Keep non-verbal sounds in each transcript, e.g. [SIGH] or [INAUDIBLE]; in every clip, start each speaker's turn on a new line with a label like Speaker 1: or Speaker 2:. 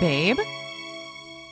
Speaker 1: Babe?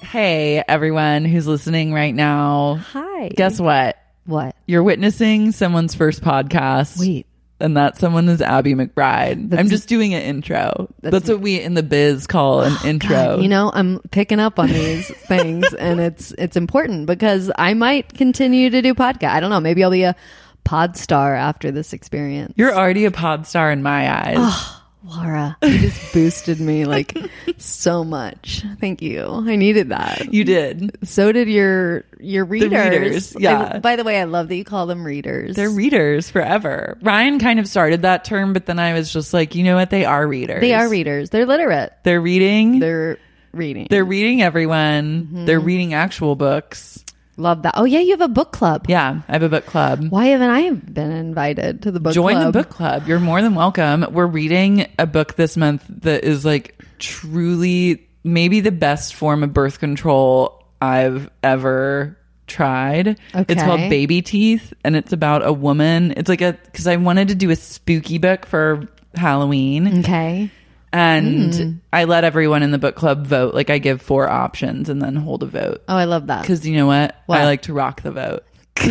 Speaker 1: Hey, everyone who's listening right now.
Speaker 2: Hi.
Speaker 1: Guess what?
Speaker 2: what?
Speaker 1: You're witnessing someone's first podcast.
Speaker 2: Wait.
Speaker 1: And that someone is Abby McBride. I'm just doing an intro. That's, what we in the biz call an intro.
Speaker 2: Oh, You know, I'm picking up
Speaker 1: [LAUGHS]
Speaker 2: on these things and it's it's important because I might continue to do podcast. I don't know, maybe I'll be a pod star after this experience.
Speaker 1: You're already a pod star in my eyes.
Speaker 2: Oh, Laura, you
Speaker 1: [LAUGHS]
Speaker 2: just boosted me like so much. Thank you. I needed that.
Speaker 1: you did.
Speaker 2: So did your your readers.
Speaker 1: readers, yeah.
Speaker 2: I- by the way, I love that you call them readers.
Speaker 1: They're readers forever. Ryan kind of started that term, but then I was just like, you know what? They are readers.
Speaker 2: they are readers. They're literate.
Speaker 1: They're reading. They're,
Speaker 2: They're Mm-hmm. reading.
Speaker 1: reading everyone. They're reading actual books.
Speaker 2: love that. Oh yeah, you have a book club.
Speaker 1: Yeah, I have a book club.
Speaker 2: Why haven't I been invited to the book
Speaker 1: Join
Speaker 2: club?
Speaker 1: the book club. You're more than welcome. We're reading a book this month that is like truly maybe the best form of birth control I've ever tried. It's
Speaker 2: Okay.
Speaker 1: called Baby Teeth and it's about a woman. It's like a cuz I wanted to do a spooky book for Halloween
Speaker 2: Okay.
Speaker 1: and
Speaker 2: Hmm.
Speaker 1: I let everyone in the book club vote. Like I give four options and then hold a vote.
Speaker 2: Oh, I love that.
Speaker 1: Cuz you know what?
Speaker 2: What?
Speaker 1: I like to rock the vote.
Speaker 2: I've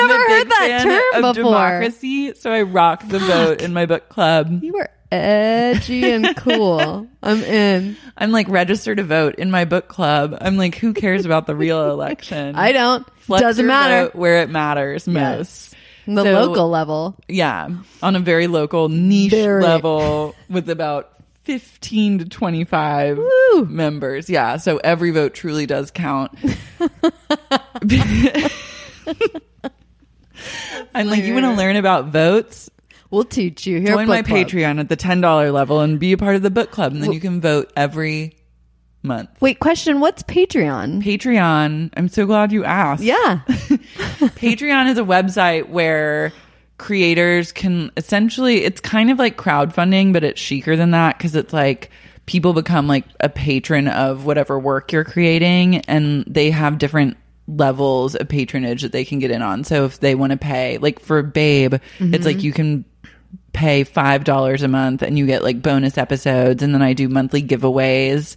Speaker 2: never
Speaker 1: I'm a
Speaker 2: heard
Speaker 1: big
Speaker 2: that
Speaker 1: fan
Speaker 2: term
Speaker 1: of
Speaker 2: before.
Speaker 1: Democracy, so I rock the vote in my book club.
Speaker 2: You were edgy
Speaker 1: [LAUGHS]
Speaker 2: and cool. I'm in.
Speaker 1: I'm like register to vote in my book club. I'm like, who cares about the
Speaker 2: [LAUGHS]
Speaker 1: real election?
Speaker 2: I don't.
Speaker 1: Flex
Speaker 2: Doesn't
Speaker 1: your
Speaker 2: matter.
Speaker 1: vote where it matters
Speaker 2: Yes.
Speaker 1: most.
Speaker 2: The
Speaker 1: So-
Speaker 2: local level.
Speaker 1: Yeah, on a very local niche
Speaker 2: Very.
Speaker 1: level with about. 15 to 25 members. Yeah. So every vote truly does
Speaker 2: [LAUGHS]
Speaker 1: count. [LAUGHS] I'm like, you want to learn about votes?
Speaker 2: We'll teach you here.
Speaker 1: Join
Speaker 2: book
Speaker 1: my
Speaker 2: club.
Speaker 1: Patreon at the ten dollar level and be a part of the book club, and then you can vote every month.
Speaker 2: Wait, question. What's Patreon?
Speaker 1: Patreon. I'm so glad you asked.
Speaker 2: yeah.
Speaker 1: Patreon is a website where creators can essentially it's kind of like crowdfunding, but it's chicer than that because it's like people become like a patron of whatever work you're creating, and they have different levels of patronage that they can get in on. So if they want to pay, like for Babe, it's like you can pay five dollars a month and you get like bonus episodes and then i do monthly giveaways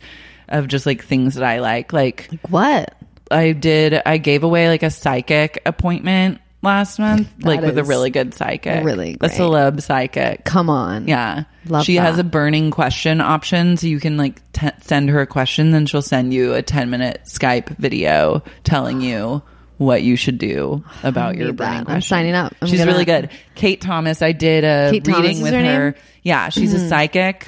Speaker 1: of just like things that i like like
Speaker 2: What?
Speaker 1: i did i gave away like a psychic appointment last month like with a
Speaker 2: is
Speaker 1: really good psychic
Speaker 2: really great.
Speaker 1: a celeb psychic
Speaker 2: Come on.
Speaker 1: yeah
Speaker 2: Love
Speaker 1: she has
Speaker 2: that.
Speaker 1: a burning question option so you can like t- send her a question then she'll send you a 10 minute skype video telling you what you should do about your
Speaker 2: need
Speaker 1: burning
Speaker 2: that. I'm
Speaker 1: question.
Speaker 2: signing up. I'm
Speaker 1: she's
Speaker 2: gonna-
Speaker 1: really good. Kate Thomas, I did a
Speaker 2: Kate Thomas
Speaker 1: reading
Speaker 2: is
Speaker 1: with
Speaker 2: her
Speaker 1: her.
Speaker 2: name?
Speaker 1: Yeah, she's a psychic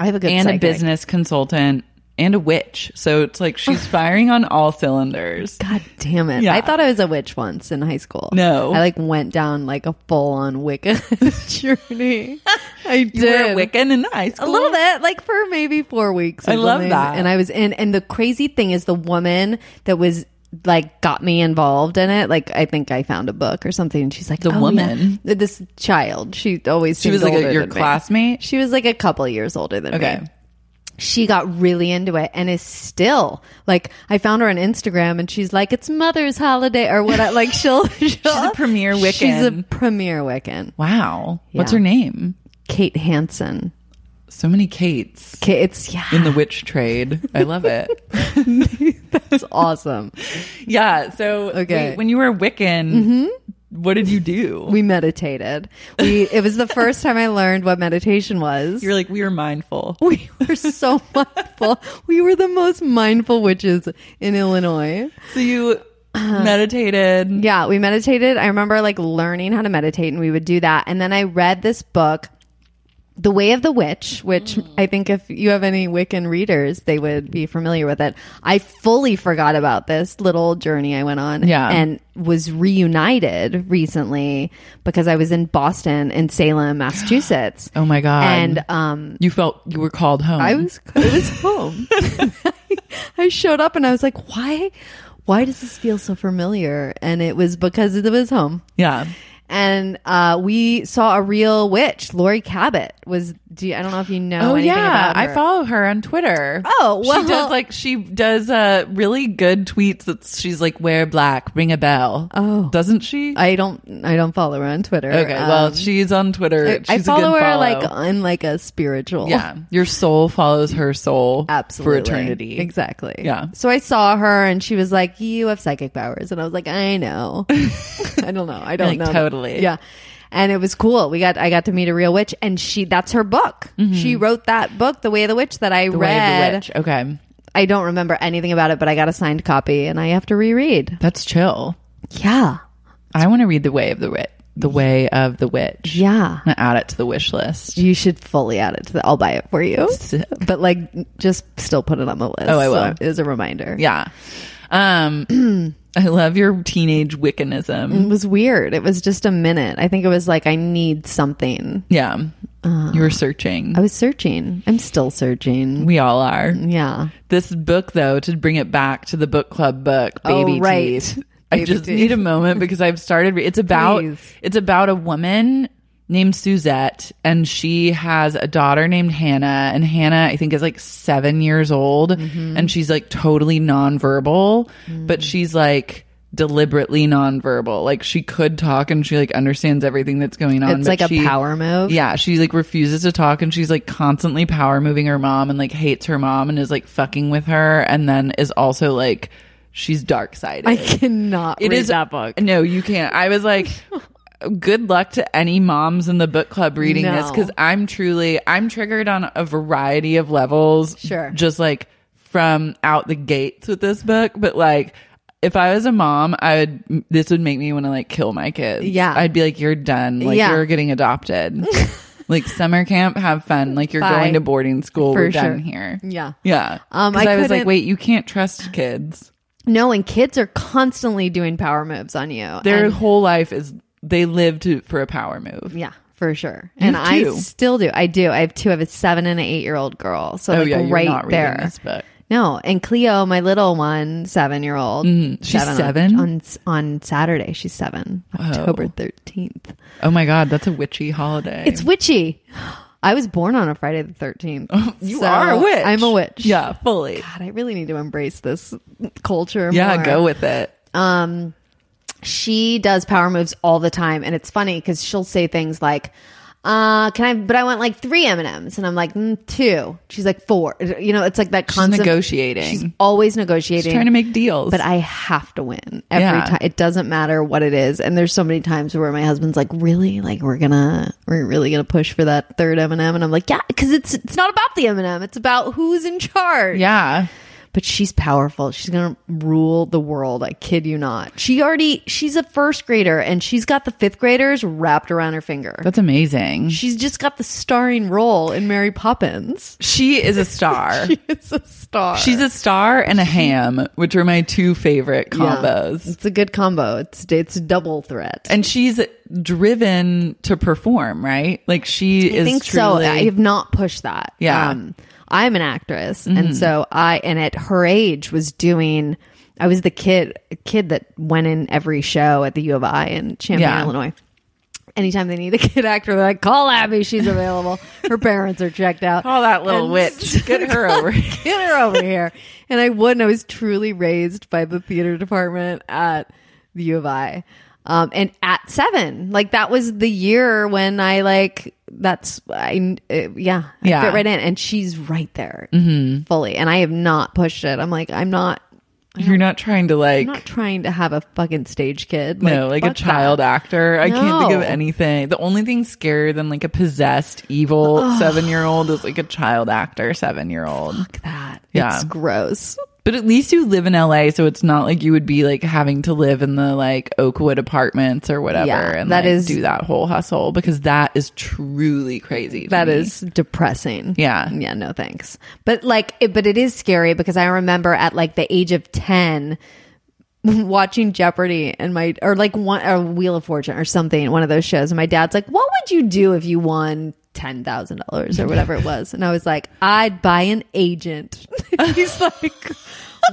Speaker 2: I have a good
Speaker 1: and a
Speaker 2: psychic.
Speaker 1: business consultant and a witch. So it's like she's firing on all cylinders.
Speaker 2: God damn it.
Speaker 1: Yeah.
Speaker 2: I thought I was a witch once in high school.
Speaker 1: No.
Speaker 2: I like went down like a full on Wicca [LAUGHS]
Speaker 1: [LAUGHS]
Speaker 2: journey. I did.
Speaker 1: You were a Wiccan in high
Speaker 2: A
Speaker 1: school.
Speaker 2: little bit, like for maybe four weeks. or
Speaker 1: I love
Speaker 2: something.
Speaker 1: that.
Speaker 2: And I was in, and the crazy thing is, the woman that was like got me involved in it. Like I think I found a book or something, and she's like,
Speaker 1: The
Speaker 2: "Oh,
Speaker 1: woman?
Speaker 2: yeah." this child. She always
Speaker 1: She was
Speaker 2: seemed
Speaker 1: like
Speaker 2: older
Speaker 1: a, your
Speaker 2: than me.
Speaker 1: classmate.
Speaker 2: She was like a couple of years older than
Speaker 1: Okay.
Speaker 2: me. She got really into it and is still like I found her on Instagram and she's like it's Mother's Holiday or what?
Speaker 1: [LAUGHS]
Speaker 2: I- Like she'll, she'll she's
Speaker 1: a premier
Speaker 2: She's a
Speaker 1: Wiccan.
Speaker 2: premier Wiccan.
Speaker 1: Wow. What's
Speaker 2: Yeah.
Speaker 1: her name?
Speaker 2: Kate Hansen.
Speaker 1: So many Kates
Speaker 2: Kate, it's yeah,
Speaker 1: in the witch trade. I love
Speaker 2: [LAUGHS]
Speaker 1: it. [LAUGHS]
Speaker 2: it's awesome.
Speaker 1: yeah. So
Speaker 2: Okay. Mm-hmm.
Speaker 1: wait, when you were a Wiccan, what did you do?
Speaker 2: we meditated. We it was the first time I learned what meditation was.
Speaker 1: You're like, we were mindful.
Speaker 2: [LAUGHS] we were so mindful. We were the most mindful witches in Illinois.
Speaker 1: So you
Speaker 2: Uh-huh.
Speaker 1: meditated.
Speaker 2: Yeah, we meditated. I remember like learning how to meditate and we would do that. And then I read this book, The Way of the Witch, which
Speaker 1: Mm.
Speaker 2: I think if you have any Wiccan readers, they would be familiar with it. I fully forgot about this little journey I went on
Speaker 1: Yeah.
Speaker 2: and was reunited recently because I was in Boston and Salem, Massachusetts.
Speaker 1: [GASPS] Oh my god!
Speaker 2: And um
Speaker 1: you felt you were called home.
Speaker 2: I was I was
Speaker 1: [LAUGHS]
Speaker 2: home. [LAUGHS] I showed up and I was like, why why does this feel so familiar? And it was because it was home.
Speaker 1: yeah.
Speaker 2: And uh, we saw a real witch. Lori Cabot was. Do you, I don't know if you know.
Speaker 1: Oh
Speaker 2: anything
Speaker 1: yeah,
Speaker 2: about
Speaker 1: I
Speaker 2: her.
Speaker 1: follow her on Twitter.
Speaker 2: Oh, well-
Speaker 1: she does like she does uh really good tweets. That she's like wear black, ring a bell.
Speaker 2: Oh.
Speaker 1: doesn't she?
Speaker 2: I don't. I don't follow her on Twitter.
Speaker 1: okay,
Speaker 2: Um,
Speaker 1: well she's on Twitter.
Speaker 2: I,
Speaker 1: She's
Speaker 2: I
Speaker 1: a
Speaker 2: follow
Speaker 1: good
Speaker 2: her
Speaker 1: follow.
Speaker 2: like in like a spiritual.
Speaker 1: yeah, your soul follows her soul
Speaker 2: [LAUGHS]
Speaker 1: for
Speaker 2: Absolutely.
Speaker 1: eternity.
Speaker 2: Exactly.
Speaker 1: Yeah.
Speaker 2: So I saw her and she was like, You have psychic powers. And I was like,
Speaker 1: [LAUGHS]
Speaker 2: I know. I don't know. I don't
Speaker 1: like,
Speaker 2: know. that-
Speaker 1: "Totally."
Speaker 2: Yeah. And it was cool. We got I got to meet a real witch and she that's her book. She wrote that book, The Way of the Witch, that I
Speaker 1: Mm-hmm. The
Speaker 2: read.
Speaker 1: Way of the witch. Okay,
Speaker 2: I don't remember anything about it, but I got a signed copy and I have to reread.
Speaker 1: that's chill.
Speaker 2: Yeah.
Speaker 1: I want to read the way of the witch. The way of the witch.
Speaker 2: Yeah.
Speaker 1: I'm gonna add it to the wish list.
Speaker 2: You should fully add it to the I'll buy it for you. But like just still put it on the list.
Speaker 1: Oh, I will.
Speaker 2: So as a reminder.
Speaker 1: Yeah. Um, [CLEARS THROAT] I love your teenage Wiccanism.
Speaker 2: It was weird. It was just a minute. I think it was like I need something.
Speaker 1: Yeah.
Speaker 2: Uh.
Speaker 1: you were searching.
Speaker 2: I was searching. I'm still searching.
Speaker 1: we all are.
Speaker 2: Yeah.
Speaker 1: This book, though, to bring it back to the book club book,
Speaker 2: Oh,
Speaker 1: Baby
Speaker 2: right.
Speaker 1: Teeth. [LAUGHS] I
Speaker 2: Baby
Speaker 1: just
Speaker 2: Teeth.
Speaker 1: need a moment because I've started. Re- it's about
Speaker 2: Please.
Speaker 1: it's about a woman named Suzette, and she has a daughter named Hannah. And Hannah, I think, is like seven years old,
Speaker 2: Mm-hmm.
Speaker 1: and she's like totally nonverbal,
Speaker 2: Mm.
Speaker 1: but she's like deliberately nonverbal. Like she could talk, and she like understands everything that's going on.
Speaker 2: It's
Speaker 1: but
Speaker 2: like a
Speaker 1: she-
Speaker 2: power move.
Speaker 1: yeah, she like refuses to talk and she's like constantly power moving her mom and like hates her mom and is like fucking with her and then is also like she's dark sided.
Speaker 2: I cannot
Speaker 1: It
Speaker 2: read
Speaker 1: is-
Speaker 2: that book.
Speaker 1: No, you can't. I was
Speaker 2: [LAUGHS]
Speaker 1: like good luck to any moms in the book club reading this
Speaker 2: No.
Speaker 1: cuz I'm truly I'm triggered on a variety of levels.
Speaker 2: Sure.
Speaker 1: Just like from out the gates with this book, but like if I was a mom, I would. This would make me want to like kill my kids.
Speaker 2: Yeah.
Speaker 1: I'd be like, "You're done. Like
Speaker 2: Yeah.
Speaker 1: you're getting
Speaker 2: [LAUGHS]
Speaker 1: adopted. like summer camp, have fun. Like you're
Speaker 2: Bye.
Speaker 1: going to boarding school.
Speaker 2: For
Speaker 1: We're
Speaker 2: sure.
Speaker 1: done here.
Speaker 2: Yeah.
Speaker 1: yeah.
Speaker 2: Um,
Speaker 1: 'Cause
Speaker 2: I
Speaker 1: I, was like,
Speaker 2: couldn't-
Speaker 1: wait, you can't trust kids.
Speaker 2: No, and kids are constantly doing power moves on you.
Speaker 1: Their
Speaker 2: And-
Speaker 1: whole life is they live to for a power move.
Speaker 2: yeah, for sure. And I
Speaker 1: two.
Speaker 2: still do. I do. I have two. I have a seven and an eight year old girl. So
Speaker 1: Oh
Speaker 2: like
Speaker 1: yeah, you're
Speaker 2: right
Speaker 1: not reading
Speaker 2: there.
Speaker 1: this book.
Speaker 2: No, and Cleo, my little one, seven year old.
Speaker 1: Mm-hmm. She's
Speaker 2: on-
Speaker 1: seven?
Speaker 2: on, on Saturday. She's seven, October thirteenth.
Speaker 1: Oh my god, that's a witchy holiday.
Speaker 2: It's witchy. I was born on a Friday the 13th.
Speaker 1: [LAUGHS] you
Speaker 2: So
Speaker 1: are a witch.
Speaker 2: I'm a witch.
Speaker 1: Yeah, fully.
Speaker 2: God, I really need to embrace this culture.
Speaker 1: Yeah,
Speaker 2: more.
Speaker 1: go with it.
Speaker 2: She does power moves all the time, and it's funny because she'll say things like, "Uh, can I?" But I want like three M and M's, and I'm like mm, two. She's like four. You know, it's like that constant
Speaker 1: negotiating.
Speaker 2: She's always negotiating,
Speaker 1: She's trying to make deals.
Speaker 2: But I have to win every
Speaker 1: Yeah.
Speaker 2: time. It doesn't matter what it is. And there's so many times where my husband's like, "Really? Like we're gonna we're really gonna push for that third M and m And I'm like, "Yeah, because it's it's not about the M and m It's about who's in charge."
Speaker 1: yeah.
Speaker 2: But she's powerful. She's gonna rule the world. I kid you not. She already she's a first grader and she's got the fifth graders wrapped around her finger.
Speaker 1: That's amazing.
Speaker 2: She's just got the starring role in Mary Poppins. [LAUGHS]
Speaker 1: She is a star.
Speaker 2: It's a star.
Speaker 1: She's a star and a ham, which are my two favorite combos.
Speaker 2: It's a good combo. It's it's a double threat.
Speaker 1: And she's driven to perform, right? Like she
Speaker 2: I
Speaker 1: is
Speaker 2: think
Speaker 1: truly.
Speaker 2: so. I have not pushed that. Um,
Speaker 1: Yeah. Mm-hmm.
Speaker 2: I'm an actress, and so I and at her age was doing. I was the kid kid that went in every show at the U of I in Champaign,
Speaker 1: Yeah.
Speaker 2: Illinois. Anytime they need a kid actor, they're like, "Call Abby.
Speaker 1: [LAUGHS]
Speaker 2: She's available. Her parents are checked out.
Speaker 1: Call that little witch. Get
Speaker 2: [LAUGHS]
Speaker 1: her over here.
Speaker 2: Get her over here." [LAUGHS] And I would. And I was truly raised by the theater department at the U of I. Um, and at seven, like that was the year when I like that's I uh, yeah I
Speaker 1: Yeah. Mm-hmm.
Speaker 2: fit right in, and she's right there fully. And I have not pushed it. I'm like I'm not
Speaker 1: You're not trying to like,
Speaker 2: I'm not trying to have a fucking stage kid.
Speaker 1: no, like a
Speaker 2: fuck that.
Speaker 1: child actor. I can't think of
Speaker 2: No.
Speaker 1: anything. The only thing scarier than like a possessed, evil seven year old is like a child actor seven year old.
Speaker 2: Fuck that.
Speaker 1: Yeah.
Speaker 2: It's gross.
Speaker 1: But at least you live in LA, so it's not like you would be like having to live in the like Oakwood apartments or whatever
Speaker 2: Yeah,
Speaker 1: and
Speaker 2: that
Speaker 1: like,
Speaker 2: is-
Speaker 1: do that whole hustle because that is truly crazy. to
Speaker 2: That
Speaker 1: me.
Speaker 2: is depressing.
Speaker 1: Yeah.
Speaker 2: Yeah, no thanks. But like it, but it is scary because I remember at like the age of 10 [LAUGHS] watching Jeopardy and my or like one or Wheel of Fortune or something, one of those shows. And my dad's like, "What would you do if you won $10,000 or whatever it was?" And I was like, "I'd buy an agent." [LAUGHS] He's like,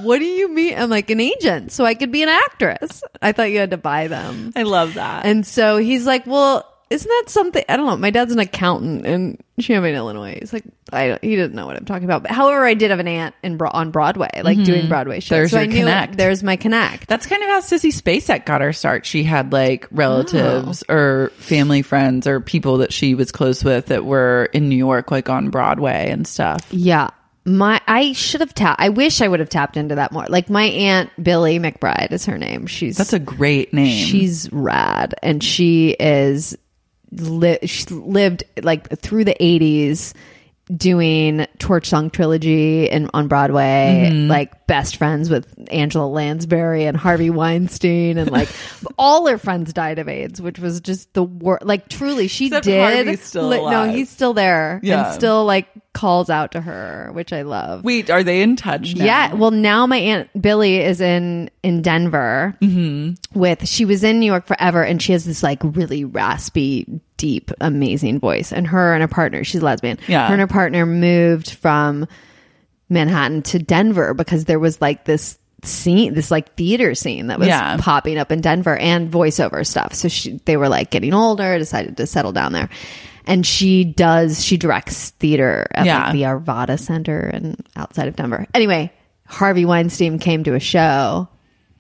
Speaker 2: "What do you mean?" I'm like, "An agent so I could be an actress." I thought you had to buy them.
Speaker 1: I love that.
Speaker 2: And so he's like, "Well, isn't that something? I don't know. My dad's an accountant in Champaign, Illinois. He's like, I don't, he didn't know what I'm talking about. But however, I did have an aunt in Bro- on Broadway, like doing Broadway shows.
Speaker 1: Mm-hmm. There's
Speaker 2: so
Speaker 1: your
Speaker 2: I knew
Speaker 1: connect.
Speaker 2: there's my connect.
Speaker 1: That's kind of how Sissy Spacek got her start. She had like relatives
Speaker 2: Oh.
Speaker 1: or family friends or people that she was close with that were in New York, like on Broadway and stuff.
Speaker 2: Yeah. My I should have tapped. I wish I would have tapped into that more. Like my aunt Billy McBride is her name. She's
Speaker 1: That's a great name.
Speaker 2: She's rad, and she is li- she lived like through the eighties doing torch song trilogy and on broadway
Speaker 1: Mm-hmm.
Speaker 2: like best friends with angela lansbury and harvey weinstein and like [LAUGHS] all her friends died of aids which was just the worst like truly she
Speaker 1: Except
Speaker 2: did
Speaker 1: Harvey's still
Speaker 2: no
Speaker 1: alive.
Speaker 2: he's still there
Speaker 1: Yeah.
Speaker 2: and still like calls out to her which i love
Speaker 1: Wait, are they in touch now?
Speaker 2: yeah. Well, now my aunt Billy is in in Denver
Speaker 1: Mm-hmm.
Speaker 2: with. She was in New York forever, and she has this like really raspy, deep, amazing voice. And her and her partner, she's a lesbian.
Speaker 1: Yeah.
Speaker 2: Her and her partner moved from Manhattan to Denver because there was like this scene, this like theater scene that was
Speaker 1: Yeah.
Speaker 2: popping up in Denver and voiceover stuff. So she, they were like getting older, decided to settle down there. And she does, she directs theater at
Speaker 1: Yeah.
Speaker 2: like the Arvada Center and outside of Denver. Anyway, Harvey Weinstein came to a show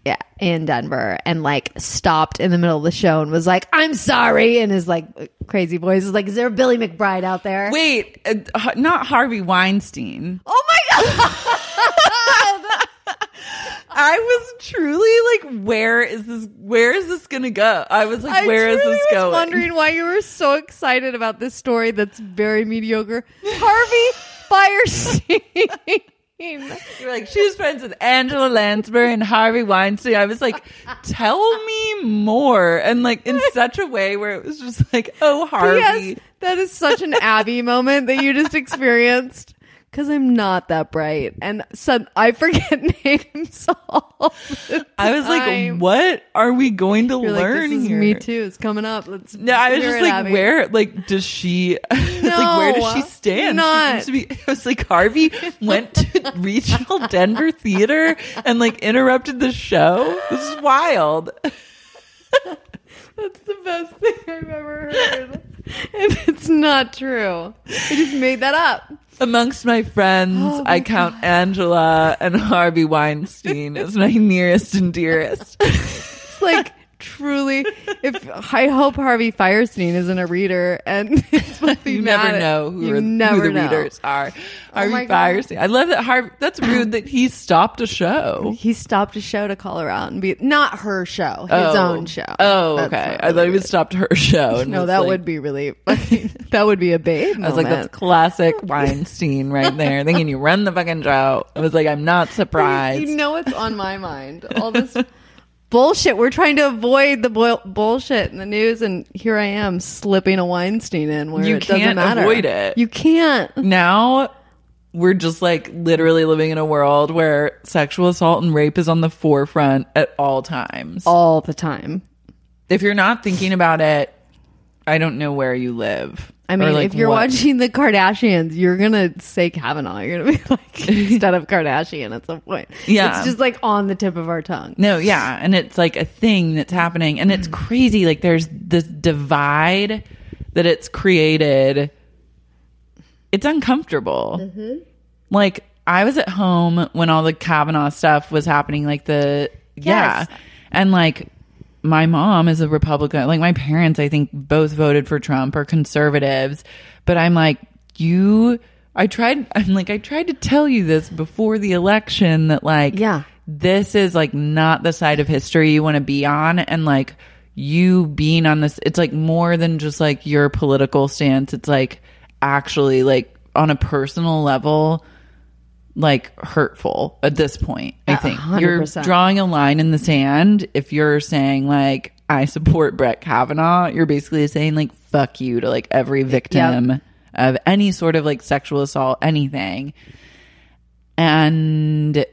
Speaker 2: yeah, in Denver and like stopped in the middle of the show and was like, I'm sorry. And his like crazy voice is like, Is there a Billy McBride out there?
Speaker 1: Wait, uh, Ha- not Harvey Weinstein.
Speaker 2: Oh my God.
Speaker 1: [LAUGHS] I was truly like, where is this? Where is this gonna go? I was like, [LAUGHS]
Speaker 2: I
Speaker 1: where is
Speaker 2: truly
Speaker 1: this
Speaker 2: was
Speaker 1: going?
Speaker 2: wondering why you were so excited about this story that's very mediocre. Harvey
Speaker 1: [LAUGHS]
Speaker 2: Firestein.
Speaker 1: You're like, she was friends with Angela Lansbury and Harvey Weinstein. I was like, tell me more, and like in such a way where it was just like, oh, Harvey.
Speaker 2: Yes, that is such an Abby moment that you just experienced. Because I'm not that bright, and son, I forget [LAUGHS] names all. the
Speaker 1: I was like,
Speaker 2: time.
Speaker 1: what are we going to
Speaker 2: You're like,
Speaker 1: learn
Speaker 2: this is
Speaker 1: here?
Speaker 2: Me too. It's coming up. Let's.
Speaker 1: No, I was
Speaker 2: hear
Speaker 1: just
Speaker 2: it,
Speaker 1: like,
Speaker 2: Abby.
Speaker 1: where? Like, does she? [LAUGHS] No, like, where does she
Speaker 2: No,
Speaker 1: stand?
Speaker 2: not.
Speaker 1: She seems to be, I was like, Harvey went
Speaker 2: [LAUGHS]
Speaker 1: to regional Denver theater and like interrupted the show. This is wild.
Speaker 2: That's the best thing I've ever heard, [LAUGHS] and it's not true. I just made that up.
Speaker 1: Amongst my
Speaker 2: [GASPS]
Speaker 1: friends,
Speaker 2: Oh
Speaker 1: I count Angela and [LAUGHS] Harvey Weinstein as
Speaker 2: [LAUGHS]
Speaker 1: my nearest and dearest.
Speaker 2: It's [LAUGHS] like truly. If I hope Harvey Firestein isn't a reader, and [LAUGHS]
Speaker 1: You never know who, are, who the readers are.
Speaker 2: Oh my
Speaker 1: Harvey
Speaker 2: God.
Speaker 1: Firestein. I love that. Harvey. That's rude that he stopped a show.
Speaker 2: He stopped a show to call her out and be not her show, [LAUGHS] his
Speaker 1: Oh.
Speaker 2: own show.
Speaker 1: Oh,
Speaker 2: That's
Speaker 1: okay.
Speaker 2: not
Speaker 1: I
Speaker 2: really
Speaker 1: thought he
Speaker 2: good.
Speaker 1: was stopped her [LAUGHS] show. And
Speaker 2: No,
Speaker 1: was
Speaker 2: that
Speaker 1: like-
Speaker 2: would be really. [LAUGHS] that would be a babe.
Speaker 1: I was like, that's
Speaker 2: [LAUGHS]
Speaker 1: classic Weinstein right there. Thinking you run the fucking show. I was like, I'm not surprised.
Speaker 2: [LAUGHS] You know what's
Speaker 1: [LAUGHS]
Speaker 2: on my mind? All this bullshit. We're trying to avoid the bull- bullshit in the news, and here I am slipping a Weinstein in where
Speaker 1: You
Speaker 2: it doesn't
Speaker 1: can't
Speaker 2: matter.
Speaker 1: avoid it.
Speaker 2: You can't.
Speaker 1: now we're just like literally living in a world where sexual assault and rape is on the forefront at all times.
Speaker 2: All the time.
Speaker 1: If you're not thinking about it, I don't know where you live.
Speaker 2: I
Speaker 1: Or,
Speaker 2: mean,
Speaker 1: like,
Speaker 2: if you're
Speaker 1: what-
Speaker 2: watching the Kardashians, you're gonna say Kavanaugh. You're gonna be [LAUGHS]
Speaker 1: [LAUGHS]
Speaker 2: like instead of Kardashian at some point.
Speaker 1: Yeah.
Speaker 2: it's just like on the tip of our tongue.
Speaker 1: No, yeah. And it's like a thing that's happening. And it's crazy. Like there's this divide that it's created. It's uncomfortable.
Speaker 2: Mm-hmm.
Speaker 1: Like I was at home when all the Kavanaugh stuff was happening, like the,
Speaker 2: Yes.
Speaker 1: yeah. And like my mom is a Republican. Like my parents, I think both voted for Trump or conservatives. But I'm like, you, I tried, [LAUGHS] I'm like, I tried to tell you this before the election that like,
Speaker 2: Yeah.
Speaker 1: this is like not the side of history you want to be on and like you being on this it's like more than just like your political stance it's like actually like on a personal level like hurtful at this point. I think you're
Speaker 2: 100%.
Speaker 1: drawing a line in the sand if you're saying like I support Brett Kavanaugh. You're basically saying like fuck you to like every victim of any sort of like sexual assault, anything. And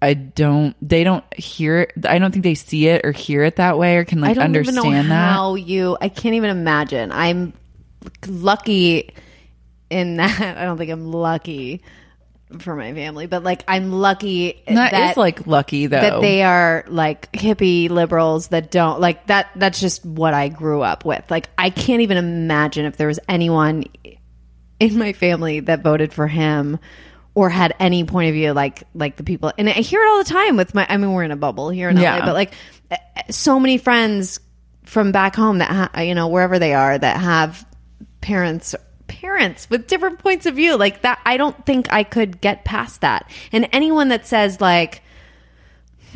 Speaker 1: I don't. They don't hear it. I don't think they see it or hear it that way, or can like
Speaker 2: I don't
Speaker 1: understand
Speaker 2: even know
Speaker 1: that.
Speaker 2: how you. I can't even imagine. I'm lucky in [LAUGHS] that. I don't think I'm lucky for my family, but like I'm lucky
Speaker 1: And that is like lucky though.
Speaker 2: that they are like hippie liberals that don't like that. That's just what I grew up with. Like I can't even imagine if there was anyone in my family that voted for him or had any point of view like like the people and i hear it all the time with my i mean we're in a bubble here in
Speaker 1: Yeah.
Speaker 2: la but like eh, eh, so many friends from back home that ha- you know wherever they are that have parents parents with different points of view like that i don't think i could get past that and anyone that says like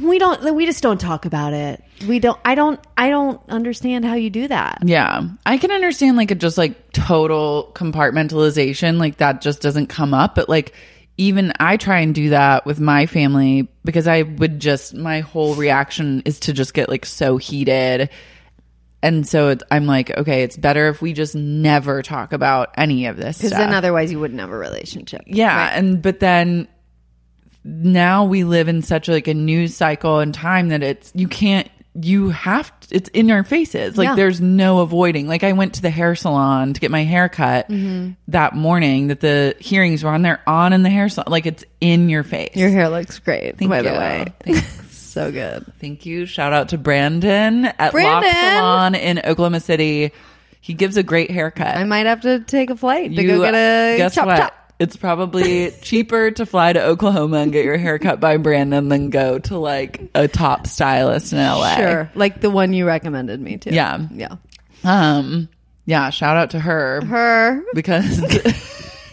Speaker 2: we don't we just don't talk about it we don't i don't i don't understand how you do that
Speaker 1: yeah, I can understand like a just like total compartmentalization. Like that just doesn't come up. But like even I try and do that with my family because I would just my whole reaction is to just get like so heated. And so it's, I'm like, okay, it's better if we just never talk about any of this.
Speaker 2: because
Speaker 1: stuff.
Speaker 2: then otherwise you wouldn't have a relationship
Speaker 1: Yeah, and but then now we live in such like a news cycle and time that it's you can't you have to, it's in our faces. Like
Speaker 2: Yeah.
Speaker 1: there's no avoiding. Like I went to the hair salon to get my hair cut
Speaker 2: Mm-hmm.
Speaker 1: that morning that the hearings were on. They're on in the hair salon. Like it's in your face.
Speaker 2: Your hair looks great, by the
Speaker 1: you. [LAUGHS]
Speaker 2: way.
Speaker 1: Thanks.
Speaker 2: So good.
Speaker 1: Thank you. Shout out to Brandon at Lock
Speaker 2: Brandon!
Speaker 1: Salon in Oklahoma City. He gives a great haircut
Speaker 2: I might have to take a flight to go get a
Speaker 1: uh, guess
Speaker 2: chop
Speaker 1: what?
Speaker 2: chop.
Speaker 1: It's
Speaker 2: [LAUGHS]
Speaker 1: probably cheaper to fly to Oklahoma and get your hair cut by Brandon than go to like a top stylist in LA.
Speaker 2: Sure. Like the one you recommended me to.
Speaker 1: Yeah.
Speaker 2: Yeah.
Speaker 1: Um. Yeah. Shout out to her,
Speaker 2: Her
Speaker 1: because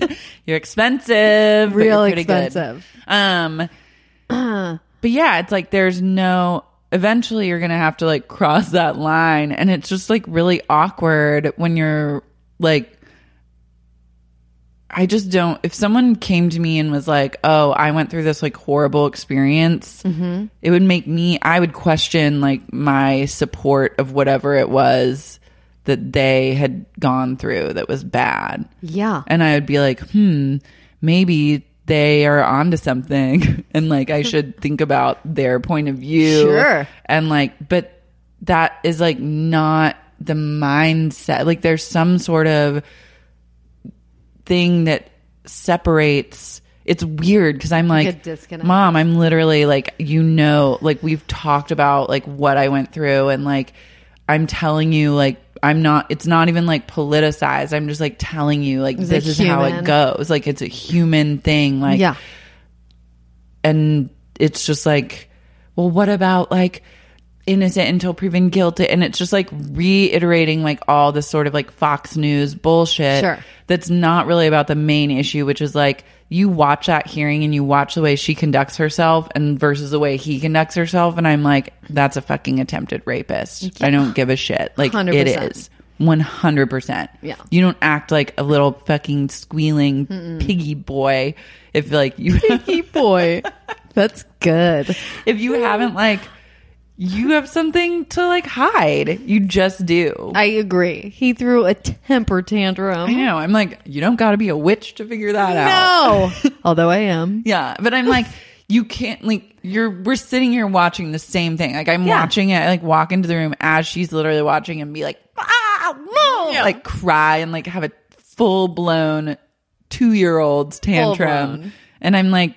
Speaker 1: [LAUGHS] you're expensive. but you're
Speaker 2: Real
Speaker 1: pretty good.
Speaker 2: expensive. [CLEARS THROAT]
Speaker 1: Um. But yeah, it's like there's no. Eventually, you're gonna have to like cross that line, and it's just like really awkward when you're like I just don't. If someone came to me and was like, "Oh, I went through this like horrible experience," it would make me. I would question like my support of whatever it was that they had gone through that was bad,
Speaker 2: Yeah.
Speaker 1: and I would be like, "Hmm, maybe they are onto something," [LAUGHS] and like I should think about their point of view,
Speaker 2: Sure.
Speaker 1: and like, but that is like not the mindset. Like, there's some sort of thing that separates it's weird because i'm
Speaker 2: Like a
Speaker 1: like
Speaker 2: disconnect.
Speaker 1: mom i'm literally like you know like we've talked about like what i went through and like i'm telling you like i'm not it's not even like politicized i'm just like telling you like
Speaker 2: a
Speaker 1: this is how it
Speaker 2: human.
Speaker 1: goes like it's a human thing like [LAUGHS]
Speaker 2: yeah.
Speaker 1: and it's just like well what about like innocent until proven guilty and it's just like reiterating like all this sort of like fox news bullshit
Speaker 2: Sure.
Speaker 1: that's not really about the main issue which is like you watch that hearing and you watch the way she conducts herself and versus the way he conducts herself and i'm like that's a fucking attempted rapist i don't give a shit like it
Speaker 2: 100%.
Speaker 1: is 100%
Speaker 2: Yeah.
Speaker 1: you don't act like a little fucking squealing piggy boy if like
Speaker 2: [LAUGHS]
Speaker 1: you [LAUGHS]
Speaker 2: Hey, boy. That's good.
Speaker 1: if you haven't like you have something to like hide you just do i,
Speaker 2: I agree. He threw a temper tantrum.
Speaker 1: know i'm like you don't gotta be a witch to figure that out [LAUGHS]
Speaker 2: No. Although I am.
Speaker 1: yeah but i'm like you can't like you're we're sitting here watching the same thing like i'm
Speaker 2: Yeah.
Speaker 1: watching it I, like walk into the room as she's literally watching and be like ah no like cry and like have a full-blown two-year-old's tantrum
Speaker 2: Full-blown.
Speaker 1: and i'm like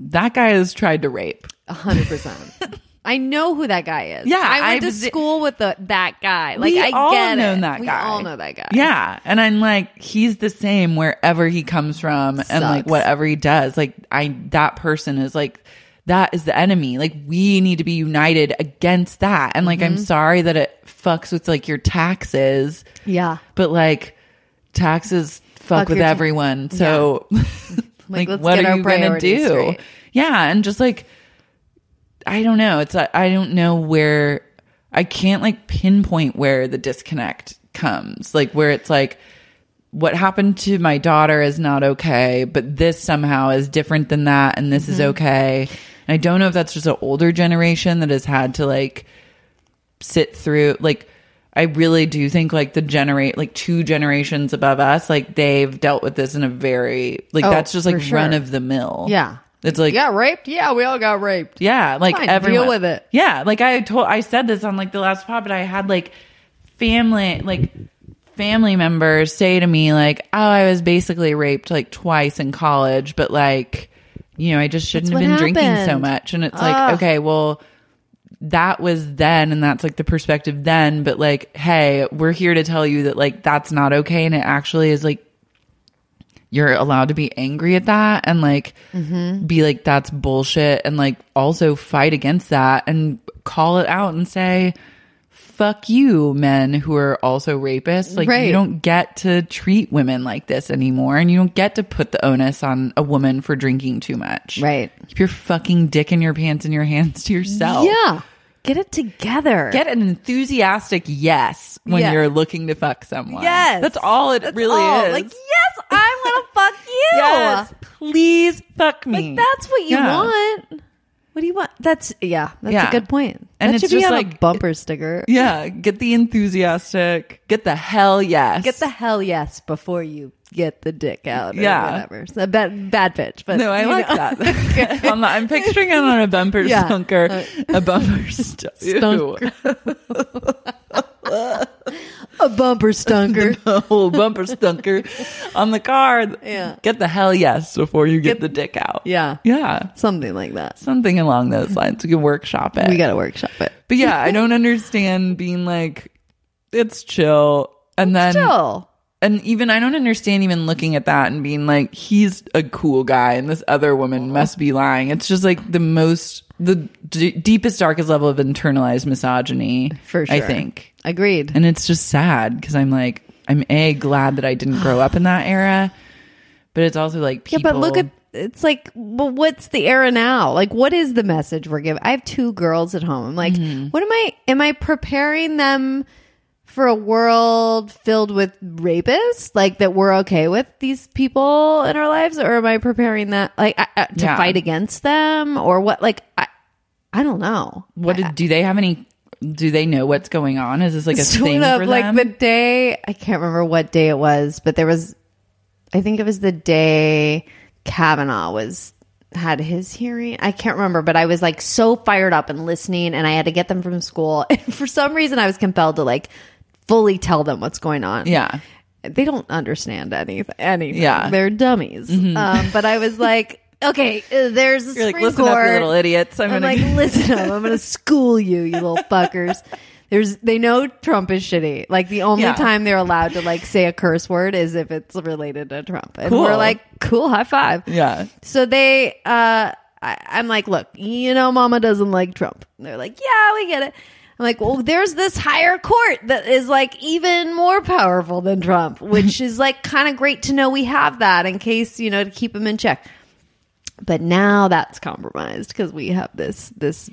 Speaker 1: that guy has tried to rape
Speaker 2: A hundred percent. I know who that guy is.
Speaker 1: Yeah,
Speaker 2: I went
Speaker 1: I-
Speaker 2: to school with the, that guy. Like
Speaker 1: we
Speaker 2: I
Speaker 1: all
Speaker 2: get
Speaker 1: know
Speaker 2: it.
Speaker 1: that
Speaker 2: we
Speaker 1: guy.
Speaker 2: all know that guy.
Speaker 1: Yeah, and I'm like, he's the same wherever he comes from, and like
Speaker 2: Sucks.
Speaker 1: whatever he does. Like I, that person is like, that is the enemy. Like we need to be united against that. And like, I'm
Speaker 2: Mm-hmm.
Speaker 1: sorry that it fucks with like your taxes,
Speaker 2: Yeah.
Speaker 1: but like taxes fuck,
Speaker 2: Fuck
Speaker 1: with
Speaker 2: your ta-
Speaker 1: everyone. so [LAUGHS] like,
Speaker 2: let's
Speaker 1: what
Speaker 2: get
Speaker 1: are
Speaker 2: our
Speaker 1: you gonna
Speaker 2: priorities
Speaker 1: do?
Speaker 2: straight.
Speaker 1: Yeah, and just like I don't know. It's like, I don't know where I can't like pinpoint where the disconnect comes. Like where it's like what happened to my daughter is not okay, but this somehow is different than that, and this is
Speaker 2: Mm-hmm.
Speaker 1: okay. And I don't know if that's just an older generation that has had to like sit through like I really do think like the generate like two generations above us, like they've dealt with this in a very like
Speaker 2: Oh,
Speaker 1: that's just like
Speaker 2: for sure.
Speaker 1: run of the mill.
Speaker 2: Yeah.
Speaker 1: It's like
Speaker 2: got raped. Yeah, we all got raped.
Speaker 1: yeah, like
Speaker 2: Fine,
Speaker 1: everyone
Speaker 2: deal with it.
Speaker 1: Yeah, like I told, I said this on like the last pod, but I had like family, like family members say to me like, "Oh, I was basically raped like twice in college, but like, you know, I just shouldn't have
Speaker 2: That's
Speaker 1: been
Speaker 2: what
Speaker 1: drinking so
Speaker 2: happened.
Speaker 1: much." And it's like, okay, well, that was then, and that's like the perspective then, but like, hey, we're here to tell you that like that's not okay, and it actually is like you're allowed to be angry at that and like
Speaker 2: Mm-hmm.
Speaker 1: be like that's bullshit and like also fight against that and call it out and say fuck you men who are also rapists like
Speaker 2: Right.
Speaker 1: you don't get to treat women like this anymore and you don't get to put the onus on a woman for drinking too much
Speaker 2: Right.
Speaker 1: keep your fucking dick in your pants and your hands to yourself
Speaker 2: Yeah. Get it together.
Speaker 1: Get an enthusiastic yes when
Speaker 2: Yeah.
Speaker 1: you're looking to fuck someone.
Speaker 2: Yes.
Speaker 1: That's all it really
Speaker 2: all.
Speaker 1: is.
Speaker 2: Like, yes, I'm
Speaker 1: [LAUGHS]
Speaker 2: gonna fuck you.
Speaker 1: Yes, please fuck me.
Speaker 2: Like that's what you
Speaker 1: Yeah.
Speaker 2: want. What do you want? That's yeah. That's
Speaker 1: Yeah.
Speaker 2: a good point.
Speaker 1: And
Speaker 2: that
Speaker 1: it's
Speaker 2: should be
Speaker 1: just
Speaker 2: on a
Speaker 1: like-
Speaker 2: bumper sticker.
Speaker 1: Yeah, get the enthusiastic. Get the hell yes. [LAUGHS]
Speaker 2: Get the hell yes before you get the dick out. Or
Speaker 1: Yeah.
Speaker 2: whatever. So bad, bad pitch. But
Speaker 1: no, I
Speaker 2: you
Speaker 1: like
Speaker 2: know. [LAUGHS]
Speaker 1: that. I'm, not- I'm picturing it on a bumper
Speaker 2: Yeah. Uh,
Speaker 1: stunker, a bumper [LAUGHS] stu-
Speaker 2: Stunker.
Speaker 1: [LAUGHS]
Speaker 2: a bumper stunker.
Speaker 1: [LAUGHS] a whole bumper stunker on the car.
Speaker 2: Yeah.
Speaker 1: Get the hell yes before you get, the dick out.
Speaker 2: yeah,
Speaker 1: yeah,
Speaker 2: something like that.
Speaker 1: something along those lines. We can workshop it.
Speaker 2: We gotta workshop it.
Speaker 1: but yeah, I don't understand being like it's chill, and then
Speaker 2: Still,
Speaker 1: and even I don't understand even looking at that and being like, he's a cool guy and this other woman must be lying. It's just like the most, the d- deepest, darkest level of internalized misogyny.
Speaker 2: For
Speaker 1: I
Speaker 2: sure.
Speaker 1: think.
Speaker 2: agreed.
Speaker 1: And it's just sad because I'm like, I'm A, glad that I didn't grow up in that era, but it's also like,
Speaker 2: Yeah,
Speaker 1: people,
Speaker 2: but look at it's like, well, what's the era now? Like, what is the message we're giving? I have two girls at home. I'm like,
Speaker 1: Mm-hmm.
Speaker 2: what am I? Am I preparing them for a world filled with rapists? Like that we're okay with these people in our lives, or am I preparing that like I, I, to
Speaker 1: Yeah.
Speaker 2: fight against them, or what? Like, I, I don't know.
Speaker 1: what did, do they have any, do they know what's going on? Is this like a thing
Speaker 2: sort of
Speaker 1: for
Speaker 2: like
Speaker 1: them?
Speaker 2: the day I can't remember what day it was, but there was I think it was the day Kavanaugh was had his hearing. I can't remember, but I was like so fired up and listening and I had to get them from school. [LAUGHS] And for some reason I was compelled to like fully tell them what's going on.
Speaker 1: yeah.
Speaker 2: They don't understand anything. anything.
Speaker 1: Yeah. Mm-hmm.
Speaker 2: They're dummies. Um, but I was like, [LAUGHS] okay, uh, there's a
Speaker 1: You're like,
Speaker 2: Supreme
Speaker 1: listen up, you
Speaker 2: Court."
Speaker 1: little idiots. I'm,
Speaker 2: I'm
Speaker 1: gonna
Speaker 2: like, listen up. I'm going to school you, you little fuckers. There's, they know Trump is shitty. Like the only
Speaker 1: Yeah.
Speaker 2: time they're allowed to like say a curse word is if it's related to Trump. And
Speaker 1: Cool.
Speaker 2: we're like, cool, high five.
Speaker 1: [LAUGHS] yeah.
Speaker 2: So they, uh, I, I'm like, look, you know, Mama doesn't like Trump. And they're like, yeah, we get it. I'm like, well, there's this higher court that is like even more powerful
Speaker 1: [LAUGHS]
Speaker 2: than Trump, which is like kind of great to know we have that in case you know to keep him in check. But now that's compromised because we have this this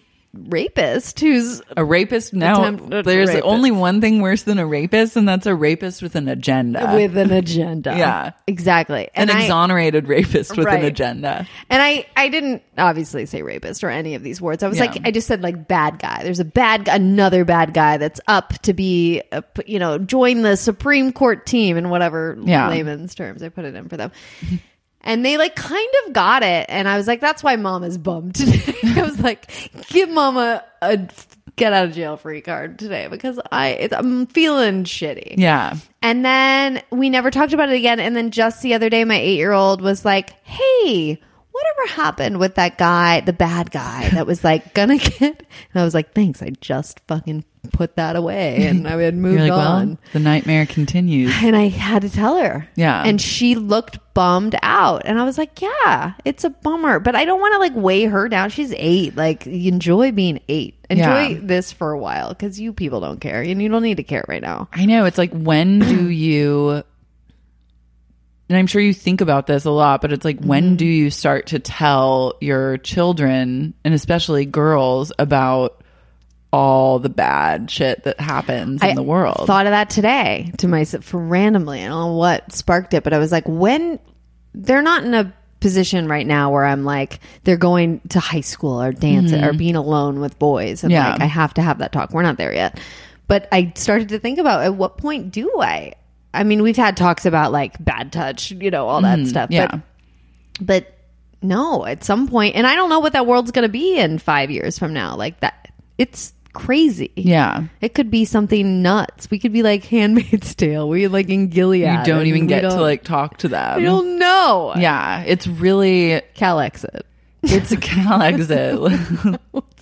Speaker 2: rapist who's
Speaker 1: A rapist now.
Speaker 2: Attempted
Speaker 1: There's
Speaker 2: rapist.
Speaker 1: only one thing worse than a rapist, and that's a rapist with an agenda.
Speaker 2: with an agenda.
Speaker 1: [LAUGHS] Yeah.
Speaker 2: exactly.
Speaker 1: an
Speaker 2: I-
Speaker 1: exonerated rapist with
Speaker 2: Right.
Speaker 1: an agenda.
Speaker 2: And I, I didn't obviously say rapist or any of these words. I was
Speaker 1: Yeah.
Speaker 2: like, I just said like bad guy. There's a bad, guy, another bad guy that's up to be, a, you know, join the Supreme Court team in whatever
Speaker 1: Yeah.
Speaker 2: layman's terms I put it in for them. [LAUGHS] And they like kind of got it. And I was like, that's why mom is bummed [LAUGHS] today. I was like, give mama a get out of jail free card today because I, it's, I'm feeling shitty.
Speaker 1: Yeah.
Speaker 2: And then we never talked about it again. And then just the other day, my eight year old was like, Hey, whatever happened with that guy, the bad guy that was like [LAUGHS] gonna get. And I was like, Thanks. I just fucking put that away. And I had
Speaker 1: [LAUGHS]
Speaker 2: moved
Speaker 1: You're like,
Speaker 2: on.
Speaker 1: well, the nightmare continues.
Speaker 2: and I had to tell her.
Speaker 1: Yeah.
Speaker 2: And she looked bummed out. And I was like, yeah, it's a bummer, but I don't want to like weigh her down. She's eight. Like, you enjoy being eight. Enjoy
Speaker 1: Yeah.
Speaker 2: this for a while because you people don't care and you don't need to care right now.
Speaker 1: [SIGHS] I know. It's like, when [CLEARS THROAT] do you, and I'm sure you think about this a lot, but it's like, when do you start to tell your children, and especially girls, about all the bad shit that happens in the world.
Speaker 2: Thought of that today to myself for randomly. I don't know what sparked it, but I was like, when they're not in a position right now where I'm like, they're going to high school or dance or being alone with boys. And
Speaker 1: Mm-hmm. Yeah.
Speaker 2: like, I have to have that talk. We're not there yet. But I started to think about at what point do I? I mean, we've had talks about like bad touch, you know, all that stuff.
Speaker 1: Mm-hmm. yeah.
Speaker 2: But but no at some point and i don't know what that world's going to be in five years from now like that it's crazy
Speaker 1: yeah.
Speaker 2: it could be something nuts we could be like handmaid's [LAUGHS] tale we're like in gilead
Speaker 1: You don't
Speaker 2: and
Speaker 1: even
Speaker 2: we
Speaker 1: get
Speaker 2: don't- [LAUGHS]
Speaker 1: to like talk to them.
Speaker 2: i don't know
Speaker 1: yeah. It's really
Speaker 2: cal exit
Speaker 1: it's a Cal
Speaker 2: [LAUGHS]
Speaker 1: exit.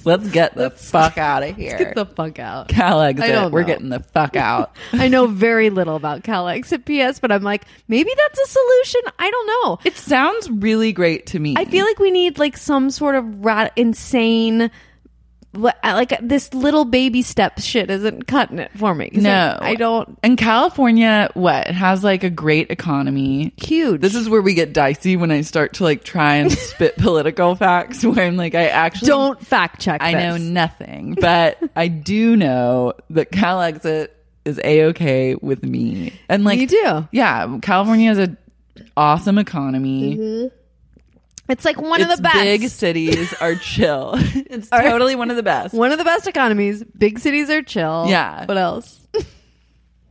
Speaker 1: Let's get the fuck out of here.
Speaker 2: get the fuck out
Speaker 1: Cal
Speaker 2: I
Speaker 1: exit.
Speaker 2: don't
Speaker 1: We're
Speaker 2: know.
Speaker 1: getting the fuck out.
Speaker 2: [LAUGHS] i know very little about cal exit ps but i'm like maybe that's a solution i don't know
Speaker 1: it sounds really great to me.
Speaker 2: I feel like we need like some sort of ra- insane. what- I- Like this little baby step shit isn't cutting it for me. 'Cause
Speaker 1: No.
Speaker 2: I, I don't.
Speaker 1: And California, what? It has like a great economy.
Speaker 2: Huge.
Speaker 1: This is where we get dicey when I start to like try
Speaker 2: [LAUGHS]
Speaker 1: and spit political facts where I'm like, I actually
Speaker 2: don't fact check.
Speaker 1: I know
Speaker 2: this.
Speaker 1: nothing,
Speaker 2: [LAUGHS]
Speaker 1: but I do know that CalExit is a okay with me. And like,
Speaker 2: You do.
Speaker 1: Yeah. California is a awesome economy.
Speaker 2: It's like one
Speaker 1: Its
Speaker 2: of the best.
Speaker 1: big cities
Speaker 2: [LAUGHS]
Speaker 1: are chill. [LAUGHS] it's totally one of the best.
Speaker 2: one of the best economies. Big cities are chill.
Speaker 1: Yeah.
Speaker 2: What else?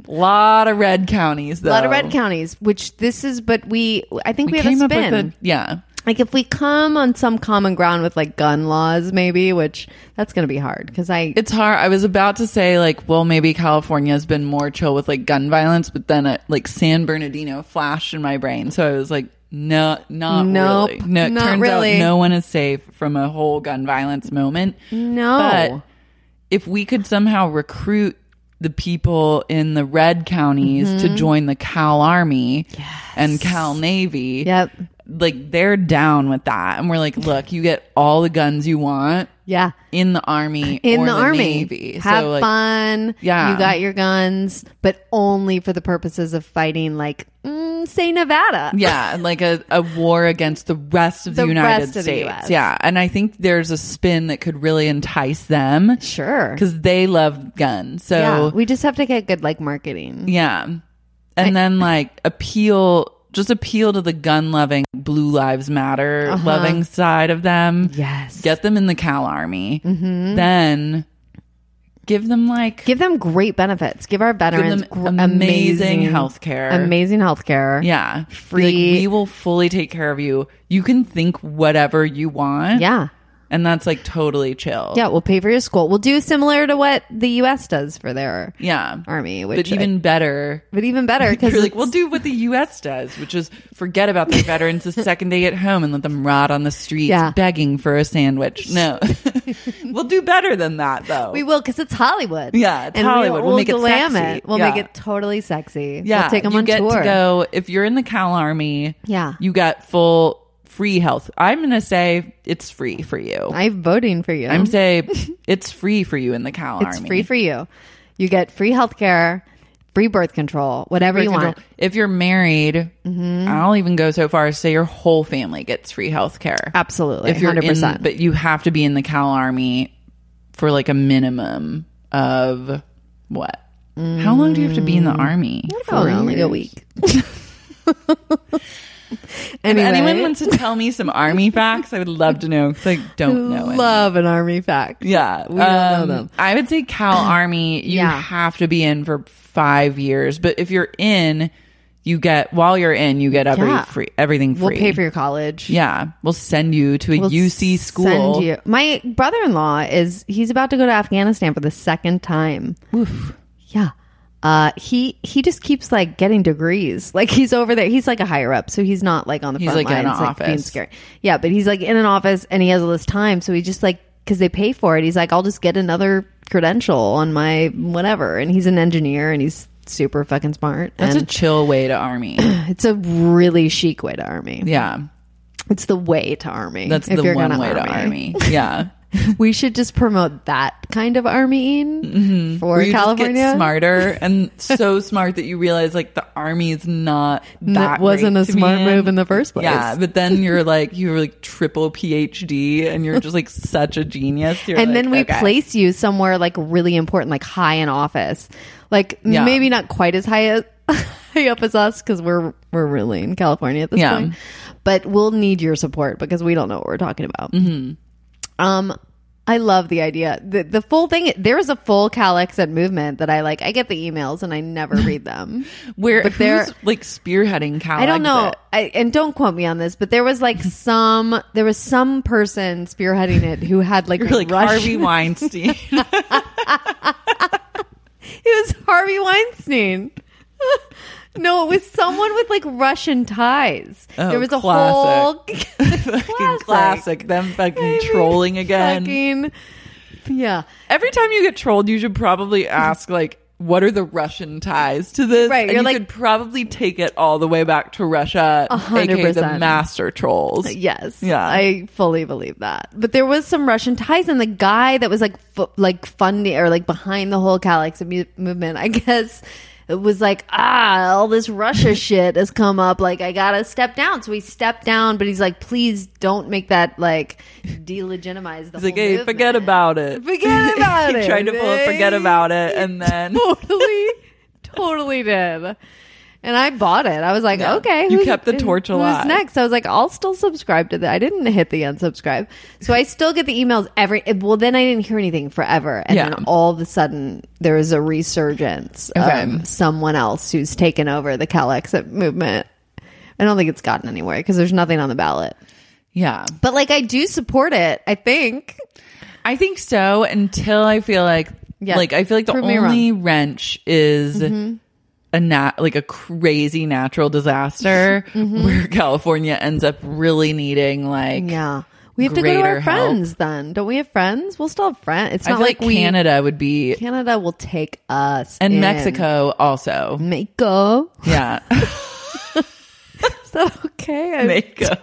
Speaker 1: lot of red counties, though.
Speaker 2: A lot of red counties. Which this is, but we. I think we, have a
Speaker 1: Came up
Speaker 2: spin.
Speaker 1: with a, yeah.
Speaker 2: like if we come on some common ground with like gun laws, maybe, which that's going to be hard because I.
Speaker 1: It's hard. I was about to say like, well, maybe California has been more chill with like gun violence, but then uh, like San Bernardino flashed in my brain, so I was like, no, not
Speaker 2: Nope,
Speaker 1: really. No, it
Speaker 2: not
Speaker 1: turns
Speaker 2: really.
Speaker 1: out no one is safe from a whole gun violence moment. But
Speaker 2: no.
Speaker 1: if we could somehow recruit the people in the red counties
Speaker 2: Mm-hmm.
Speaker 1: to join the Cal Army and Cal Navy,
Speaker 2: Yep.
Speaker 1: like they're down with that, and we're like, look, you get all the guns you want
Speaker 2: Yeah.
Speaker 1: in the army
Speaker 2: in
Speaker 1: or
Speaker 2: the, army.
Speaker 1: Navy.
Speaker 2: Have
Speaker 1: so like
Speaker 2: fun.
Speaker 1: Yeah.
Speaker 2: you got your guns, but only for the purposes of fighting, like mm, say Nevada.
Speaker 1: yeah like a, a war against the rest of the,
Speaker 2: The
Speaker 1: united
Speaker 2: rest of the
Speaker 1: states
Speaker 2: US.
Speaker 1: yeah and i think there's a spin that could really entice them
Speaker 2: Sure.
Speaker 1: because they love guns so
Speaker 2: yeah, we just have to get good like marketing.
Speaker 1: Yeah. And then like appeal just appeal to the gun loving blue lives matter loving side of them.
Speaker 2: Uh-huh. Yes. Mm-hmm.
Speaker 1: Get them in the Cal Army. Then give them like
Speaker 2: Give them great benefits. Give our veterans
Speaker 1: them
Speaker 2: gr-
Speaker 1: amazing healthcare.
Speaker 2: Amazing healthcare.
Speaker 1: yeah, Be like,
Speaker 2: free-
Speaker 1: we will fully take care of you. You can think whatever you want.
Speaker 2: Yeah.
Speaker 1: And that's like totally chill.
Speaker 2: Yeah, we'll pay for your school. We'll do similar to what the US does for their
Speaker 1: Yeah.
Speaker 2: army, which
Speaker 1: But
Speaker 2: I-
Speaker 1: even better,
Speaker 2: but even better
Speaker 1: [LAUGHS]
Speaker 2: because
Speaker 1: You're like, we'll do what the U.S. does, which is forget about their veterans the
Speaker 2: [LAUGHS]
Speaker 1: second they get home and let them rot on the streets
Speaker 2: Yeah.
Speaker 1: begging for a sandwich.
Speaker 2: [LAUGHS]
Speaker 1: No, [LAUGHS] we'll do better than that, though.
Speaker 2: We will because it's Hollywood.
Speaker 1: Yeah, it's
Speaker 2: and
Speaker 1: Hollywood. We'll
Speaker 2: We'll,
Speaker 1: make it
Speaker 2: glam
Speaker 1: sexy.
Speaker 2: We'll
Speaker 1: Yeah.
Speaker 2: make it totally sexy.
Speaker 1: yeah,
Speaker 2: we'll take them
Speaker 1: you
Speaker 2: on
Speaker 1: get
Speaker 2: tour.
Speaker 1: to go if you're in the Cal Army.
Speaker 2: Yeah.
Speaker 1: you got full free health. I'm gonna say it's free for you.
Speaker 2: I'm voting for you.
Speaker 1: I'm
Speaker 2: [LAUGHS]
Speaker 1: say it's free for you in the Cal
Speaker 2: it's
Speaker 1: Army.
Speaker 2: free for you. You get free healthcare, free birth control, whatever
Speaker 1: Birth
Speaker 2: you
Speaker 1: control.
Speaker 2: want.
Speaker 1: If you're married,
Speaker 2: Mm-hmm.
Speaker 1: I'll even go so far as say your whole family gets free health care.
Speaker 2: Absolutely,
Speaker 1: if you're
Speaker 2: hundred
Speaker 1: in,
Speaker 2: percent.
Speaker 1: but you have to be in the Cal Army for like a minimum of what? How long do you have to be in the army?
Speaker 2: Oh, only a week. [LAUGHS] anyway,
Speaker 1: [LAUGHS] If anyone wants to tell me some army facts, I would love to know 'cause I don't know it.
Speaker 2: love an army fact.
Speaker 1: yeah, we
Speaker 2: don't know them.
Speaker 1: I would say
Speaker 2: [CLEARS THROAT]
Speaker 1: Cal Army. You
Speaker 2: Yeah.
Speaker 1: have to be in for five years, but if you're in, you get while you're in, you get every
Speaker 2: Yeah.
Speaker 1: free everything free.
Speaker 2: We'll pay for your college.
Speaker 1: yeah, we'll send you to a
Speaker 2: We'll
Speaker 1: UC school.
Speaker 2: Send you. My brother-in-law is he's about to go to Afghanistan for the second time. Yeah. Uh, he he just keeps like getting degrees. [LAUGHS] Like he's over there. He's like a higher up, so he's not like on the
Speaker 1: He's,
Speaker 2: front
Speaker 1: like, in an
Speaker 2: lines, being
Speaker 1: office.
Speaker 2: scary. Yeah, but he's like in an office and he has all this time, so he just like because they pay for it. He's like, I'll just get another credential on my whatever. And he's an engineer and he's super fucking smart.
Speaker 1: That's a
Speaker 2: and
Speaker 1: chill way to
Speaker 2: [CLEARS THROAT]
Speaker 1: army.
Speaker 2: it's a really chic way to army.
Speaker 1: yeah.
Speaker 2: It's the way to army.
Speaker 1: That's
Speaker 2: if
Speaker 1: the
Speaker 2: you're
Speaker 1: one
Speaker 2: gonna [LAUGHS]
Speaker 1: way to army. Yeah.
Speaker 2: we should just promote that kind of armying for
Speaker 1: Where Mm-hmm. you just get
Speaker 2: California.
Speaker 1: smarter and so [LAUGHS] smart that you realize like the army is not
Speaker 2: And
Speaker 1: that
Speaker 2: That wasn't
Speaker 1: great
Speaker 2: a
Speaker 1: to be
Speaker 2: smart move in the first place.
Speaker 1: Yeah, but then you're like you're like triple PhD and you're just like such a genius. You're
Speaker 2: and
Speaker 1: like,
Speaker 2: then we
Speaker 1: okay.
Speaker 2: place you somewhere like really important, like high in office, like
Speaker 1: Yeah.
Speaker 2: maybe not quite as high as [LAUGHS] high up as us because we're we're ruling in California at this
Speaker 1: Yeah.
Speaker 2: point. But we'll need your support because we don't know what we're talking about.
Speaker 1: Mm-hmm.
Speaker 2: Um, I love the idea. The, the full thing. There is a full Cal Exit movement that I like. I get the emails and I never
Speaker 1: [LAUGHS]
Speaker 2: read them.
Speaker 1: where
Speaker 2: but
Speaker 1: but
Speaker 2: there-
Speaker 1: who's like spearheading Cal.
Speaker 2: I don't know.
Speaker 1: Exit?
Speaker 2: I, and don't quote me on this, but there was
Speaker 1: [LAUGHS]
Speaker 2: like some there was some person spearheading it who had like,
Speaker 1: You're like Harvey
Speaker 2: Russian.
Speaker 1: Weinstein.
Speaker 2: [LAUGHS]
Speaker 1: [LAUGHS]
Speaker 2: It was Harvey Weinstein. [LAUGHS] no, it was someone with like Russian ties.
Speaker 1: Oh,
Speaker 2: there was a
Speaker 1: classic.
Speaker 2: whole [LAUGHS]
Speaker 1: Fucking classic. Them fucking trolling again.
Speaker 2: Fucking- yeah.
Speaker 1: Every time you get trolled, you should probably ask like, what are the Russian ties to this?
Speaker 2: Right,
Speaker 1: And
Speaker 2: you're
Speaker 1: you
Speaker 2: like-
Speaker 1: could probably take it all the way back to Russia,
Speaker 2: hundred
Speaker 1: aka the
Speaker 2: percent.
Speaker 1: master trolls.
Speaker 2: Yes.
Speaker 1: Yeah.
Speaker 2: I fully believe that. But there was some Russian ties, and the guy that was like fu- like funding or like behind the whole Calix mu- movement, I [LAUGHS] guess. It was like, ah, all
Speaker 1: [LAUGHS]
Speaker 2: this Russia shit has come up. Like, I gotta step down. So he stepped down, but he's like, please don't make that like
Speaker 1: [LAUGHS]
Speaker 2: delegitimize the
Speaker 1: It's like, hey, forget about it.
Speaker 2: Forget about
Speaker 1: [LAUGHS] he
Speaker 2: it.
Speaker 1: tried to pull a forget about it, and then [LAUGHS]
Speaker 2: [LAUGHS] totally, totally did. And I bought it. I was like,
Speaker 1: Yeah.
Speaker 2: okay.
Speaker 1: You
Speaker 2: who's-
Speaker 1: kept the torch alive.
Speaker 2: Who's next? I was like, I'll still subscribe to that. I didn't hit the unsubscribe, so I still get the emails every. Well, then I didn't hear anything forever, and
Speaker 1: Yeah.
Speaker 2: then all of a sudden there is a resurgence
Speaker 1: Okay.
Speaker 2: of someone else who's taken over the Cal Exit movement. I don't think it's gotten anywhere because there's nothing on the ballot.
Speaker 1: yeah.
Speaker 2: But like, I do support it. I think.
Speaker 1: I think so until I feel like
Speaker 2: Yeah.
Speaker 1: like I feel like the
Speaker 2: Prove me Mm-hmm.
Speaker 1: only wrench is a nat like a crazy natural
Speaker 2: [LAUGHS]
Speaker 1: disaster [LAUGHS] where California ends up really needing like
Speaker 2: Mm-hmm. Yeah. We have to go to
Speaker 1: greater
Speaker 2: our
Speaker 1: help.
Speaker 2: friends then. Don't we have friends? We'll still have friends. It's
Speaker 1: I
Speaker 2: not
Speaker 1: feel like,
Speaker 2: like, we
Speaker 1: Canada would be
Speaker 2: Canada will take us
Speaker 1: and
Speaker 2: in.
Speaker 1: Mexico also.
Speaker 2: Mexico. [LAUGHS]
Speaker 1: Yeah.
Speaker 2: Is that okay? I-
Speaker 1: Mako.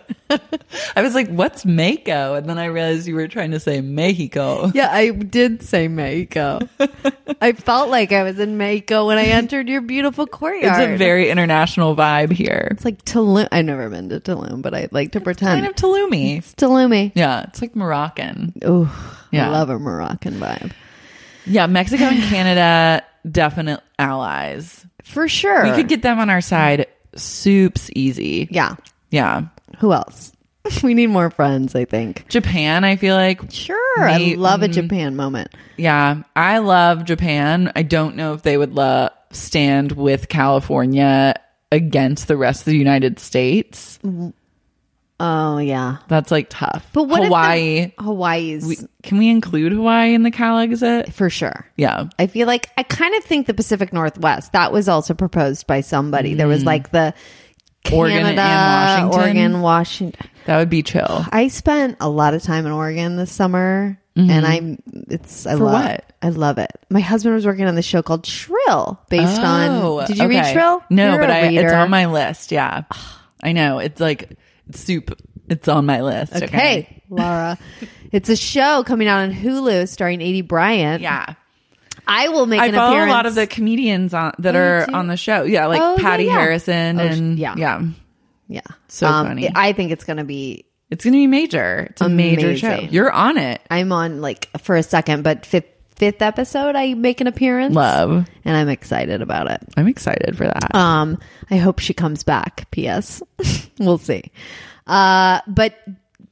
Speaker 1: I was like, what's Mako? And then I realized you were trying to say Mexico.
Speaker 2: yeah, I did
Speaker 1: [LAUGHS]
Speaker 2: say Mexico. I felt like I was in Mexico when I entered your beautiful
Speaker 1: It's
Speaker 2: courtyard.
Speaker 1: a very international vibe here.
Speaker 2: It's like Tulum. I've never been to Tulum, but I like to pretend.
Speaker 1: Kind of Tulumi.
Speaker 2: it's Tulumi.
Speaker 1: Yeah, it's like Moroccan.
Speaker 2: Oh,
Speaker 1: Yeah.
Speaker 2: I love a Moroccan vibe.
Speaker 1: Yeah, Mexico and Canada definite allies.
Speaker 2: For sure.
Speaker 1: We could get them on our side soups easy.
Speaker 2: yeah.
Speaker 1: Yeah.
Speaker 2: Who else? [LAUGHS] we need more friends, I think.
Speaker 1: Japan, I feel like.
Speaker 2: Sure. I
Speaker 1: Me-
Speaker 2: love a Japan moment.
Speaker 1: Yeah. I love Japan. I don't know if they would love stand with California against the rest of the United States.
Speaker 2: Oh yeah.
Speaker 1: That's like tough.
Speaker 2: But what if the-
Speaker 1: Hawaii?
Speaker 2: Hawaii's
Speaker 1: we- can we include Hawaii in the Cal exit?
Speaker 2: for sure.
Speaker 1: Yeah.
Speaker 2: I feel like I kind of think the Pacific Northwest that was also proposed by somebody. There was like the
Speaker 1: Mm. Oregon and
Speaker 2: Canada,
Speaker 1: Washington.
Speaker 2: Oregon, Washington.
Speaker 1: That would be chill.
Speaker 2: I spent a lot of time in Oregon this summer, and I'm it's I
Speaker 1: Mm-hmm. For
Speaker 2: love
Speaker 1: what?
Speaker 2: I love it. My husband was working on this show called Shrill, based
Speaker 1: Oh,
Speaker 2: on. Did you
Speaker 1: okay.
Speaker 2: read Shrill?
Speaker 1: No,
Speaker 2: You're
Speaker 1: but
Speaker 2: a
Speaker 1: I, it's
Speaker 2: reader.
Speaker 1: on my list. Yeah. I know. It's like soup. It's on my list. Okay.
Speaker 2: Hey, Laura,
Speaker 1: [LAUGHS]
Speaker 2: it's a show coming out on Hulu starring Adie Bryant.
Speaker 1: Yeah.
Speaker 2: I will make
Speaker 1: I
Speaker 2: an
Speaker 1: follow
Speaker 2: appearance.
Speaker 1: a lot of the comedians on that
Speaker 2: you
Speaker 1: are
Speaker 2: do?
Speaker 1: on the show. Yeah, like
Speaker 2: Oh, yeah,
Speaker 1: Patty
Speaker 2: yeah.
Speaker 1: Harrison
Speaker 2: Oh, sh-
Speaker 1: and
Speaker 2: yeah.
Speaker 1: yeah.
Speaker 2: Yeah. Um,
Speaker 1: So funny.
Speaker 2: I think it's going to be,
Speaker 1: It's gonna be major. It's a major show.
Speaker 2: Amazing.
Speaker 1: You're on it.
Speaker 2: I'm on like for a second, but fifth, fifth episode, I make an appearance.
Speaker 1: Love.
Speaker 2: And I'm excited about it.
Speaker 1: I'm excited for that.
Speaker 2: Um, I hope she comes back. P.S. [LAUGHS] we'll see. Uh, but,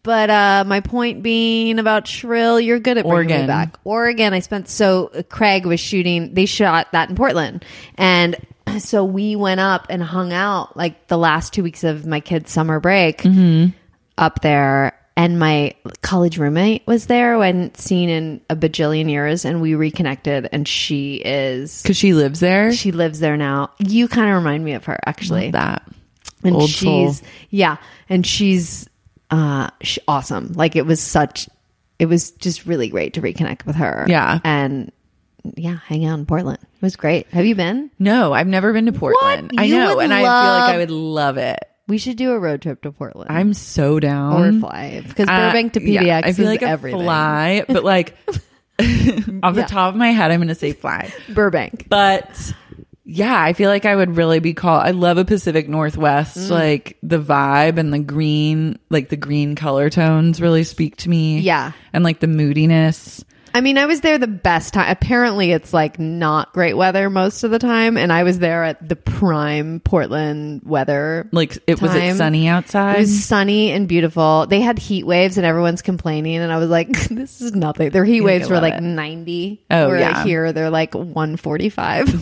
Speaker 2: but, uh, my point being about Shrill, you're good at bringing
Speaker 1: Oregon.
Speaker 2: me back. Oregon, I spent so uh, Craig was shooting, they shot that in Portland. And [CLEARS THROAT] so we went up and hung out like the last two weeks of my kids' summer break
Speaker 1: Mm-hmm.
Speaker 2: up there and my college roommate was there who I hadn't seen in a bajillion years and we reconnected and she is
Speaker 1: Cause she lives there.
Speaker 2: she lives there now you kind of remind me of her actually
Speaker 1: that.
Speaker 2: and
Speaker 1: old soul.
Speaker 2: she's yeah and she's uh sh awesome like it was such it was just really great to reconnect with her
Speaker 1: Yeah.
Speaker 2: and yeah hang out in portland it was great have you been
Speaker 1: No, I've never been to Portland. I
Speaker 2: You
Speaker 1: know,
Speaker 2: would
Speaker 1: and I feel like
Speaker 2: love-
Speaker 1: I would love it.
Speaker 2: We should do a road trip to Portland
Speaker 1: I'm so down.
Speaker 2: or fly because
Speaker 1: Uh,
Speaker 2: Burbank to PDX
Speaker 1: yeah, I feel
Speaker 2: is
Speaker 1: like a
Speaker 2: everything.
Speaker 1: fly, but
Speaker 2: [LAUGHS]
Speaker 1: like [LAUGHS] off the
Speaker 2: Yeah.
Speaker 1: top of my head, I'm going to say fly.
Speaker 2: Burbank.
Speaker 1: But yeah, I feel like I would really be called. I love a Pacific Northwest,
Speaker 2: Mm.
Speaker 1: like the vibe and the green, like the green color tones really speak to me.
Speaker 2: Yeah.
Speaker 1: and like the moodiness.
Speaker 2: I mean, I was there the best time. Apparently, it's like not great weather most of the time, and I was there at the prime Portland weather.
Speaker 1: Like it was it
Speaker 2: Time.
Speaker 1: sunny outside.
Speaker 2: It was sunny and beautiful. They had heat waves, and everyone's complaining. And I was like, [LAUGHS] "This is nothing." Their heat waves were
Speaker 1: love
Speaker 2: like
Speaker 1: it.
Speaker 2: ninety.
Speaker 1: Oh,
Speaker 2: Where
Speaker 1: yeah.
Speaker 2: here they're like one forty-five.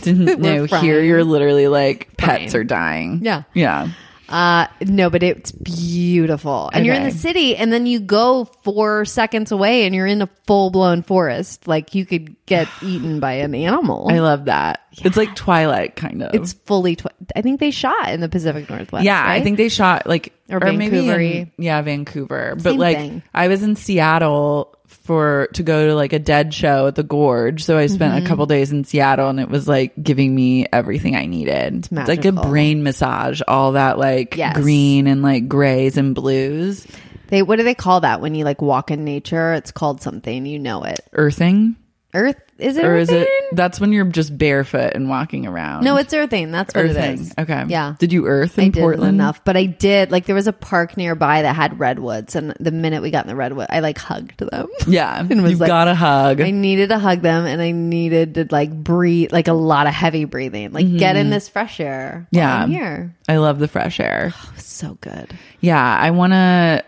Speaker 1: [LAUGHS] [LAUGHS]
Speaker 2: [LAUGHS]
Speaker 1: Didn't know here you're literally like pets
Speaker 2: Frying.
Speaker 1: are dying.
Speaker 2: Yeah.
Speaker 1: yeah.
Speaker 2: Uh, no, but it's beautiful. And you're in the
Speaker 1: Okay.
Speaker 2: city, and then you go four seconds away, and you're in a full blown forest. Like you could
Speaker 1: [SIGHS]
Speaker 2: get eaten by an animal.
Speaker 1: I love that. It's like Twilight kind of.
Speaker 2: it's fully. Tw- I think they shot in the Pacific Northwest.
Speaker 1: Yeah, I
Speaker 2: right?
Speaker 1: think they shot like
Speaker 2: Or
Speaker 1: maybe
Speaker 2: Vancouver-y.
Speaker 1: in- yeah, Vancouver. but
Speaker 2: Same
Speaker 1: like
Speaker 2: thing.
Speaker 1: I was in Seattle for to go to like a dead show at the Gorge, so I spent
Speaker 2: Mm-hmm.
Speaker 1: a couple days in Seattle, and it was like giving me everything I needed. It's like a
Speaker 2: magical.
Speaker 1: brain massage, all that like
Speaker 2: Yes.
Speaker 1: green and like grays and blues,
Speaker 2: they. What do they call that when you like walk in nature? It's called something. You know it.
Speaker 1: earthing,
Speaker 2: Earth is it?
Speaker 1: or is it?
Speaker 2: earthing?
Speaker 1: That's when you're just barefoot and walking around.
Speaker 2: No, it's earthing. That's what it
Speaker 1: earthing.
Speaker 2: is.
Speaker 1: Okay.
Speaker 2: Yeah.
Speaker 1: Did you earth in
Speaker 2: I did
Speaker 1: Portland?
Speaker 2: enough, but I did like there was a park nearby that had redwoods, and the minute we got in the redwood, I like hugged them. [LAUGHS]
Speaker 1: Yeah.
Speaker 2: And was
Speaker 1: you
Speaker 2: like-
Speaker 1: got a hug.
Speaker 2: I needed to hug them, and I needed to like breathe like a lot of heavy breathing, like get in this fresh air. while
Speaker 1: Mm-hmm. Yeah.
Speaker 2: I'm here
Speaker 1: I love the fresh air.
Speaker 2: It was so good.
Speaker 1: Yeah, I want to.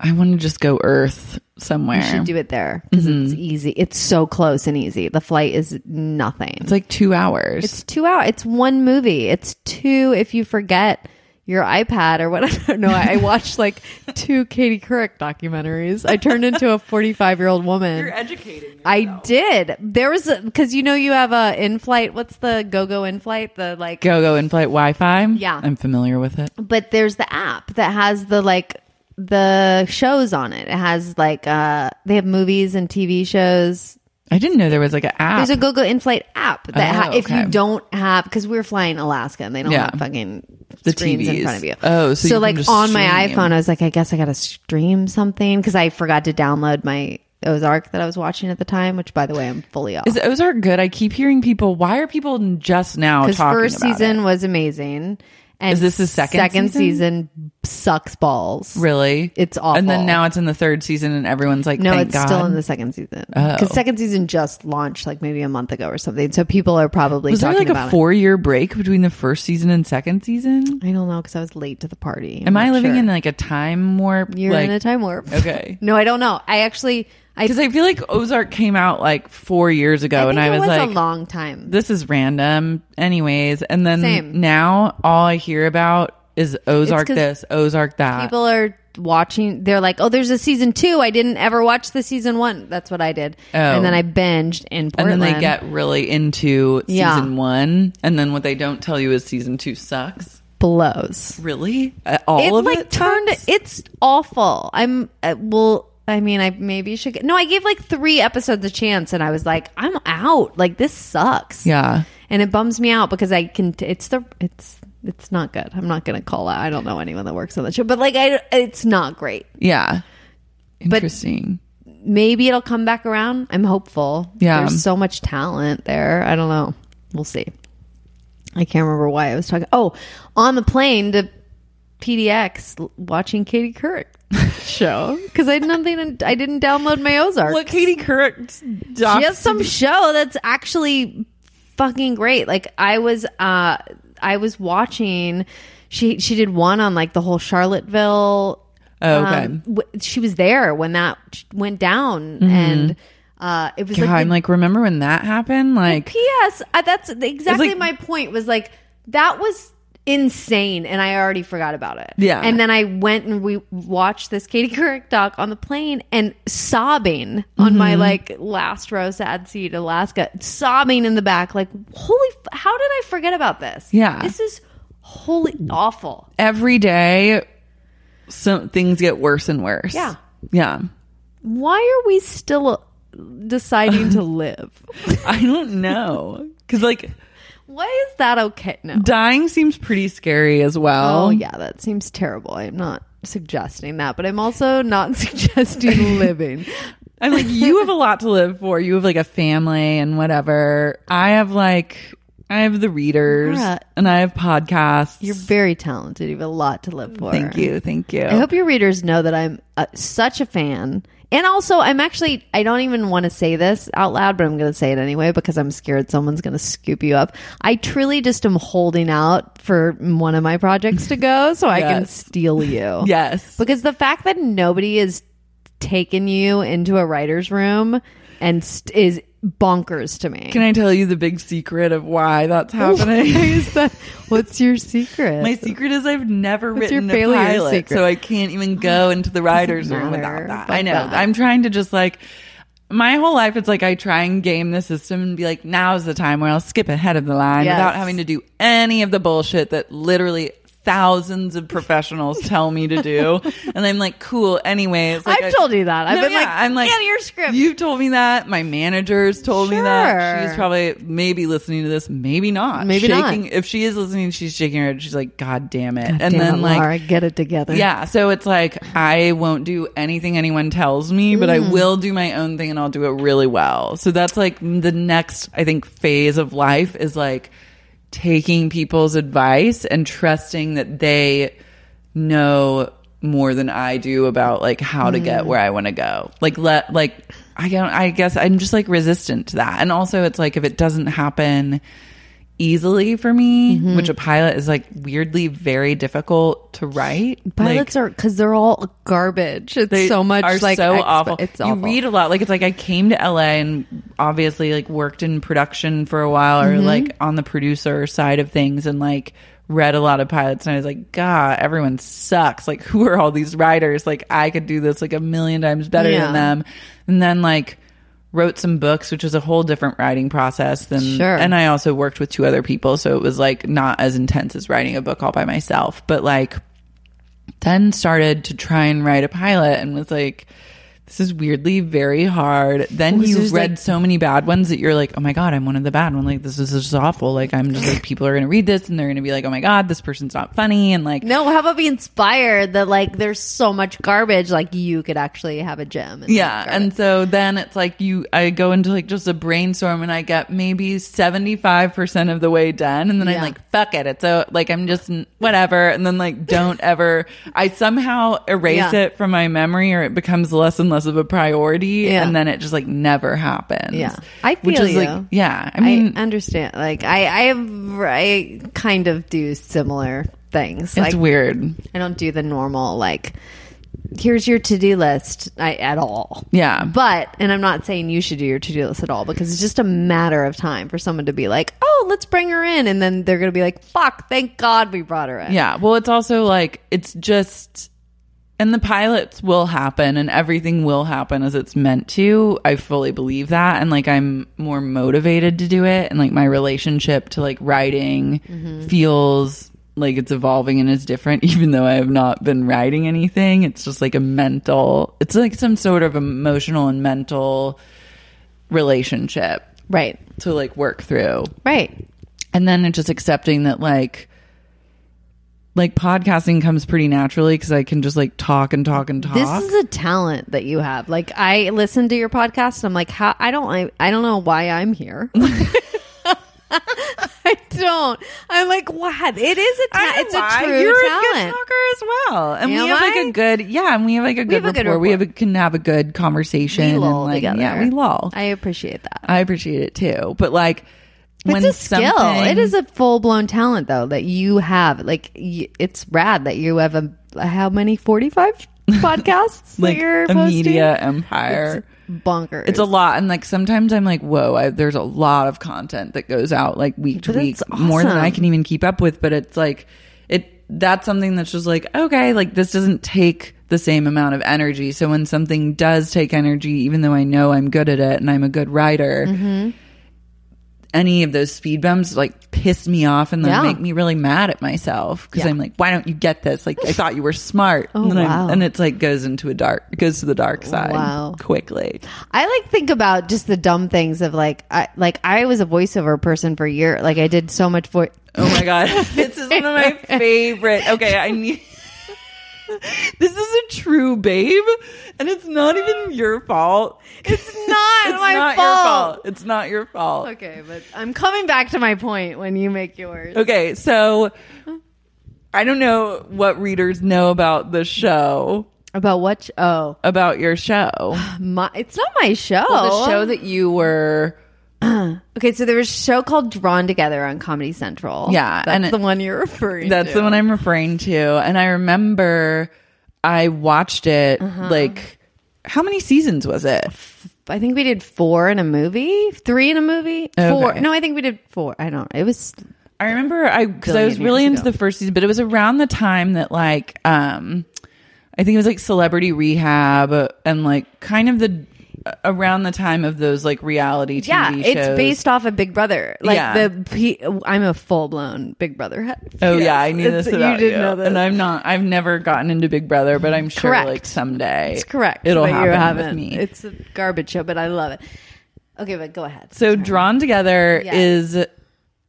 Speaker 1: I want to just go Earth somewhere.
Speaker 2: You should do it there because
Speaker 1: Mm-hmm.
Speaker 2: it's easy. It's so close and easy. The flight is nothing.
Speaker 1: it's like two hours.
Speaker 2: It's two hours. It's one movie. It's two if you forget your iPad or whatever. No, [LAUGHS] I, I watched like two Katie Couric documentaries. I turned into a 45 year old woman.
Speaker 1: educating.
Speaker 2: I did. There was because you know you have a in flight. What's the go go in flight? The like,
Speaker 1: Go go in flight Wi Fi.
Speaker 2: Yeah.
Speaker 1: I'm familiar with it.
Speaker 2: but there's the app that has the like the shows on it. It has like uh they have movies and TV shows.
Speaker 1: I didn't know there was like an app.
Speaker 2: There's a GoGo InFlight app that
Speaker 1: Oh,
Speaker 2: ha- if
Speaker 1: okay.
Speaker 2: you don't have because we're flying Alaska and they don't
Speaker 1: Yeah.
Speaker 2: have fucking
Speaker 1: The
Speaker 2: screens in
Speaker 1: TVs.
Speaker 2: front of you.
Speaker 1: Oh, so you can
Speaker 2: like
Speaker 1: just
Speaker 2: on my
Speaker 1: stream.
Speaker 2: iPhone, I was like, I guess I got to stream something because I forgot to download my Ozark that I was watching at the time. Which, by the way, I'm fully off.
Speaker 1: Is Ozark good? I keep hearing people. Why are people just now talking
Speaker 2: His first
Speaker 1: about
Speaker 2: season
Speaker 1: it?
Speaker 2: was amazing, and
Speaker 1: Is this the second
Speaker 2: second
Speaker 1: season?
Speaker 2: season? sucks balls.
Speaker 1: Really,
Speaker 2: It's
Speaker 1: And then
Speaker 2: awful.
Speaker 1: now it's in the third season, and everyone's like,
Speaker 2: No,
Speaker 1: "Thank
Speaker 2: it's
Speaker 1: God." Oh.
Speaker 2: still in the second season because second season just launched like maybe a month ago or something. So people are probably
Speaker 1: was there
Speaker 2: talking
Speaker 1: like
Speaker 2: about
Speaker 1: a
Speaker 2: it.
Speaker 1: four year break between the first season and second season?
Speaker 2: I don't know because I was late to the party. I'm
Speaker 1: Am I
Speaker 2: not
Speaker 1: living
Speaker 2: sure.
Speaker 1: in like a time warp?
Speaker 2: You're
Speaker 1: like,
Speaker 2: in a time warp.
Speaker 1: Okay.
Speaker 2: [LAUGHS] no, I don't know. I actually, I,
Speaker 1: Because I feel like Ozark came out like four years ago,
Speaker 2: I think
Speaker 1: and I
Speaker 2: it
Speaker 1: was,
Speaker 2: was
Speaker 1: like,
Speaker 2: a long time.
Speaker 1: "This is random." Anyways, and then
Speaker 2: Same.
Speaker 1: now all I hear about is Ozark
Speaker 2: 'cause
Speaker 1: this, Ozark that.
Speaker 2: People are watching. They're like, oh, there's a season two. I didn't ever watch the season one. That's what I did. And then I binged in
Speaker 1: Oh. and
Speaker 2: Portland.
Speaker 1: then they get really into
Speaker 2: Yeah.
Speaker 1: season one, and then what they don't tell you is season two sucks.
Speaker 2: blows.
Speaker 1: Really, Uh, all
Speaker 2: it
Speaker 1: of
Speaker 2: like
Speaker 1: it
Speaker 2: turned.
Speaker 1: sucks?
Speaker 2: It's awful. I'm uh, well. I mean, I maybe should get. No, I gave like three episodes a chance, and I was like, I'm out. Like this sucks.
Speaker 1: yeah.
Speaker 2: and it bums me out because I can. T- it's the it's it's not good. I'm not gonna call out. I don't know anyone that works on the show, but like I, it's not great.
Speaker 1: Yeah. Interesting.
Speaker 2: Maybe it'll come back around. I'm hopeful.
Speaker 1: Yeah.
Speaker 2: there's so much talent there. I don't know. We'll see. I can't remember why I was talking. Oh, on the plane to PDX, l- watching Katie Couric [LAUGHS] show because I had nothing. I didn't download my Ozark.
Speaker 1: what Katie Couric? doc-
Speaker 2: She has some show that's actually fucking great. Like I was uh I was watching she she did one on like the whole Charlottesville
Speaker 1: Oh, okay.
Speaker 2: um, w- she was there when that went down
Speaker 1: Mm-hmm.
Speaker 2: and uh it was
Speaker 1: God,
Speaker 2: like
Speaker 1: I'm like, remember when that happened? Like,
Speaker 2: P.S. Uh, that's exactly
Speaker 1: like-
Speaker 2: my point. Was like that was insane, and I already forgot about it.
Speaker 1: Yeah.
Speaker 2: and then I went and we watched this Katie [LAUGHS] Couric doc on the plane, and sobbing on
Speaker 1: Mm-hmm.
Speaker 2: my like last row sad seat, Alaska, sobbing in the back, like holy, f- how did I forget about this?
Speaker 1: Yeah.
Speaker 2: this is holy awful.
Speaker 1: every day some things get worse and worse.
Speaker 2: Yeah.
Speaker 1: Yeah. [LAUGHS]
Speaker 2: Why are
Speaker 1: [LAUGHS]
Speaker 2: we still deciding to live?
Speaker 1: I don't know. Cause like
Speaker 2: Why is that okay? No.
Speaker 1: Dying seems pretty scary as well.
Speaker 2: Oh yeah, that seems terrible. I'm not suggesting that, but I'm also not [LAUGHS] suggesting living.
Speaker 1: I'm like, you have a lot to live for. You have like a family and whatever. I have like, I have the readers
Speaker 2: Yeah.
Speaker 1: and I have podcasts.
Speaker 2: You're very talented. You have a lot to live for.
Speaker 1: thank you, thank you.
Speaker 2: I hope your readers know that I'm uh, such a fan. And also, I'm actually, I don't even want to say this out loud, but I'm going to say it anyway because I'm scared someone's going to scoop you up. I truly just am holding out for one of my projects to go so I can
Speaker 1: Yes.
Speaker 2: steal you.
Speaker 1: yes,
Speaker 2: Because the fact that nobody is taking you into a writer's room and st- is bonkers to me.
Speaker 1: Can I tell you the big secret of why that's
Speaker 2: Why
Speaker 1: happening?
Speaker 2: is that? [LAUGHS] What's your secret?
Speaker 1: My secret is I've never
Speaker 2: your
Speaker 1: written a
Speaker 2: failure
Speaker 1: pilot,
Speaker 2: secret?
Speaker 1: so I can't even go into the writer's room
Speaker 2: matter
Speaker 1: without that.
Speaker 2: about
Speaker 1: I know.
Speaker 2: that.
Speaker 1: I'm trying to just like my whole life. It's like I try and game the system and be like, now's the time where I'll skip ahead of the line
Speaker 2: Yes.
Speaker 1: without having to do any of the bullshit that literally thousands of professionals tell me to
Speaker 2: [LAUGHS]
Speaker 1: do. And I'm like, cool. Anyways, like,
Speaker 2: I've
Speaker 1: I-
Speaker 2: told you that. I've
Speaker 1: No,
Speaker 2: been
Speaker 1: yeah,
Speaker 2: like,
Speaker 1: I'm like,
Speaker 2: get your script.
Speaker 1: You've told me that. My manager's told me that.
Speaker 2: Sure.
Speaker 1: She's probably maybe listening to this, maybe not.
Speaker 2: Maybe not.
Speaker 1: shaking, If she is listening, she's shaking her head. She's like, God damn it. and
Speaker 2: Damn
Speaker 1: then,
Speaker 2: it,
Speaker 1: like,
Speaker 2: Laura, get it together.
Speaker 1: yeah. So it's like, I won't do anything anyone tells me, but I will do my own thing and I'll do it really well. So that's like the next, I think, phase of life is like taking people's advice and trusting that they know more than I do about like how to get where I want to go. Like let like I don't I guess I'm just like resistant to that. And also it's like if it doesn't happen easily for me, which a pilot is like weirdly very difficult to write. like,
Speaker 2: Pilots are because they're all garbage. It's
Speaker 1: they
Speaker 2: so much
Speaker 1: are
Speaker 2: like
Speaker 1: so
Speaker 2: exp-
Speaker 1: awful.
Speaker 2: It's
Speaker 1: you
Speaker 2: awful.
Speaker 1: read a lot. Like it's like I came to LA and obviously like worked in production for a while
Speaker 2: Mm-hmm.
Speaker 1: or like on the producer side of things and like read a lot of pilots and I was like, God, everyone sucks. Like [LAUGHS] who are all these writers? Like I could do this like a million times better
Speaker 2: Yeah.
Speaker 1: than them. And then like wrote some books, which was a whole different writing process than
Speaker 2: Sure.
Speaker 1: and I also worked with two other people, so it was like not as intense as writing a book all by myself. But like then started to try and write a pilot and was like this is weirdly very hard then
Speaker 2: Was
Speaker 1: you've
Speaker 2: this,
Speaker 1: read
Speaker 2: like-
Speaker 1: so many bad ones that you're like oh my god i'm one of the bad one like this is just awful like i'm just like people are gonna read this and they're gonna be like oh my god this person's not funny and like
Speaker 2: no, how about be inspired that like there's so much garbage. Like you could actually have a gym. and
Speaker 1: yeah
Speaker 2: like, garbage.
Speaker 1: and so then it's like you i go into like just a brainstorm and i get maybe 75% of the way done and then i'm
Speaker 2: Yeah.
Speaker 1: like fuck it it's so like i'm just n- whatever and then like
Speaker 2: [LAUGHS]
Speaker 1: don't ever i somehow erase
Speaker 2: Yeah.
Speaker 1: it from my memory or it becomes less and less of a priority
Speaker 2: Yeah.
Speaker 1: and then it just like never happens
Speaker 2: Yeah. I
Speaker 1: which
Speaker 2: feel
Speaker 1: is like
Speaker 2: you.
Speaker 1: yeah i
Speaker 2: I,
Speaker 1: mean
Speaker 2: understand. Like I, I, have, I kind of do similar
Speaker 1: it's
Speaker 2: things. Like
Speaker 1: weird
Speaker 2: I don't do the normal like. Here's your to do list I, at all.
Speaker 1: yeah
Speaker 2: But, and I'm not saying you should do your to do list at all because it's just a matter of time for someone to be like, oh, let's bring her in. And then they're going to be like, fuck, thank God we brought her in.
Speaker 1: Yeah. Well, it's also like, it's just, and the pilots will happen and everything will happen as it's meant to. I fully believe that. And like, I'm more motivated to do it. And like, my relationship to like writing feels like it's evolving and is different, [LAUGHS] even though I have not been writing anything. It's just like a mental, it's like some sort of emotional and mental relationship
Speaker 2: Right.
Speaker 1: to like work through
Speaker 2: Right.
Speaker 1: and then it's just accepting that like like podcasting comes pretty naturally because i can just like talk and talk and talk
Speaker 2: This is a talent that you have. Like I listen to your podcast and I'm like, how I don't I, I don't know why I'm
Speaker 1: [LAUGHS]
Speaker 2: here. [LAUGHS] I don't. I'm like, what? It is a
Speaker 1: I
Speaker 2: ta-
Speaker 1: know
Speaker 2: it's a
Speaker 1: why.
Speaker 2: true
Speaker 1: You're a good
Speaker 2: talent.
Speaker 1: talker as well, and
Speaker 2: Am
Speaker 1: we have like
Speaker 2: I?
Speaker 1: a good yeah, and we have like a good
Speaker 2: have a
Speaker 1: rapport.
Speaker 2: good
Speaker 1: We have a,
Speaker 2: rapport.
Speaker 1: can have a good conversation.
Speaker 2: we lol
Speaker 1: and like,
Speaker 2: together.
Speaker 1: Yeah, we lol.
Speaker 2: I
Speaker 1: I,
Speaker 2: appreciate that.
Speaker 1: appreciate it too, but like when
Speaker 2: it's a skill.
Speaker 1: something-
Speaker 2: It is a full blown talent though that you have. Like y- it's rad that you have a how many forty five
Speaker 1: [LAUGHS]
Speaker 2: podcasts
Speaker 1: like
Speaker 2: that you're
Speaker 1: a
Speaker 2: posting?
Speaker 1: media empire.
Speaker 2: It's bonkers.
Speaker 1: it's a lot and like sometimes i'm like whoa I, there's a lot of content that goes out like week to
Speaker 2: But
Speaker 1: week
Speaker 2: it's
Speaker 1: more than i
Speaker 2: awesome.
Speaker 1: can even keep up with but it's like it that's something that's just like okay like this doesn't take the same amount of energy so when something
Speaker 2: Mm-hmm.
Speaker 1: does take energy even though i know i'm good at it and i'm a good writer any of those speed bumps like piss me off and then
Speaker 2: Yeah.
Speaker 1: make me really mad at myself because
Speaker 2: Yeah.
Speaker 1: I'm like, why don't you get this? Like, I thought you were smart.
Speaker 2: Oh,
Speaker 1: and, then I'm-
Speaker 2: wow.
Speaker 1: and it's like goes into a dark, it goes to the dark side
Speaker 2: Wow.
Speaker 1: quickly.
Speaker 2: I like think about just the dumb things of like I like I was a voiceover person for a year. Like I did so much voice.
Speaker 1: Oh my God. [LAUGHS] this is one of my favorite. Okay. I need. [LAUGHS] This is a true babe, and it's not even your fault. [LAUGHS] It's
Speaker 2: not my
Speaker 1: your
Speaker 2: fault.
Speaker 1: fault. It's not your fault.
Speaker 2: Okay, but I'm coming back to my point when you make yours.
Speaker 1: Okay, so I don't know what readers know about the show,
Speaker 2: About what? Sh- oh,
Speaker 1: about your show.
Speaker 2: my it's not my show.
Speaker 1: The show that you were
Speaker 2: okay, so there was a show called Drawn Together on Comedy Central.
Speaker 1: Yeah,
Speaker 2: that's
Speaker 1: and it-
Speaker 2: the one you're referring.
Speaker 1: that's
Speaker 2: to.
Speaker 1: the one I'm referring to. And I remember I watched it like how many seasons was it?
Speaker 2: I think we did four in a movie, three in a movie, four.
Speaker 1: Okay.
Speaker 2: No, I think we did four. I don't. It was
Speaker 1: I remember I because I
Speaker 2: Billion
Speaker 1: was really
Speaker 2: years
Speaker 1: into
Speaker 2: ago.
Speaker 1: the first season, but it was around the time that like um I think it was like Celebrity Rehab and like kind of the uh, around the time of those like reality TV
Speaker 2: yeah.
Speaker 1: shows.
Speaker 2: It's based off of Big Brother. Like
Speaker 1: Yeah.
Speaker 2: the pe- I'm a full blown Big Brother head.
Speaker 1: Oh
Speaker 2: Yes,
Speaker 1: yeah, I knew
Speaker 2: it's-
Speaker 1: this about you.
Speaker 2: did know this.
Speaker 1: And I'm not. I've never gotten into Big Brother, but I'm sure
Speaker 2: Correct.
Speaker 1: like someday
Speaker 2: It's correct.
Speaker 1: It'll
Speaker 2: but
Speaker 1: happen
Speaker 2: you haven't.
Speaker 1: with me.
Speaker 2: It's a garbage show, but I love it. Okay, but go ahead.
Speaker 1: so drawn together
Speaker 2: Yeah.
Speaker 1: is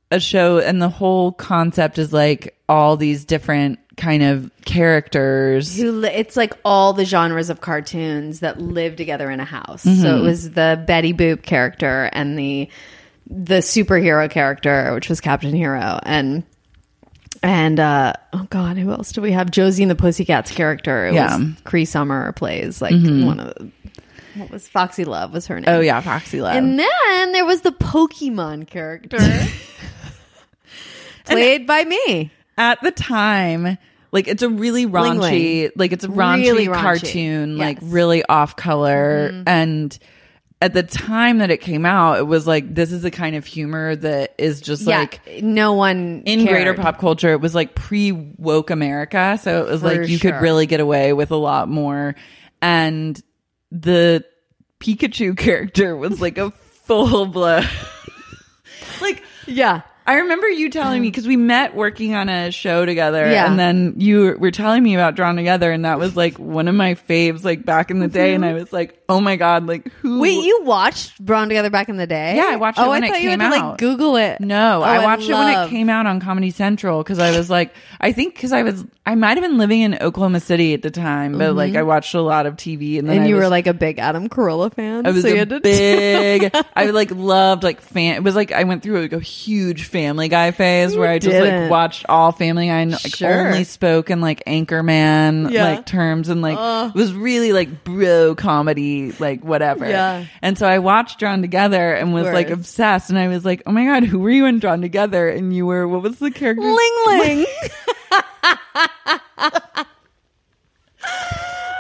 Speaker 1: a show, and the whole concept is like all these different kind of characters.
Speaker 2: Who li- it's like all the genres of cartoons that live together in a house. So it
Speaker 1: Mm-hmm.
Speaker 2: was the Betty Boop character and the the superhero character, which was Captain Hero, and and uh, oh god, who else do we have? Josie and the Pussycats character. It
Speaker 1: Yeah. Mm-hmm.
Speaker 2: was Cree Summer plays like one of the, what was Foxy Love was her name.
Speaker 1: Oh yeah, Foxy Love.
Speaker 2: And then there was the
Speaker 1: [LAUGHS]
Speaker 2: Pokemon character. [LAUGHS] Played by me.
Speaker 1: At the time. Like it's a really
Speaker 2: Ling
Speaker 1: raunchy,
Speaker 2: Ling.
Speaker 1: like it's a raunchy,
Speaker 2: Really raunchy.
Speaker 1: cartoon, like
Speaker 2: Yes. Mm-hmm.
Speaker 1: really off color. And at the time that it came out, it was like this is the kind of humor that is just like
Speaker 2: yeah, no one
Speaker 1: in greater
Speaker 2: cared.
Speaker 1: pop culture it was like pre woke america so it was
Speaker 2: For
Speaker 1: like you
Speaker 2: sure.
Speaker 1: could really get away with a lot more and the pikachu [LAUGHS] character was like a full blown [LAUGHS] like
Speaker 2: Yeah.
Speaker 1: I remember you telling me because we met working on a show together,
Speaker 2: Yeah.
Speaker 1: and then you were telling me about Drawn Together, and that was like one of my faves, like back in the day. And I was like, "Oh my god, like who?"
Speaker 2: Mm-hmm. Wait, you watched Drawn Together back in the day?
Speaker 1: Yeah, I watched it
Speaker 2: oh,
Speaker 1: when
Speaker 2: I
Speaker 1: it
Speaker 2: thought you
Speaker 1: came
Speaker 2: had to like
Speaker 1: out.
Speaker 2: Google it.
Speaker 1: No,
Speaker 2: Oh,
Speaker 1: I watched it when it
Speaker 2: love-
Speaker 1: came out on Comedy Central because I was like, I think because I was, I might have been living in Oklahoma City at the time, but like I watched a lot of TV and then
Speaker 2: Mm-hmm. And
Speaker 1: I
Speaker 2: you
Speaker 1: was,
Speaker 2: were like a big Adam Carolla fan.
Speaker 1: I was
Speaker 2: so you
Speaker 1: a
Speaker 2: had to
Speaker 1: big, I like loved like fan. It was like I went through like a huge Family Guy phase where I just
Speaker 2: didn't.
Speaker 1: like watched all Family Guy and like
Speaker 2: Sure.
Speaker 1: only spoke in like Anchorman
Speaker 2: Yeah.
Speaker 1: like terms and like was really like bro comedy like whatever.
Speaker 2: Yeah.
Speaker 1: And so I watched Drawn Together and was like
Speaker 2: course.
Speaker 1: obsessed and I was like, oh my god, who were you in Drawn Together? And you were what was the character?
Speaker 2: [LAUGHS] Ling Ling.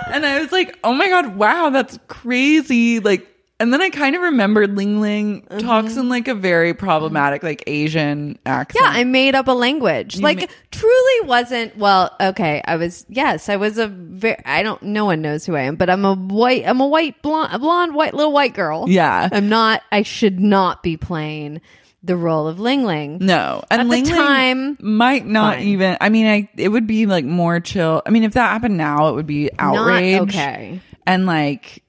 Speaker 1: And I was like, oh my God, wow, that's crazy. Like, and then I kind of remembered Ling Ling talks in like a very problematic, like Asian accent.
Speaker 2: Yeah, I made up a language. like,
Speaker 1: ma-
Speaker 2: truly wasn't. Well, okay, I was. Yes, I was a very. I don't. No one knows who I am, but I'm a white. I'm a white blonde, a blonde white little white girl.
Speaker 1: Yeah.
Speaker 2: I'm not. I should not be playing the role of Ling Ling.
Speaker 1: no, and
Speaker 2: At the
Speaker 1: Ling Ling
Speaker 2: time,
Speaker 1: might not
Speaker 2: fine.
Speaker 1: even. I mean, I it would be like more chill. I mean, if that happened now, it would be outrage.
Speaker 2: okay.
Speaker 1: and like,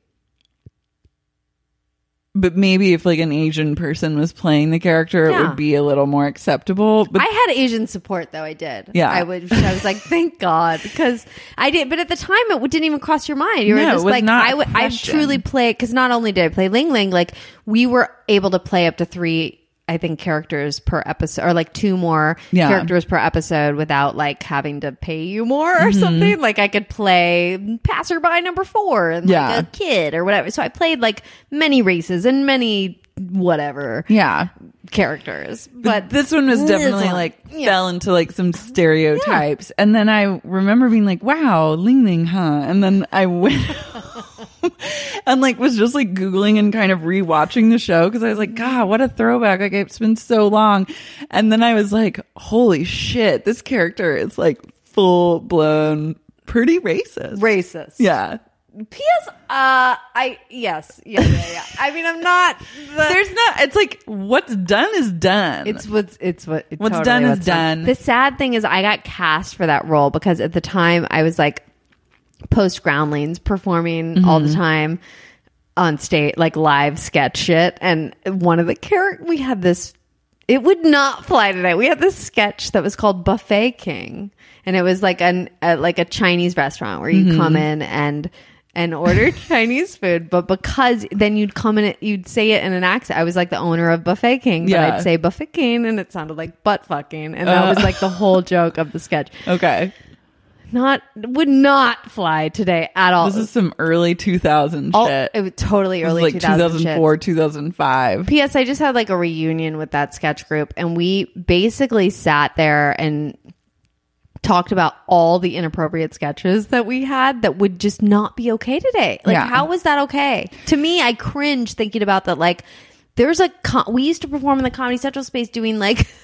Speaker 1: but maybe if like an Asian person was playing the character, it
Speaker 2: Yeah.
Speaker 1: would be a little more acceptable. But
Speaker 2: I had Asian support though. I did.
Speaker 1: Yeah.
Speaker 2: I would. I was
Speaker 1: [LAUGHS]
Speaker 2: like, thank God, because I did. But at the time, it didn't even cross your mind. You were
Speaker 1: No, it
Speaker 2: just
Speaker 1: was
Speaker 2: like,
Speaker 1: not
Speaker 2: I would.
Speaker 1: a
Speaker 2: I
Speaker 1: question.
Speaker 2: truly play because not only did I play Ling Ling, like we were able to play up to three. I think characters per episode, or like two more
Speaker 1: Yeah.
Speaker 2: characters per episode, without like having to pay you more or
Speaker 1: Mm-hmm.
Speaker 2: something. Like I could play passerby number four and
Speaker 1: Yeah.
Speaker 2: like a kid or whatever. So I played like many races and many whatever
Speaker 1: yeah,
Speaker 2: characters. But
Speaker 1: Mm. this one was
Speaker 2: this
Speaker 1: definitely
Speaker 2: one,
Speaker 1: like
Speaker 2: yeah.
Speaker 1: fell into like some stereotypes and then i remember being like wow ling ling huh and then i went [LAUGHS] and like was just like googling and kind of rewatching the show because i was like god what a throwback like it's been so long and then i was like holy shit this character is like full blown pretty racist
Speaker 2: racist.
Speaker 1: yeah
Speaker 3: P.S. Uh, I yes, yeah, yeah, yeah. I mean, I'm not. The,
Speaker 1: There's not. It's like what's done is done.
Speaker 2: It's what's it's what it's
Speaker 1: What's
Speaker 2: totally
Speaker 1: done is
Speaker 2: what's
Speaker 1: done.
Speaker 2: The sad thing is, I got cast for that role because at the time I was like post groundlings performing all
Speaker 1: Mm-hmm.
Speaker 2: the time on stage, like live sketch shit. And one of the character we had this. It would not fly today. We had this sketch that was called Buffet King, and it was like an a, like a Chinese restaurant where you come
Speaker 1: Mm-hmm.
Speaker 2: in and
Speaker 1: [LAUGHS]
Speaker 2: and order Chinese food, but because then you'd come in, you'd say it in an accent. I was like the owner of Buffet King, but
Speaker 1: Yeah. Uh.
Speaker 2: I'd say buffet king and it sounded like butt fucking and that was like the whole joke of the sketch
Speaker 1: okay.
Speaker 2: not would not fly today at all
Speaker 1: This is some early 2000
Speaker 2: all,
Speaker 1: shit.
Speaker 2: it was totally
Speaker 1: This is
Speaker 2: early
Speaker 1: like
Speaker 2: 2000 shit.
Speaker 1: 2004, 2005.
Speaker 2: P.S. I just had like a reunion with that sketch group, and we basically sat there and talked about all the inappropriate sketches that we had that would just not be okay today. Like,
Speaker 1: Yeah.
Speaker 2: how was that okay? To me, I cringe thinking about that. Like, there's a co we used to perform in the Comedy Central space doing like. [LAUGHS]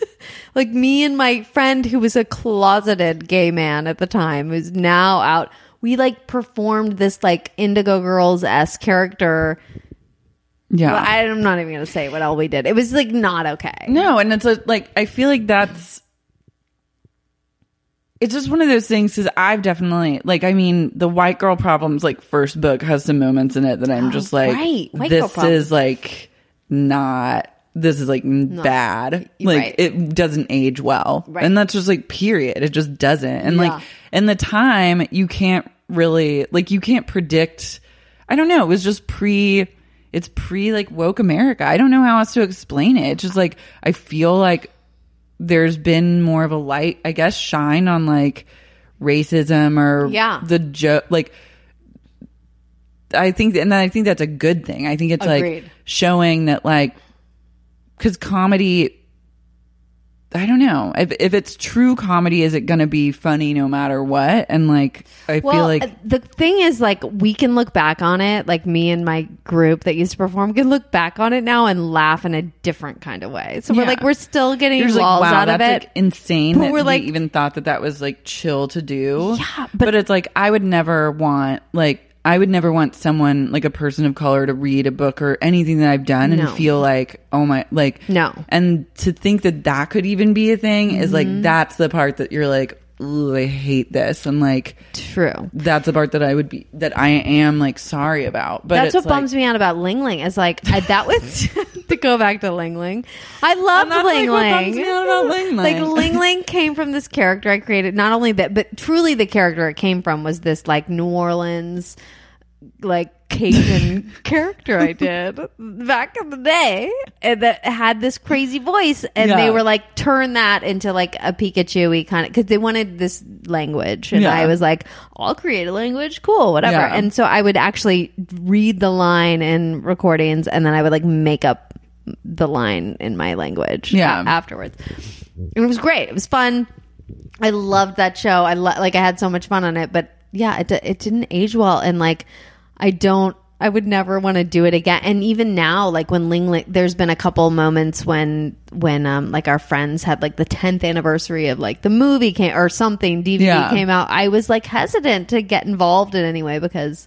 Speaker 2: Like me and my friend who was a closeted gay man at the time, who's now out. We like performed this like Indigo Girls s character
Speaker 1: Yeah.
Speaker 2: well, I- I'm not even going to say what all we did. It was like not okay.
Speaker 1: No, and it's a, like I feel like that's it's just one of those things because I've definitely like I mean the white girl problems like first book has some moments in it that I'm just like
Speaker 2: Oh, right. White Girl
Speaker 1: this
Speaker 2: Problems.
Speaker 1: is like not this is like bad like
Speaker 2: right.
Speaker 1: it doesn't age well and that's just like period it just doesn't and
Speaker 2: Yeah.
Speaker 1: like in the time you can't really like you can't predict I don't know it was just pre it's pre like woke America I don't know how else to explain it it's just like I feel like there's been more of a light, I guess, shine on like racism or
Speaker 2: Yeah.
Speaker 1: the joke. Like, I think, and I think that's a good thing. I think it's like
Speaker 2: Agreed.
Speaker 1: showing that, like, because comedy, I don't know if if it's true comedy, is it going to be funny no matter what? And like, I feel like
Speaker 2: uh, the thing is, like, we can look back on it. Like, me and my group that used to perform can look back on it now and laugh in a different kind of way. So we're
Speaker 1: Yeah.
Speaker 2: like, we're still getting
Speaker 1: you're just
Speaker 2: walls
Speaker 1: like, wow,
Speaker 2: out of
Speaker 1: that's
Speaker 2: it.
Speaker 1: like insane.
Speaker 2: But
Speaker 1: that
Speaker 2: we're,
Speaker 1: we
Speaker 2: like-
Speaker 1: even thought that that was like chill to do.
Speaker 2: Yeah,
Speaker 1: but, it's like I would never want like I would never want someone like a person of color to read a book or anything that I've done and
Speaker 2: No.
Speaker 1: feel like oh my like
Speaker 2: No.
Speaker 1: And to think that that could even be a thing is like
Speaker 2: Mm-hmm.
Speaker 1: that's the part that you're like ooh I hate this and like
Speaker 2: True.
Speaker 1: that's the part that I would be that I am like sorry about. But
Speaker 2: That's what bums me out about Ling Ling is like I, that was [LAUGHS] to go back to Ling Ling. I love
Speaker 1: And that's, like,
Speaker 2: Ling
Speaker 1: what
Speaker 2: Ling.
Speaker 1: bums me out about Ling
Speaker 2: Like
Speaker 1: Ling.
Speaker 2: Ling Ling came from this character I created. Not only that, but truly the character it came from was this like New Orleans, like
Speaker 1: [LAUGHS]
Speaker 2: Cajun character I did back in the day, and that had this crazy voice, and
Speaker 1: Yeah.
Speaker 2: they were like turn that into like a Pikachu kind of because they wanted this language, and
Speaker 1: Yeah.
Speaker 2: I was like, I'll create a language, cool, whatever,
Speaker 1: Yeah.
Speaker 2: and so I would actually read the line in recordings and then I would like make up the line in my language
Speaker 1: Yeah.
Speaker 2: a- uh, afterwards. And it was great. It was fun. I loved that show. I lo- like I had so much fun on it, but yeah, it di- it didn't age well and like I don't I would never want to do it again. And even now like when Ling Ling there's been a couple moments when when um like our friends had like the 10th anniversary of like the movie came or something DVD
Speaker 1: Yeah.
Speaker 2: came out. I was like hesitant to get involved in any way because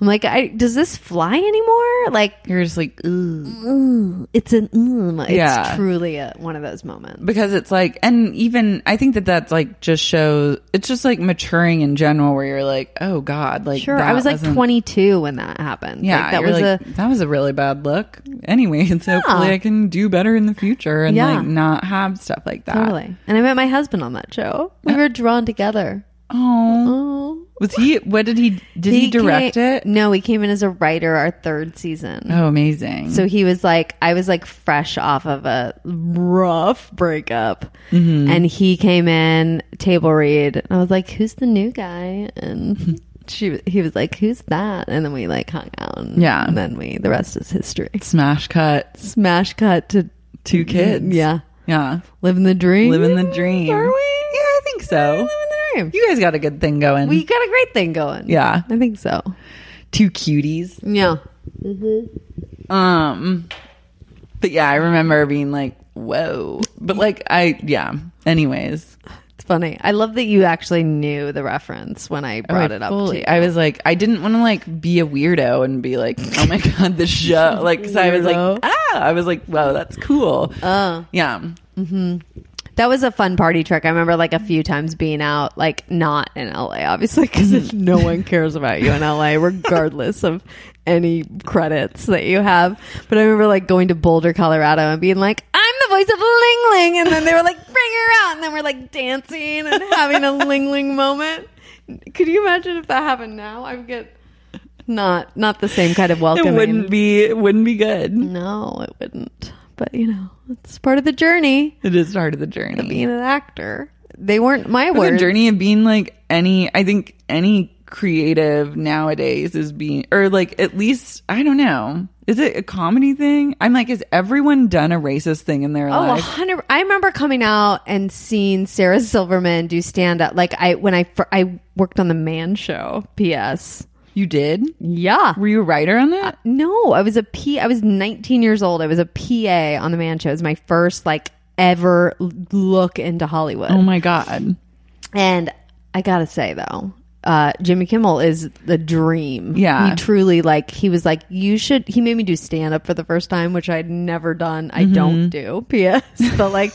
Speaker 2: I'm like, I, does this fly anymore? Like,
Speaker 1: You're just like ooh.
Speaker 2: it's an, mm, it's
Speaker 1: Yeah.
Speaker 2: truly a, one of those moments.
Speaker 1: because it's like and even i think that that's like just shows it's just like maturing in general where you're like oh god like
Speaker 2: Sure,
Speaker 1: that
Speaker 2: I was like
Speaker 1: wasn't-
Speaker 2: 22 when that happened.
Speaker 1: yeah
Speaker 2: like, that
Speaker 1: you're
Speaker 2: was
Speaker 1: like,
Speaker 2: a
Speaker 1: that was a really bad look anyway [LAUGHS] and so hopefully i can do better in the future and
Speaker 2: Yeah.
Speaker 1: like not have stuff like that
Speaker 2: totally. And I met my husband on that show.
Speaker 1: Uh.
Speaker 2: We were drawn together.
Speaker 1: oh
Speaker 2: Oh,
Speaker 1: was he what did he did he, direct
Speaker 2: came-
Speaker 1: it
Speaker 2: No, he came in as a writer our third season.
Speaker 1: oh amazing
Speaker 2: So he was like, I was like fresh off of a rough breakup. And he came in, table read. And I was like, who's the new guy? [LAUGHS] And she, he was like, who's that? And then we like hung out. And,
Speaker 1: Yeah.
Speaker 2: And then we, the rest is history.
Speaker 1: smash cut
Speaker 2: Smash cut to
Speaker 1: two kids
Speaker 2: Yeah.
Speaker 1: yeah
Speaker 2: Living the dream.
Speaker 1: living the dream
Speaker 2: Are we?
Speaker 1: yeah i think so
Speaker 2: Living the dream.
Speaker 1: you guys got a good thing going
Speaker 2: We got a great thing going.
Speaker 1: yeah
Speaker 2: I think so.
Speaker 1: two cuties
Speaker 2: Yeah.
Speaker 1: Um, but yeah, I remember being like, "Whoa!" But like, I yeah. Anyways,
Speaker 2: funny. I love that you actually knew the reference when I brought
Speaker 1: I
Speaker 2: it up.
Speaker 1: fully-
Speaker 2: to you.
Speaker 1: I was like, I didn't want to like be a weirdo and be like, oh my [LAUGHS] god, the
Speaker 2: [LAUGHS]
Speaker 1: show. Like, 'cause I was
Speaker 2: Weirdo. Uh.
Speaker 1: like, ah, I was like, wow, that's cool. yeah,
Speaker 2: That was a fun party trick. I remember like a few times being out, like not in LA, obviously,
Speaker 1: Mm.
Speaker 2: because [LAUGHS] no one cares about you in
Speaker 1: [LAUGHS]
Speaker 2: LA, regardless of any credits that you have. But I remember like going to Boulder, Colorado and being like, I'm the voice of Ling Ling. And then they were like, bring her out. And then we're like dancing and having a Ling Ling moment. Could you imagine if that happened now? I would get not, not the same kind of welcome.
Speaker 1: it wouldn't be, it wouldn't be good.
Speaker 2: No, it wouldn't. But you know, it's part of the journey
Speaker 1: It is part of the journey.
Speaker 2: being an actor. They weren't my
Speaker 1: But the
Speaker 2: words.
Speaker 1: journey of being like any i think any creative nowadays is being or like at least i don't know is it a comedy thing i'm like has everyone done a racist thing in their
Speaker 2: Oh, a
Speaker 1: life
Speaker 2: hundred. I remember coming out and seeing Sarah Silverman do stand up. Like I when I fir- I worked on the Man Show. P.S.
Speaker 1: you did
Speaker 2: Yeah.
Speaker 1: were you a writer on that
Speaker 2: No, I was a P. I was 19 years old. I was a PA on the Man Show. It was my first like ever l- look into Hollywood.
Speaker 1: oh my god
Speaker 2: And I gotta say though, uh, Jimmy Kimmel is the dream.
Speaker 1: Yeah.
Speaker 2: he truly like he was like you should. He made me do stand up for the first time, which I'd never done.
Speaker 1: Mm-hmm.
Speaker 2: I don't do [LAUGHS] P.S. But like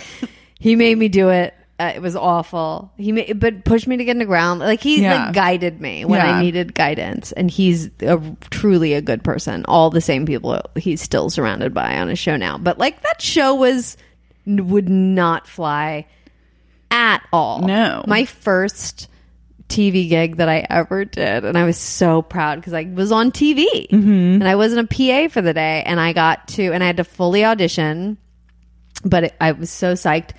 Speaker 2: he made me do it. Uh, it was awful. He made, but pushed me to get in the ground. Like he
Speaker 1: Yeah.
Speaker 2: like guided me when
Speaker 1: Yeah.
Speaker 2: I needed guidance, and he's a, truly a good person. All the same people he's still surrounded by on his show now. But like that show was would not fly at all.
Speaker 1: No.
Speaker 2: My first TV gig that I ever did. And I was so proud because I was on TV and I wasn't a PA for the day. And I got to, and I had to fully audition, but it, I was so psyched.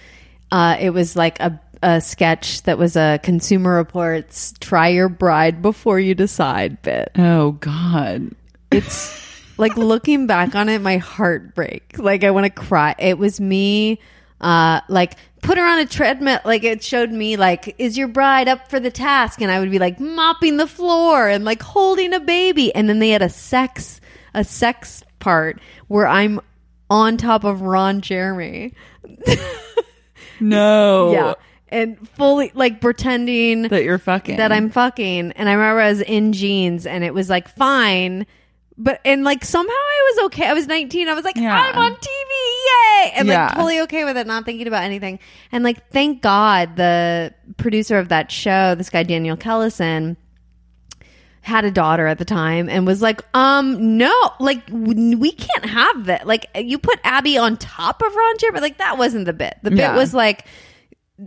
Speaker 2: Uh, it was like a, a sketch that was a Consumer Reports try your bride before you decide bit
Speaker 1: oh god
Speaker 2: it's like looking back on it, my heart breaks. Like I want to cry. It was me, uh, like put her on a treadmill. Like it showed me, like, is your bride up for the task? And I would be like mopping the floor and like holding a baby. And then they had a sex, a sex part where I'm on top of Ron Jeremy.
Speaker 1: no
Speaker 2: Yeah. And fully like pretending
Speaker 1: that you're fucking
Speaker 2: that I'm fucking. And I remember I was in jeans and it was like fine. But and like somehow I was okay. I was 19. I was like,
Speaker 1: Yeah.
Speaker 2: I'm on TV. Yay. And
Speaker 1: Yeah.
Speaker 2: like totally okay with it, not thinking about anything. And like, thank God the producer of that show, this guy, Daniel Kellison, had a daughter at the time and was like, um, no, like w- we can't have that. Like you put Abby on top of Ron Jeremy. Like that wasn't the bit. The bit
Speaker 1: Yeah.
Speaker 2: was like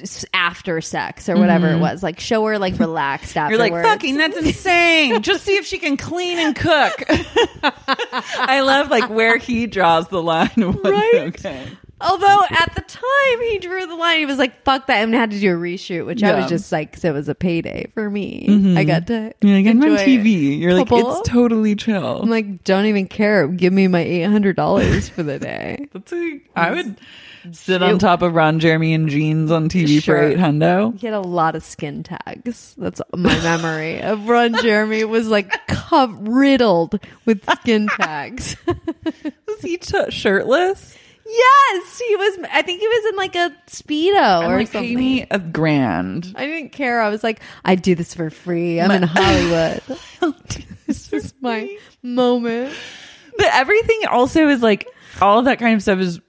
Speaker 2: s- after sex or whatever it was. Like show her Mm-hmm. like [LAUGHS] relaxed
Speaker 1: you're
Speaker 2: afterwards.
Speaker 1: like fucking that's
Speaker 2: [LAUGHS]
Speaker 1: insane just see if she can clean and cook [LAUGHS] i love like where he draws the line [LAUGHS] of what's
Speaker 2: Right?
Speaker 1: okay
Speaker 2: Although at the time he drew the line, he was like, "Fuck that," and had to do a reshoot, which I
Speaker 1: Yeah.
Speaker 2: was just like, "Cause it was a payday for me. I got to
Speaker 1: you're like i'm on
Speaker 2: enjoy
Speaker 1: tv you're like
Speaker 2: couple.
Speaker 1: it's totally chill
Speaker 2: I'm like, don't even care. Give me my eight hundred dollars for the day.
Speaker 1: That's a, I would sit on top of Ron Jeremy and jeans on TV
Speaker 2: Sure.
Speaker 1: for eight hundo.
Speaker 2: He had a lot of skin tags. That's my memory of [LAUGHS] Ron Jeremy was like cov- riddled with [LAUGHS] skin tags.
Speaker 1: Was he t- shirtless?
Speaker 2: yes, he was. I think he was in like a speedo or
Speaker 1: like,
Speaker 2: something.
Speaker 1: pay me a grand.
Speaker 2: I didn't care. I was like, I do this for free. I'm in Hollywood.
Speaker 1: [LAUGHS]
Speaker 2: [LAUGHS] this is my moment.
Speaker 1: But everything also is like all of that kind of stuff is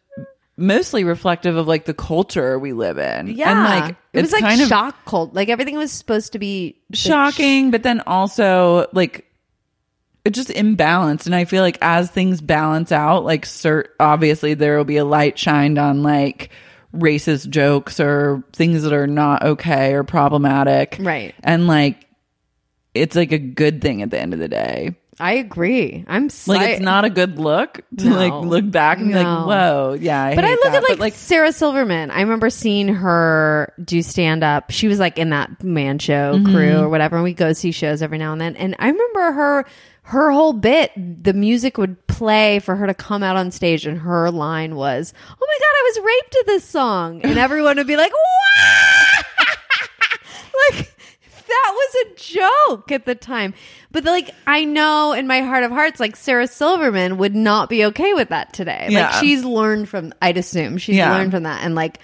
Speaker 1: mostly reflective of like the culture we live in.
Speaker 2: Yeah,
Speaker 1: and like
Speaker 2: it
Speaker 1: it's
Speaker 2: was like
Speaker 1: kind of
Speaker 2: shock cult. Like everything was supposed to be the
Speaker 1: shocking, but then also like it's just imbalanced. And I feel like as things balance out, like cert- obviously there will be a light shined on like racist jokes or things that are not okay or problematic,
Speaker 2: Right.
Speaker 1: And like it's like a good thing at the end of the day.
Speaker 2: I agree. I'm
Speaker 1: Like
Speaker 2: psy-
Speaker 1: it's not a good look to
Speaker 2: No.
Speaker 1: like look back and be
Speaker 2: No.
Speaker 1: like, whoa, yeah. I
Speaker 2: But I
Speaker 1: hate
Speaker 2: look
Speaker 1: that.
Speaker 2: at like,
Speaker 1: But, like
Speaker 2: Sarah Silverman. I remember seeing her do stand up. She was like in that man show
Speaker 1: Mm-hmm.
Speaker 2: crew or whatever, and we go see shows every now and then. And I remember her her whole bit. The music would play for her to come out on stage, and her line was, "Oh my god, I was raped to this song," and everyone would be like, "Wow!" [LAUGHS] like that was a joke at the time. But like I know in my heart of hearts, like Sarah Silverman would not be okay with that today.
Speaker 1: Yeah.
Speaker 2: Like she's learned from I'd assume she's
Speaker 1: Yeah.
Speaker 2: learned from that and like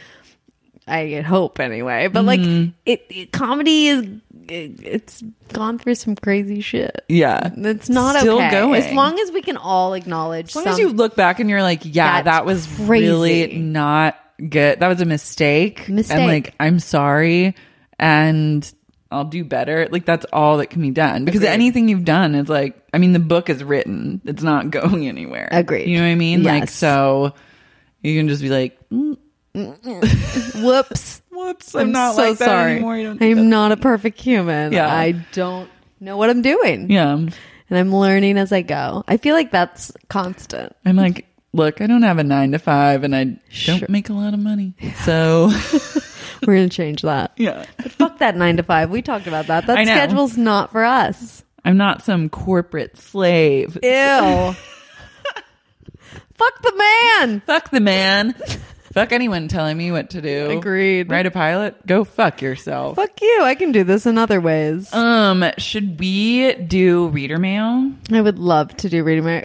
Speaker 2: I hope anyway. But
Speaker 1: Mm-hmm.
Speaker 2: like, it, it comedy is it, it's gone through some crazy shit.
Speaker 1: Yeah.
Speaker 2: It's not
Speaker 1: Still
Speaker 2: okay.
Speaker 1: going.
Speaker 2: As long as we can all acknowledge,
Speaker 1: As long as you look back and you're like, yeah,
Speaker 2: That's
Speaker 1: that was
Speaker 2: crazy.
Speaker 1: really not good. That was a mistake.
Speaker 2: Mistake.
Speaker 1: And like, I'm sorry. And I'll do better. Like, that's all that can be done. Because anything you've done is like, I mean, the book is written, it's not [LAUGHS] going anywhere.
Speaker 2: Agreed.
Speaker 1: You know what I mean? Like,
Speaker 2: Yes.
Speaker 1: so you can just be like, mm,
Speaker 2: whoops,
Speaker 1: whoops, [LAUGHS] I'm,
Speaker 2: I'm,
Speaker 1: not
Speaker 2: so
Speaker 1: like that
Speaker 2: sorry.
Speaker 1: anymore. You don't do that.
Speaker 2: I'm not a perfect human.
Speaker 1: Yeah.
Speaker 2: I don't know what I'm doing.
Speaker 1: yeah.
Speaker 2: and I'm learning as I go. I feel like that's constant.
Speaker 1: I'm like, look, I don't have a nine to five and I don't
Speaker 2: Sure.
Speaker 1: make a lot of money.
Speaker 2: [LAUGHS]
Speaker 1: So,
Speaker 2: We're gonna
Speaker 1: [LAUGHS]
Speaker 2: change that.
Speaker 1: yeah.
Speaker 2: Fuck that nine to five. We talked about that.
Speaker 1: I
Speaker 2: That
Speaker 1: know.
Speaker 2: schedule's not for us.
Speaker 1: I'm not some corporate slave.
Speaker 2: Ew. Fuck the man.
Speaker 1: fuck the man. fuck anyone telling me what to do.
Speaker 2: Agreed.
Speaker 1: Write a pilot. Go fuck yourself.
Speaker 2: Fuck you. I can do this in other ways.
Speaker 1: Um, should we do reader mail?
Speaker 2: I would love to do reading my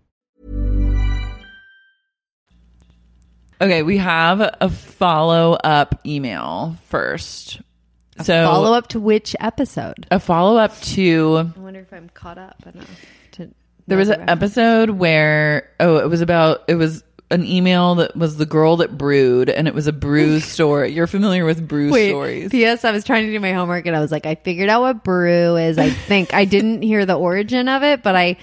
Speaker 1: Okay, we have a follow up email first. so
Speaker 2: follow up to which episode?
Speaker 1: a follow up to
Speaker 2: I wonder if I'm caught up enough. To
Speaker 1: there was an episode where oh it was about it was an email that was the girl that brewed and it was a brew story. You're familiar with brew
Speaker 2: Wait,
Speaker 1: stories.
Speaker 2: P.S. I was trying to do my homework and I was like, I figured out what brew is. I think I didn't hear the origin of it, but I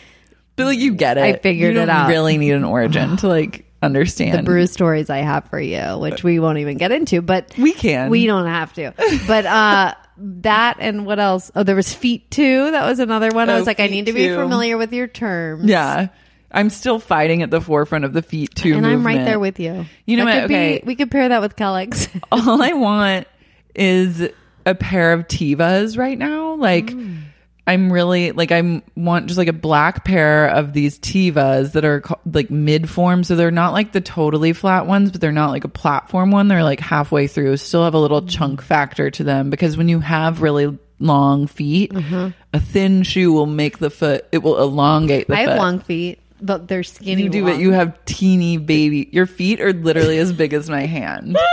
Speaker 1: But like you get it.
Speaker 2: I figured
Speaker 1: You
Speaker 2: it
Speaker 1: don't
Speaker 2: out.
Speaker 1: Really need an origin to like understand.
Speaker 2: brew stories I have for you, which we won't even get into, but
Speaker 1: We can.
Speaker 2: We don't have to. But
Speaker 1: [LAUGHS]
Speaker 2: uh that and what else? Oh, there was feet too. That was another one. I
Speaker 1: Oh,
Speaker 2: was like, I
Speaker 1: feet
Speaker 2: need to be
Speaker 1: too.
Speaker 2: familiar with your terms.
Speaker 1: Yeah. I'm still fighting at the forefront of the feet too.
Speaker 2: And I'm right
Speaker 1: movement.
Speaker 2: there with you.
Speaker 1: You know
Speaker 2: That
Speaker 1: what?
Speaker 2: could be-
Speaker 1: Okay.
Speaker 2: we could pair that with Kellex.
Speaker 1: All I want is a pair of Tivas right now. Like
Speaker 2: Mm.
Speaker 1: I'm really like I'm want just like a black pair of these Tivas that are ca- like mid form, so they're not like the totally flat ones, but they're not like a platform one. They're like halfway through, still have a little
Speaker 2: Mm.
Speaker 1: chunk factor to them because when you have really long feet,
Speaker 2: Mm-hmm.
Speaker 1: a thin shoe will make the foot it will elongate the
Speaker 2: [LAUGHS] I
Speaker 1: foot.
Speaker 2: have long feet, but they're skinny.
Speaker 1: You do,
Speaker 2: long.
Speaker 1: but you have teeny baby. Your feet are literally as big
Speaker 2: [LAUGHS]
Speaker 1: as my hand.
Speaker 2: [LAUGHS]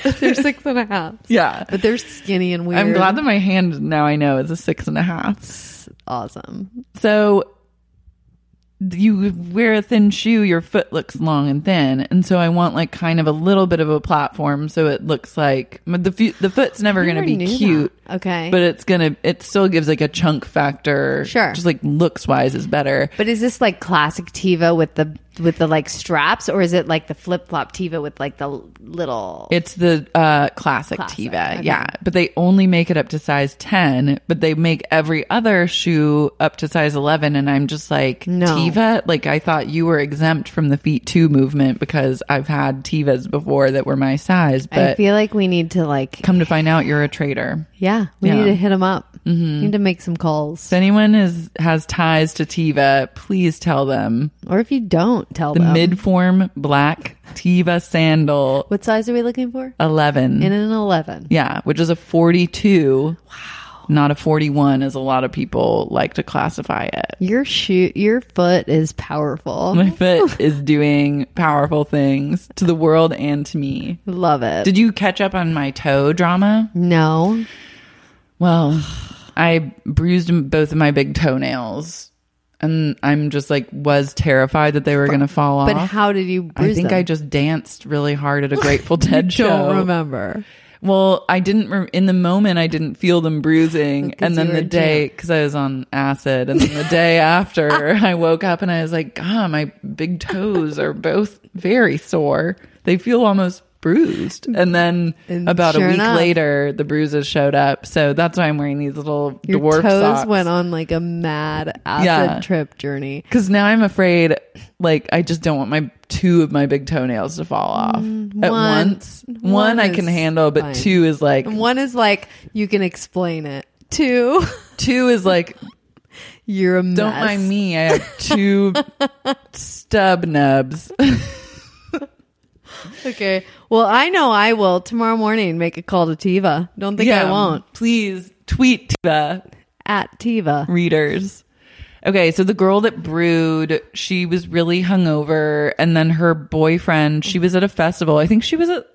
Speaker 1: [LAUGHS]
Speaker 2: they're six and a half.
Speaker 1: Yeah.
Speaker 2: But they're skinny and weird.
Speaker 1: I'm glad that my hand now I know is a six and a half.
Speaker 2: awesome.
Speaker 1: So you wear a thin shoe, your foot looks long and thin, and so I want like kind of a little bit of a platform, so it looks like but the fe- the foot's never going to
Speaker 2: never
Speaker 1: be
Speaker 2: knew
Speaker 1: cute.
Speaker 2: that. Okay.
Speaker 1: but it's gonna it still gives like a chunk factor.
Speaker 2: Sure.
Speaker 1: just like looks wise is better.
Speaker 2: But is this like classic Tiva with the with the like straps, or is it like the flip flop Tiva with like the little?
Speaker 1: It's the uh, classic,
Speaker 2: Classic,
Speaker 1: Tiva,
Speaker 2: okay.
Speaker 1: yeah. But they only make it up to size 10, but they make every other shoe up to size 11. And I'm just like,
Speaker 2: No.
Speaker 1: Tiva? Like, I thought you were exempt from the feet two movement because I've had Tivas before that were my size.
Speaker 2: I
Speaker 1: But
Speaker 2: feel like we need to like
Speaker 1: come to find out, you're a traitor.
Speaker 2: Yeah, we
Speaker 1: Yeah. Mm-hmm.
Speaker 2: need to hit them up. We need to make some calls,
Speaker 1: If anyone is, has ties to Tiva, please tell them
Speaker 2: or if you don't, tell
Speaker 1: the
Speaker 2: them.
Speaker 1: mid form black Tiva sandal
Speaker 2: what size are we looking for?
Speaker 1: 11.
Speaker 2: In an eleven.
Speaker 1: Yeah, which is a 42. Wow. Not a 41, as a lot of people like to classify it.
Speaker 2: Your shoe, your foot is powerful.
Speaker 1: My foot is doing powerful things to the world and to me.
Speaker 2: Love it.
Speaker 1: Did you catch up on my toe drama?
Speaker 2: no,
Speaker 1: Well, [SIGHS] I bruised m- both of my big toenails, and I'm just like, was terrified that they were going to fall off.
Speaker 2: but how did you?
Speaker 1: I
Speaker 2: Bruise
Speaker 1: think
Speaker 2: them?
Speaker 1: I just danced really hard
Speaker 2: [LAUGHS]
Speaker 1: at a Grateful Dead show.
Speaker 2: don't remember.
Speaker 1: Well, I didn't rem- in the moment. I didn't feel them bruising, and
Speaker 2: you
Speaker 1: then
Speaker 2: were
Speaker 1: the
Speaker 2: in
Speaker 1: day because I was on acid, and then the
Speaker 2: [LAUGHS]
Speaker 1: day after I "Ah, woke up and I was like, "God, my big toes are both very sore. They feel almost bruised. And then
Speaker 2: And
Speaker 1: about
Speaker 2: sure
Speaker 1: a week
Speaker 2: enough.
Speaker 1: later, the bruises showed up. So that's why I'm wearing these little
Speaker 2: Your
Speaker 1: dwarf
Speaker 2: toes
Speaker 1: socks.
Speaker 2: went on like a mad acid
Speaker 1: Yeah.
Speaker 2: trip journey.
Speaker 1: Because now I'm afraid, like, I just don't want my two of my big toenails to fall off at
Speaker 2: Mm, one-
Speaker 1: once. One,
Speaker 2: one
Speaker 1: I can
Speaker 2: is
Speaker 1: handle, but
Speaker 2: fine.
Speaker 1: two is like,
Speaker 2: One is like you can explain it. Two, [LAUGHS]
Speaker 1: two is like,
Speaker 2: you're a mess.
Speaker 1: don't mind me. I have
Speaker 2: [LAUGHS]
Speaker 1: two stub nubs.
Speaker 2: Okay. Well, I know I will tomorrow morning make a call to Tiva. Don't think I won't.
Speaker 1: Please tweet to the
Speaker 2: At Tiva.
Speaker 1: readers. Okay, so the girl that brewed, she was really hungover, and then her boyfriend, she was at a festival. I think she was at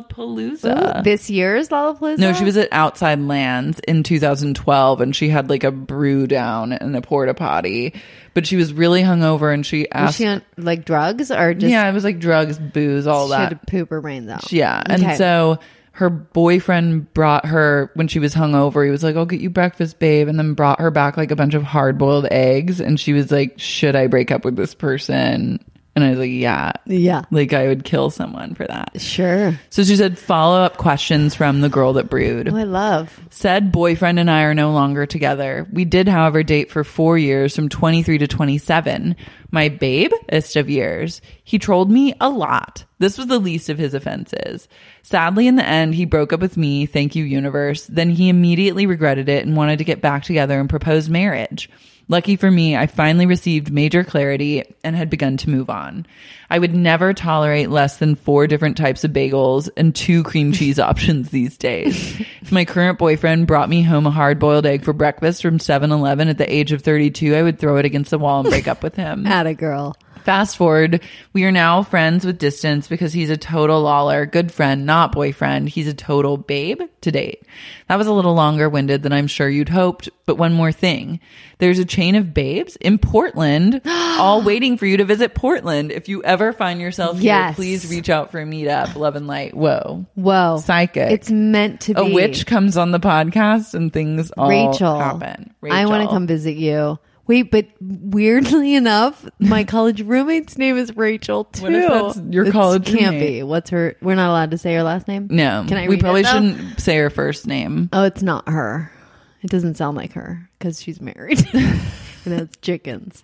Speaker 1: Lollapalooza.
Speaker 2: this year's Lollapalooza?
Speaker 1: Uh. No, she was at Outside Lands in 2012 and she had like a brew down in a porta potty. But she was really hungover and she
Speaker 2: Was
Speaker 1: asked
Speaker 2: she on like drugs or just
Speaker 1: Yeah, it was like drugs, booze, all
Speaker 2: she had
Speaker 1: that.
Speaker 2: to poop her brains out?
Speaker 1: Yeah. And
Speaker 2: Okay.
Speaker 1: so her boyfriend brought her when she was hungover. He was like, I'll get you breakfast, babe. And then brought her back like a bunch of hard boiled eggs. And she was like, Should I break up with this person? And I was like, Yeah.
Speaker 2: Yeah.
Speaker 1: Like I would kill someone for that.
Speaker 2: Sure.
Speaker 1: So she said follow up questions from the girl that brewed.
Speaker 2: Oh, I love.
Speaker 1: Said boyfriend and I are no longer together. We did, however, date for four years from 23 to 27. My babeest of years. He trolled me a lot. This was the least of his offenses. Sadly, in the end, he broke up with me. Thank you, universe. Then he immediately regretted it and wanted to get back together and propose marriage. Lucky for me, I finally received major clarity and had begun to move on. I would never tolerate less than four different types of bagels and two cream cheese options these days. If my current boyfriend brought me home a hard boiled egg for breakfast from 7 Eleven at the age of 32, I would throw it against the wall and break up with him.
Speaker 2: At a girl.
Speaker 1: Fast forward, we are now friends with distance because he's a total lawler, good friend, not boyfriend. He's a total babe to date. That was a little longer winded than I'm sure you'd hoped, but one more thing. There's a chain of babes in
Speaker 2: [GASPS]
Speaker 1: Portland, all waiting for you to visit Portland. If you ever find yourself here,
Speaker 2: Yes.
Speaker 1: please reach out for a meetup. Love and light. Whoa.
Speaker 2: Whoa.
Speaker 1: Psychic.
Speaker 2: It's meant to be.
Speaker 1: A witch comes on the podcast and things all
Speaker 2: Rachel.
Speaker 1: happen.
Speaker 2: I want to come visit you. Wait, but weirdly enough, my college roommate's name
Speaker 1: [LAUGHS]
Speaker 2: is Rachel too.
Speaker 1: if that's your college
Speaker 2: can't
Speaker 1: roommate?
Speaker 2: be. What's her? We're not allowed to say her last name.
Speaker 1: No,
Speaker 2: can I?
Speaker 1: we
Speaker 2: read it,
Speaker 1: probably
Speaker 2: though?
Speaker 1: shouldn't say her first name.
Speaker 2: Oh, it's not her. It doesn't sound like her because she's married [LAUGHS] and that's chickens.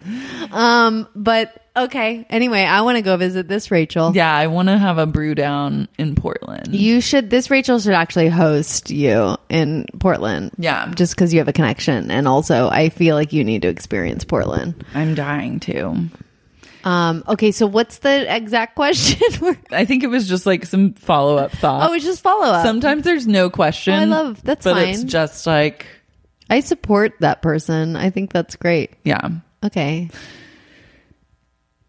Speaker 2: Um, but okay. Anyway, I want to go visit this Rachel.
Speaker 1: Yeah, I want to have a brew down in Portland.
Speaker 2: You should. This Rachel should actually host you in Portland.
Speaker 1: Yeah.
Speaker 2: just because you have a connection, and also I feel like you need to experience Portland.
Speaker 1: I'm dying to.
Speaker 2: Um. Okay. So what's the exact [LAUGHS] question? We're-
Speaker 1: I think it was just like some follow up thought.
Speaker 2: oh, it's just follow up.
Speaker 1: Sometimes there's no question.
Speaker 2: Oh, I love- that's
Speaker 1: but it's
Speaker 2: fine.
Speaker 1: just like
Speaker 2: I support that person. I think that's great.
Speaker 1: yeah.
Speaker 2: Okay.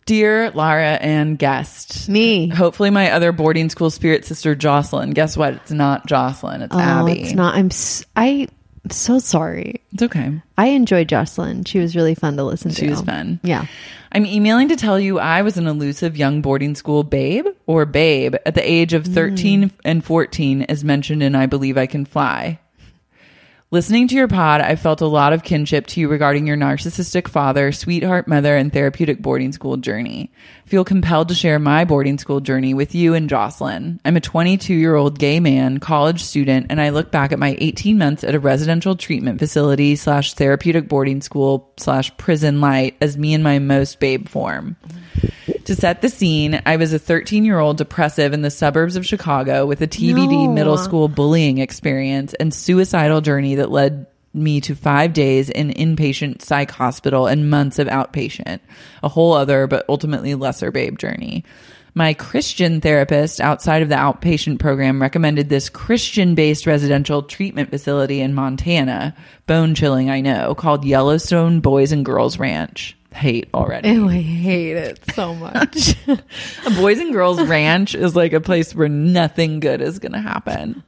Speaker 1: Dear Lara and guest,
Speaker 2: Me.
Speaker 1: Hopefully, my other boarding school spirit sister Jocelyn. Guess what? It's not Jocelyn. It's [LAUGHS]
Speaker 2: Oh,
Speaker 1: Abby.
Speaker 2: it's not. I'm. S- I. am so sorry.
Speaker 1: It's okay.
Speaker 2: I enjoyed Jocelyn. She was really fun to listen to.
Speaker 1: She was fun.
Speaker 2: Yeah.
Speaker 1: I'm emailing to tell you I was an elusive young boarding school babe or babe at the age of
Speaker 2: Mm.
Speaker 1: 13 and 14, as mentioned in I Believe I Can Fly. Listening to your pod, I felt a lot of kinship to you regarding your narcissistic father, sweetheart mother, and therapeutic boarding school journey. Feel compelled to share my boarding school journey with you and Jocelyn. I'm a 22 year old gay man, college student, and I look back at my 18 months at a residential treatment facility slash therapeutic boarding school slash prison light as me in my most babe form. To set the scene, I was a 13 year old depressive in the suburbs of Chicago with a TBD
Speaker 2: No.
Speaker 1: middle school bullying experience and suicidal journey that led me to five days in inpatient psych hospital and months of outpatient, a whole other but ultimately lesser babe journey. My Christian therapist outside of the outpatient program recommended this Christian based residential treatment facility in Montana, bone chilling, I know, called Yellowstone Boys and Girls Ranch. Hate already.
Speaker 2: Ew, I hate it so much.
Speaker 1: A boys and girls ranch is like a place where nothing good is going to happen.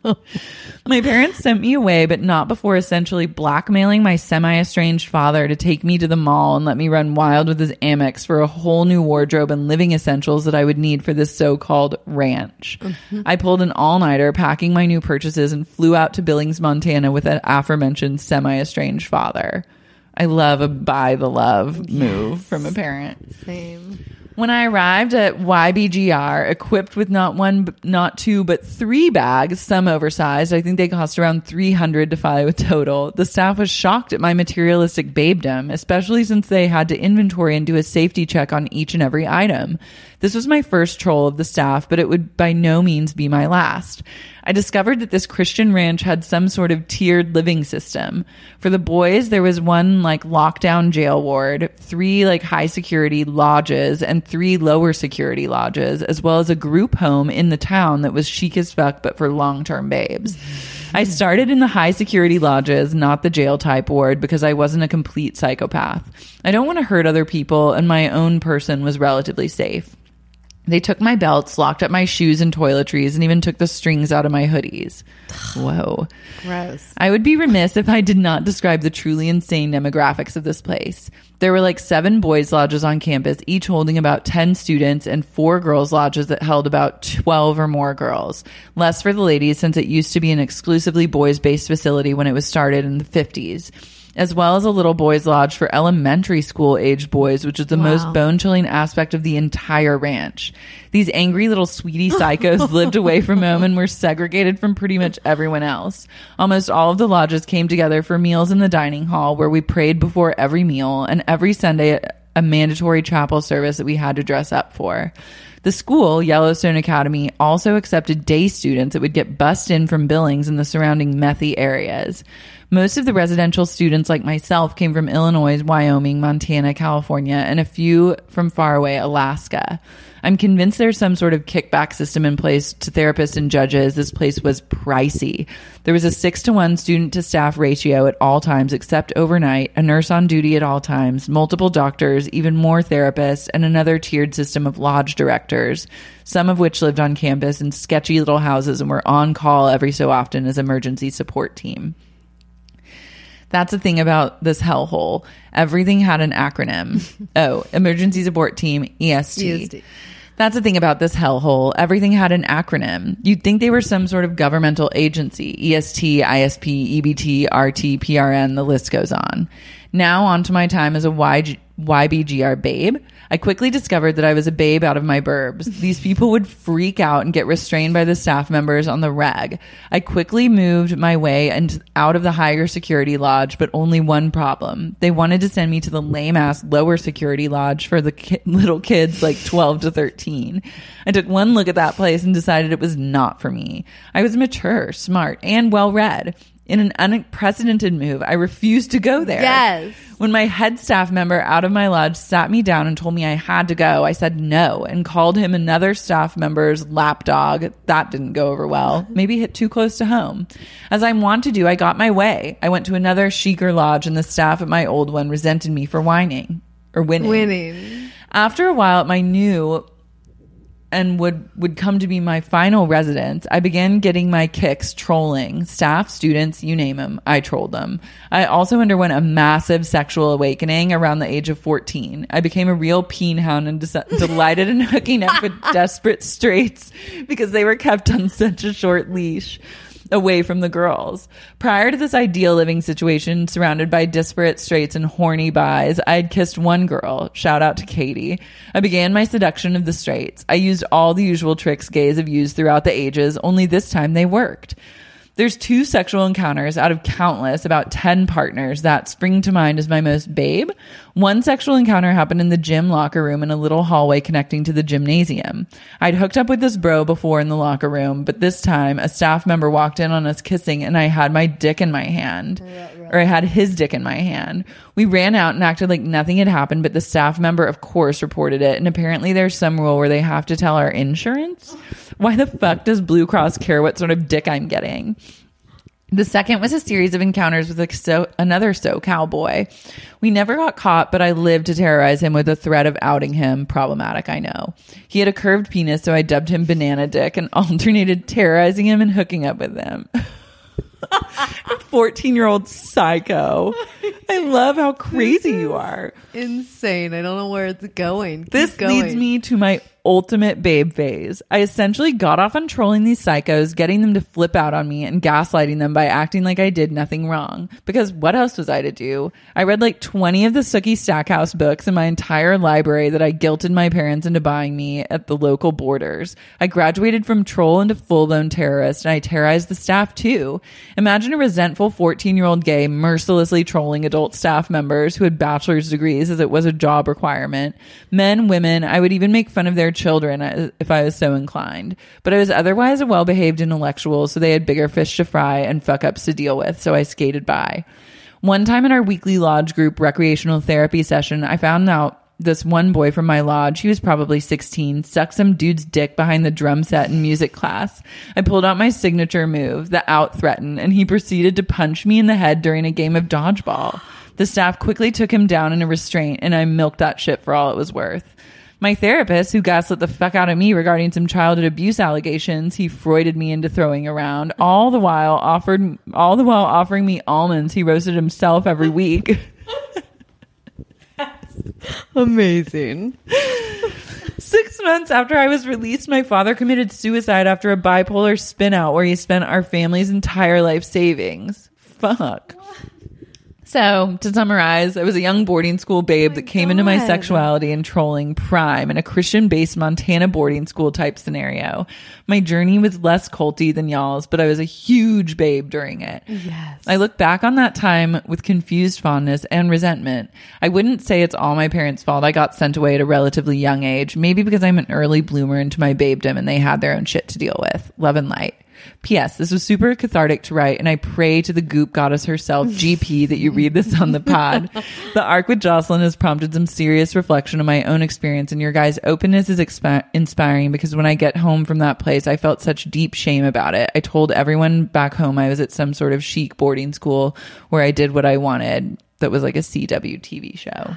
Speaker 1: My parents sent me away, but not before essentially blackmailing my semi estranged father to take me to the mall and let me run wild with his Amex for a whole new wardrobe and living essentials that I would need for this so called ranch. I pulled an all nighter, packing my new purchases, and flew out to Billings, Montana with an aforementioned semi estranged father. I love a buy the love move from a parent.
Speaker 2: [LAUGHS] Same.
Speaker 1: When I arrived at YBGR, equipped with not one, b- not two, but three bags, some oversized, I think they cost around 300 to five total, the staff was shocked at my materialistic babedom, especially since they had to inventory and do a safety check on each and every item. This was my first troll of the staff, but it would by no means be my last. I discovered that this Christian ranch had some sort of tiered living system. For the boys, there was one like lockdown jail ward, three like high security lodges, and three lower security lodges, as well as a group home in the town that was chic as fuck, but for long term babes. I started in the high security lodges, not the jail type ward, because I wasn't a complete psychopath. I don't want to hurt other people, and my own person was relatively safe. They took my belts, locked up my shoes and toiletries, and even took the strings out of my hoodies. Whoa.
Speaker 2: Gross.
Speaker 1: I would be remiss if I did not describe the truly insane demographics of this place. There were like seven boys' lodges on campus, each holding about 10 students, and four girls' lodges that held about 12 or more girls. Less for the ladies, since it used to be an exclusively boys based facility when it was started in the 50s, as well as a little boys' lodge for elementary school aged boys, which is the most bone chilling aspect of the entire ranch. These angry little sweetie psychos lived away from home and were segregated from pretty much everyone else. Almost all of the lodges came together for meals in the dining hall where we prayed before every meal and every Sunday a mandatory chapel service that we had to dress up for. The school, Yellowstone Academy, also accepted day students that would get bussed in from Billings and the surrounding methy areas. Most of the residential students, like myself, came from Illinois, Wyoming, Montana, California, and a few from faraway Alaska. I'm convinced there's some sort of kickback system in place to therapists and judges. This place was pricey. There was a six to one student to staff ratio at all times, except overnight, a nurse on duty at all times, multiple doctors, even more therapists, and another tiered system of lodge directors, some of which lived on campus in sketchy little houses and were on call every so often as emergency support team. That's the thing about this hellhole. Everything had an acronym. oh, Emergency Support Team, EST.
Speaker 2: EST.
Speaker 1: That's the thing about this hellhole. Everything had an acronym. You'd think they were some sort of governmental agency E EST, ISP, EBT, RT, PRN, the list goes on. Now, on to my time as a YG, YBGR babe. I quickly discovered that I was a babe out of my burbs. These people would freak out and get restrained by the staff members on the reg. I quickly moved my way and out of the higher security lodge, but only one problem. They wanted to send me to the lame ass lower security lodge for the ki- [LAUGHS] little kids like 12 to 13. I took one look at that place and decided it was not for me. I was mature, smart, and well read. In an unprecedented move, I refused to go there.
Speaker 2: Yes.
Speaker 1: When my head staff member out of my lodge sat me down and told me I had to go, I said no and called him another staff member's lapdog. That didn't go over well. Maybe hit too close to home. As I'm wont to do, I got my way. I went to another chicer lodge and the staff at my old one resented me for whining or winning.
Speaker 2: Winning.
Speaker 1: After a while at my new and would would come to be my final residence, I began getting my kicks trolling staff, students, you name them. I trolled them. I also underwent a massive sexual awakening around the age of 14. I became a real peen hound and des- delighted in hooking up with desperate straights because they were kept on such a short leash away from the girls. Prior to this ideal living situation, surrounded by disparate straights and horny buys, I had kissed one girl. Shout out to Katie. I began my seduction of the straights. I used all the usual tricks gays have used throughout the ages, only this time they worked. There's two sexual encounters out of countless, about 10 partners that spring to mind as my most babe. One sexual encounter happened in the gym locker room in a little hallway connecting to the gymnasium. I'd hooked up with this bro before in the locker room, but this time a staff member walked in on us kissing and I had my dick in my hand. Or I had his dick in my hand. We ran out and acted like nothing had happened, but the staff member, of course, reported it. And apparently there's some rule where they have to tell our insurance. Why the fuck does Blue Cross care what sort of dick I'm getting? The second was a series of encounters with a so, another SoCal boy. We never got caught, but I lived to terrorize him with the threat of outing him. Problematic, I know. He had a curved penis, so I dubbed him Banana Dick and [LAUGHS] alternated terrorizing him [LAUGHS] and hooking up with him. 14 year old psycho. I love how crazy you are.
Speaker 2: Insane. I don't know where it's going. Keep
Speaker 1: This
Speaker 2: going.
Speaker 1: leads me to my ultimate babe phase. I essentially got off on trolling these psychos, getting them to flip out on me and gaslighting them by acting like I did nothing wrong. Because what else was I to do? I read like 20 of the Sookie Stackhouse books in my entire library that I guilted my parents into buying me at the local borders. I graduated from troll into full blown terrorist and I terrorized the staff too. Imagine a resentful 14 year old gay mercilessly trolling adult staff members who had bachelor's degrees as it was a job requirement. Men, women, I would even make fun of their children uh, if I was so inclined. But I was otherwise a well behaved intellectual, so they had bigger fish to fry and fuck ups to deal with, so I skated by. One time in our weekly lodge group recreational therapy session, I found out this one boy from my lodge, he was probably 16, sucked some dude's dick behind the drum set in music class. I pulled out my signature move, the out threaten, and he proceeded to punch me in the head during a game of dodgeball. The staff quickly took him down in a restraint, and I milked that shit for all it was worth. My therapist, who gaslit the fuck out of me regarding some childhood abuse allegations, he Freuded me into throwing around. All the while offered, all the while offering me almonds he roasted himself every week. [LAUGHS]
Speaker 2: Amazing.
Speaker 1: Six months after I was released, my father committed suicide after a bipolar spinout where he spent our family's entire life savings. Fuck. So, to summarize, I was a young boarding school babe that came into my
Speaker 2: God.
Speaker 1: sexuality and trolling prime in a Christian based Montana boarding school type scenario. My journey was less culty than y'all's, but I was a huge babe during it.
Speaker 2: Yes.
Speaker 1: I look back on that time with confused fondness and resentment. I wouldn't say it's all my parents' fault I got sent away at a relatively young age, maybe because I'm an early bloomer into my babedom and they had their own shit to deal with. Love and light. P.S. This was super cathartic to write, and I pray to the goop goddess herself, GP, that you read this [LAUGHS] on the pod. the arc with Jocelyn has prompted some serious reflection on my own experience, and your guys' openness is expi- inspiring because when I get home from that place, I felt such deep shame about it. I told everyone back home I was at some sort of chic boarding school where I did what I wanted that was like a CW TV show.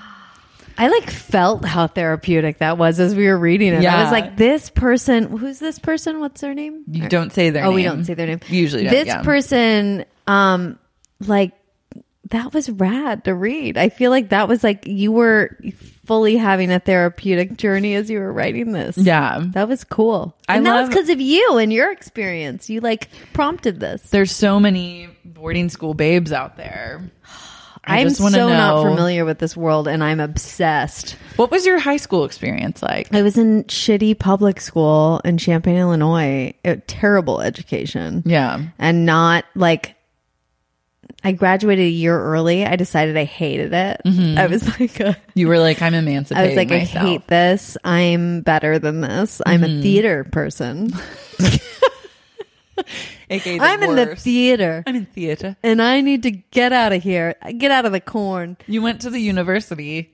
Speaker 2: I like felt how therapeutic that was as we were reading it. I
Speaker 1: Yeah.
Speaker 2: was like, this person, who's this person? What's their name?
Speaker 1: You don't say their
Speaker 2: oh,
Speaker 1: name.
Speaker 2: we don't say their name.
Speaker 1: Usually don't,
Speaker 2: this
Speaker 1: yeah.
Speaker 2: person, um, like that was rad to read. I feel like that was like you were fully having a therapeutic journey as you were writing this.
Speaker 1: Yeah.
Speaker 2: That was cool.
Speaker 1: I
Speaker 2: and that was
Speaker 1: love-
Speaker 2: because of you and your experience. You like prompted this.
Speaker 1: There's so many boarding school babes out there. I
Speaker 2: I'm
Speaker 1: just
Speaker 2: so
Speaker 1: wanna
Speaker 2: not
Speaker 1: know-
Speaker 2: familiar with this world and I'm obsessed.
Speaker 1: What was your high school experience like?
Speaker 2: I was in shitty public school in Champaign, Illinois. A terrible education.
Speaker 1: Yeah.
Speaker 2: And not like I graduated a year early. I decided I hated it. I was like a,
Speaker 1: You were like, I'm
Speaker 2: I
Speaker 1: emancipating
Speaker 2: was like
Speaker 1: myself.
Speaker 2: I hate this. I'm better than this. I'm a theater [LAUGHS] person.
Speaker 1: AKA the
Speaker 2: I'm in the
Speaker 1: worst.
Speaker 2: theater.
Speaker 1: I'm in theater.
Speaker 2: And I need to get out of here. Get out of the corn.
Speaker 1: You went to the university.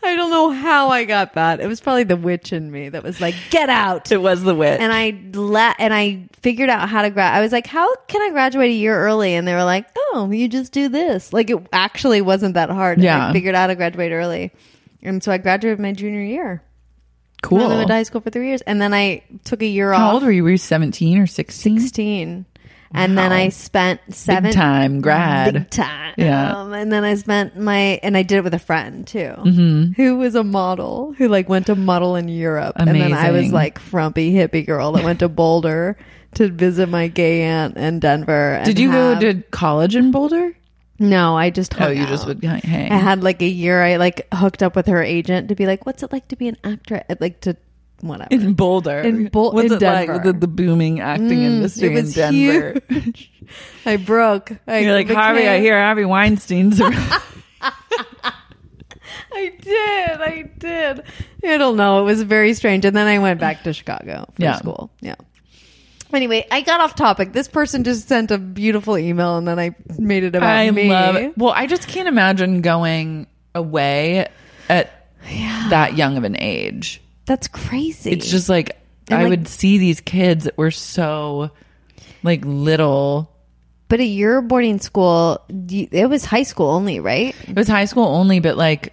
Speaker 2: I don't know how I got that. It was probably the witch in me that was like, "Get out."
Speaker 1: It was the wit.
Speaker 2: and I let and I figured out how to grad. I was like, "How can I graduate a year early?" And they were like, "Oh, you just do this." Like it actually wasn't that hard. And I
Speaker 1: Yeah.
Speaker 2: figured out how to graduate early, and so I graduated my junior year. I
Speaker 1: cool.
Speaker 2: only went to high school for three years, and then I took a year
Speaker 1: How
Speaker 2: off.
Speaker 1: old were you? Were you 17 or 16?
Speaker 2: Sixteen, and then I spent seven
Speaker 1: Big time grad.
Speaker 2: Big time.
Speaker 1: Yeah.
Speaker 2: Um, and then I spent my, and I did it with a friend too,
Speaker 1: Mm-hmm.
Speaker 2: who was a model who like went to model in Europe. And then I was
Speaker 1: Amazing.
Speaker 2: like frumpy hippie girl that went to Boulder to visit my gay aunt in Denver. and
Speaker 1: Did you
Speaker 2: have-
Speaker 1: go to college in Boulder?
Speaker 2: No, I just
Speaker 1: Oh,
Speaker 2: hung
Speaker 1: you
Speaker 2: out.
Speaker 1: just would hang.
Speaker 2: I had like a year. I like hooked up with her agent to be like, "What's it like to be an actress?" Like to whatever.
Speaker 1: in Boulder.
Speaker 2: In Bol-
Speaker 1: What's
Speaker 2: in
Speaker 1: it
Speaker 2: Denver. Mm,
Speaker 1: like the, the booming acting industry
Speaker 2: it was
Speaker 1: in Denver? [LAUGHS]
Speaker 2: huge. I broke. I [LAUGHS]
Speaker 1: You're like, Harvey, I
Speaker 2: became-
Speaker 1: hear Harvey
Speaker 2: [LAUGHS]
Speaker 1: Weinstein's around.
Speaker 2: I did. I did. I don't know. It was very strange. And then I went back to Chicago for
Speaker 1: Yeah.
Speaker 2: school. Yeah. Anyway, I got off topic. This person just sent a beautiful email and then I made it about
Speaker 1: I
Speaker 2: me.
Speaker 1: love it. Well, I just can't imagine going away at that young of an age.
Speaker 2: That's crazy.
Speaker 1: It's just like
Speaker 2: And,
Speaker 1: I
Speaker 2: like-
Speaker 1: would see these kids that were so like little.
Speaker 2: But at your boarding school, you- it was high school only, right?
Speaker 1: It was high school only, but like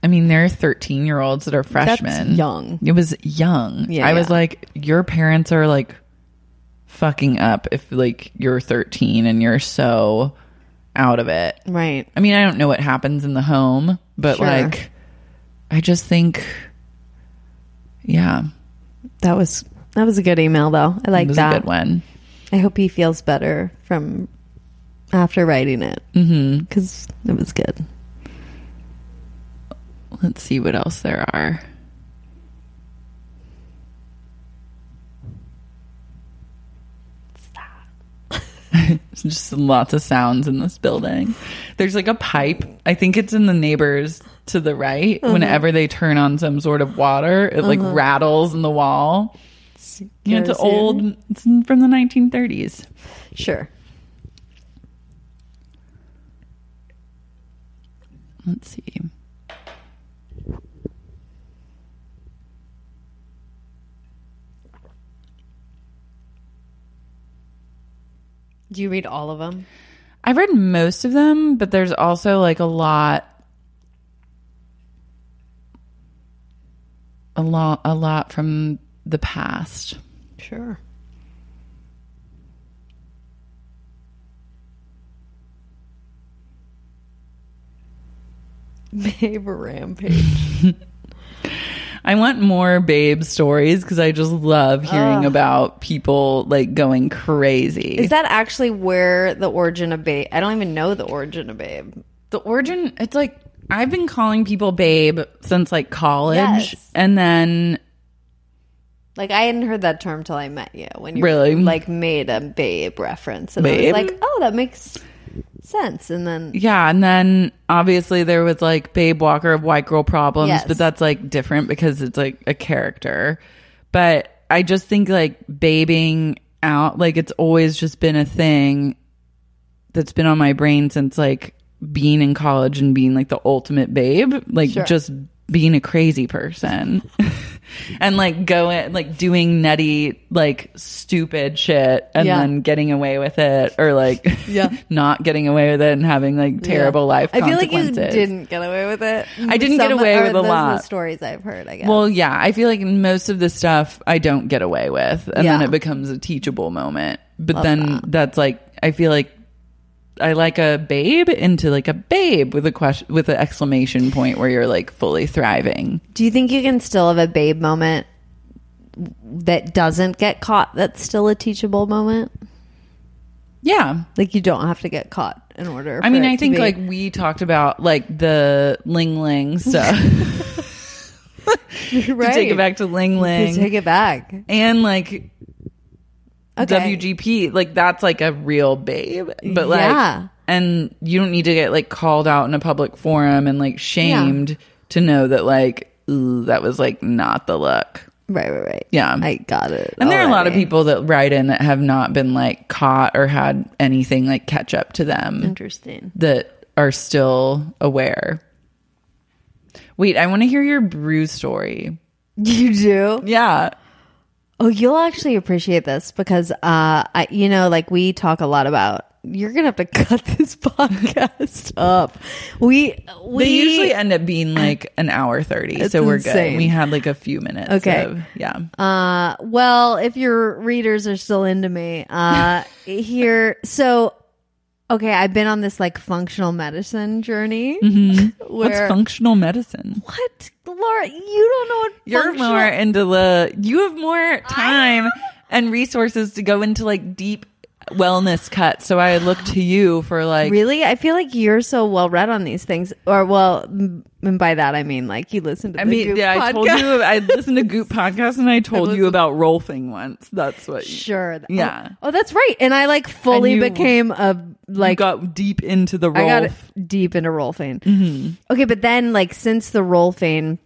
Speaker 1: I mean, there are thirteen year olds that are freshmen.
Speaker 2: young.
Speaker 1: It was young.
Speaker 2: Yeah,
Speaker 1: I was
Speaker 2: yeah.
Speaker 1: like, your parents are like fucking up if like you're 13 and you're so out of it.
Speaker 4: Right.
Speaker 1: I mean, I don't know what happens in the home, but
Speaker 4: Sure.
Speaker 1: like, I just think, yeah,
Speaker 4: That was that was a good email though. I
Speaker 1: it
Speaker 4: like
Speaker 1: was
Speaker 4: that.
Speaker 1: a good one.
Speaker 4: I hope he feels better from after writing it
Speaker 1: hmm
Speaker 4: because it was good.
Speaker 1: Let's see what else there are. [LAUGHS] It's Just lots of sounds in this building. There's like a pipe. I think it's in the neighbors to the right. Whenever they turn on some sort of water, it like rattles in the wall. Yeah,
Speaker 4: Scares
Speaker 1: it's an
Speaker 4: you.
Speaker 1: old. It's from the 1930s.
Speaker 4: Sure.
Speaker 1: Let's see.
Speaker 4: Do you read all of them?
Speaker 1: I've read most of them, but there's also like a lot a lot a lot from the past.
Speaker 4: Sure. Babe
Speaker 1: [LAUGHS]
Speaker 4: Rampage.
Speaker 1: I want more babe stories cuz I just love hearing about people like going crazy.
Speaker 2: Is that actually where the origin of babe? I don't even know the origin of babe.
Speaker 1: the origin it's like I've been calling people babe since like college
Speaker 2: Yes.
Speaker 1: and then
Speaker 2: Like I hadn't heard that term till I met you when you
Speaker 1: Really?
Speaker 2: like made a babe reference, and
Speaker 1: Babe?
Speaker 2: I was like, oh, that makes sense. And then
Speaker 1: Yeah, and then obviously there was like Babe Walker of White Girl Problems,
Speaker 2: Yes.
Speaker 1: but that's like different because it's like a character. But I just think like babing out, like it's always just been a thing that's been on my brain since like being in college and being like the ultimate babe, like just being a crazy person [LAUGHS] and like going like doing nutty like stupid shit and
Speaker 4: Yeah.
Speaker 1: then getting away with it or like
Speaker 4: Yeah.
Speaker 1: [LAUGHS] not getting away with it and having like terrible life
Speaker 2: I feel like you
Speaker 1: consequences.
Speaker 2: didn't get away with it.
Speaker 1: I didn't get away
Speaker 2: or
Speaker 1: with a
Speaker 2: those are The
Speaker 1: lot.
Speaker 2: stories I've heard, I guess.
Speaker 1: Well, yeah, I feel like most of the stuff I don't get away with, and then
Speaker 4: Yeah.
Speaker 1: it becomes a teachable moment. But then that's like I feel like I like a babe into like a babe with a question with an exclamation point where you're like fully thriving.
Speaker 2: Do you think you can still have a babe moment that doesn't get caught? That's still a teachable moment.
Speaker 1: Yeah,
Speaker 2: Like you don't have to get caught in order.
Speaker 1: I mean,
Speaker 2: for it
Speaker 1: I
Speaker 2: to
Speaker 1: think
Speaker 2: be- [LAUGHS]
Speaker 1: like we talked about like the ling ling stuff. [LAUGHS]
Speaker 2: right.
Speaker 1: to take it back to ling
Speaker 2: To take
Speaker 1: ling
Speaker 2: it back.
Speaker 1: and like
Speaker 2: Okay.
Speaker 1: WGP, like that's like a real babe, but like,
Speaker 2: Yeah.
Speaker 1: and you don't need to get like called out in a public forum and like shamed to know that like ooh, that was like not the look.
Speaker 2: Right, right, right.
Speaker 1: Yeah.
Speaker 2: I got it.
Speaker 1: and there are a lot of
Speaker 2: already.
Speaker 1: people that write in that have not been like caught or had anything like catch up to them
Speaker 2: Mm. Interesting.
Speaker 1: that are still aware. Wait, I want to hear your brew story.
Speaker 2: You do?
Speaker 1: Yeah.
Speaker 2: Oh, you'll actually appreciate this because, uh, I, you know, like we talk a lot about. You're gonna have to [LAUGHS] cut this podcast up. We we
Speaker 1: They usually end up being like an hour 30, so we're
Speaker 2: insane.
Speaker 1: good. We had like a few minutes.
Speaker 2: Okay.
Speaker 1: Of, yeah.
Speaker 2: Uh, well, if your readers are still into me,
Speaker 1: [LAUGHS]
Speaker 2: uh, here, so okay, I've been on this like functional medicine journey.
Speaker 1: Mm-hmm. What's
Speaker 2: [LAUGHS] Where
Speaker 1: functional medicine?
Speaker 2: what, Laura? You don't know what
Speaker 1: You're
Speaker 2: functional-
Speaker 1: more into the, you have more time and resources to go into like deep wellness cuts. So I look to you for like,
Speaker 2: really. I feel like you're so well read on these things, or well, m- and by that I mean like you listen to.
Speaker 1: I
Speaker 2: the
Speaker 1: mean,
Speaker 2: Goop
Speaker 1: yeah, I told
Speaker 2: podcast.
Speaker 1: you, I listened to
Speaker 2: [LAUGHS]
Speaker 1: Goop podcast and I told you about rolfing once. That's what you,
Speaker 2: Sure.
Speaker 1: Yeah.
Speaker 2: Oh, oh, that's right. And I like fully
Speaker 1: you-
Speaker 2: became a
Speaker 1: you
Speaker 2: like
Speaker 1: got deep into the rolf. Mm-hmm.
Speaker 2: I got deep into Rolfane. Okay, but then like since the Rolfane,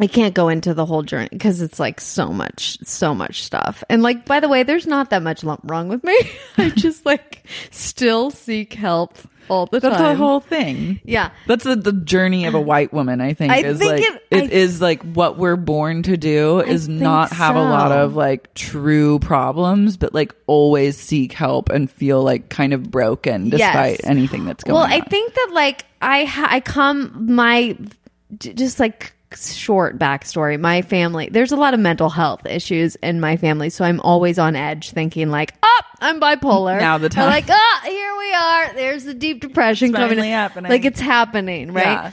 Speaker 2: I can't go into the whole journey because it's like so much, so much stuff. And like, by the way, there's not that much lump wrong with me. [LAUGHS] I just like still seek help all the
Speaker 1: That's the
Speaker 2: time.
Speaker 1: whole thing.
Speaker 2: yeah.
Speaker 1: That's the, the journey of a white woman, I think.
Speaker 2: I
Speaker 1: is
Speaker 2: think
Speaker 1: like,
Speaker 2: it-
Speaker 1: it is
Speaker 2: I-
Speaker 1: like what we're born to do is
Speaker 2: think
Speaker 1: not have a lot
Speaker 2: so.
Speaker 1: of like true problems, but like always seek help and feel like kind of broken despite
Speaker 2: Yes.
Speaker 1: anything that's going
Speaker 2: Well,
Speaker 1: on.
Speaker 2: I think that like I ha- I come my j- just like short backstory. My family, there's a lot of mental health issues in my family, so I'm always on edge, thinking like, "Oh, I'm bipolar."
Speaker 1: Now the
Speaker 2: Or
Speaker 1: time.
Speaker 2: like, "Oh, here we are. There's the deep depression
Speaker 1: It's
Speaker 2: coming."
Speaker 1: finally
Speaker 2: in."
Speaker 1: happening.
Speaker 2: Like it's happening, right?
Speaker 1: Yeah.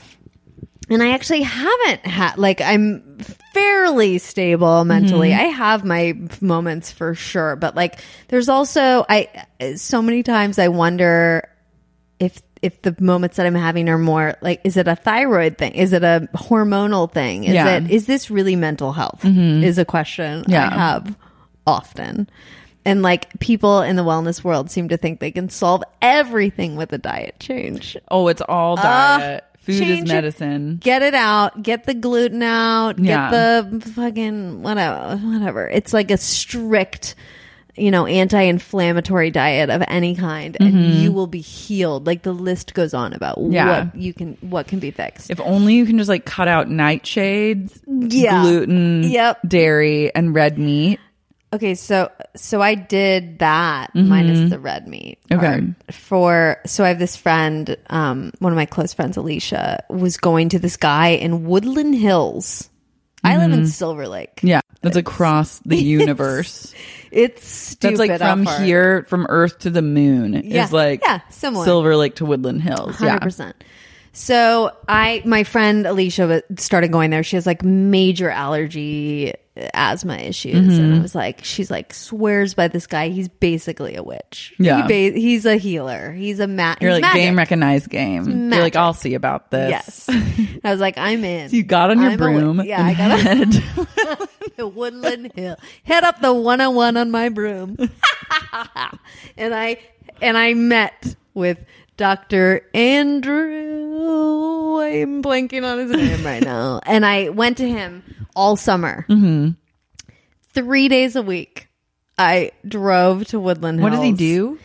Speaker 2: and I actually haven't had like I'm fairly stable mentally.
Speaker 1: Mm-hmm.
Speaker 2: I have my moments for sure, but like there's also I so many times I wonder if if the moments that I'm having are more like is it a thyroid thing? Is it a hormonal thing? Is
Speaker 1: Yeah. Mm-hmm.
Speaker 2: it is this really mental health? Is a question
Speaker 1: Yeah.
Speaker 2: I have often. And like people in the wellness world seem to think they can solve everything with a diet change.
Speaker 1: Oh, it's all diet. Food is
Speaker 2: change it.
Speaker 1: medicine.
Speaker 2: Get it out. Get the gluten out.
Speaker 1: Yeah.
Speaker 2: Get the fucking whatever. Whatever. It's like a strict, you know, anti-inflammatory diet of any kind, and you will be healed. Like the list goes on about
Speaker 1: Mm-hmm. Yeah.
Speaker 2: what you can, what can be fixed.
Speaker 1: If only you can just like cut out nightshades,
Speaker 2: Yeah.
Speaker 1: gluten,
Speaker 2: Yep.
Speaker 1: dairy, and red meat.
Speaker 2: Okay, so so I did that minus the red meat.
Speaker 1: Mm-hmm. Okay.
Speaker 2: part. For so I have this friend, um, one of my close friends, Alicia, was going to this guy in Woodland Hills. I live in Silver Lake.
Speaker 1: Mm-hmm. Yeah, that's across
Speaker 2: [LAUGHS]
Speaker 1: the universe.
Speaker 2: It's stupid.
Speaker 1: That's like
Speaker 2: how
Speaker 1: from
Speaker 2: far-
Speaker 1: here, from Earth to the moon.
Speaker 2: Yeah,
Speaker 1: Is like
Speaker 2: yeah, similar.
Speaker 1: Silver Lake to Woodland Hills.
Speaker 2: hundred
Speaker 1: Yeah,
Speaker 2: percent. So I, my friend Alicia wa- started going there. She has like major allergy, uh, asthma issues,
Speaker 1: Mm-hmm.
Speaker 2: and I was like, she's like swears by this guy. He's basically a witch. He
Speaker 1: Yeah.
Speaker 2: ba- he's a healer. He's a ma-
Speaker 1: you're
Speaker 2: he's
Speaker 1: like
Speaker 2: magic.
Speaker 1: game recognized game. You're like
Speaker 2: magic.
Speaker 1: I'll see about this.
Speaker 2: Yes, I was like, I'm
Speaker 1: [LAUGHS]
Speaker 2: in.
Speaker 1: you got on your
Speaker 2: I'm a witch.
Speaker 1: broom. [LAUGHS]
Speaker 2: Yeah, I got on [LAUGHS] the Woodland Hill. Head up the 101 on
Speaker 1: [LAUGHS]
Speaker 2: my broom. and I and I met with Dr. Andrew. I'm blanking on his name right now. And I went to him all summer.
Speaker 1: Mm-hmm.
Speaker 2: Three days a week. I drove to Woodland
Speaker 1: What
Speaker 2: Hills.
Speaker 1: does he do?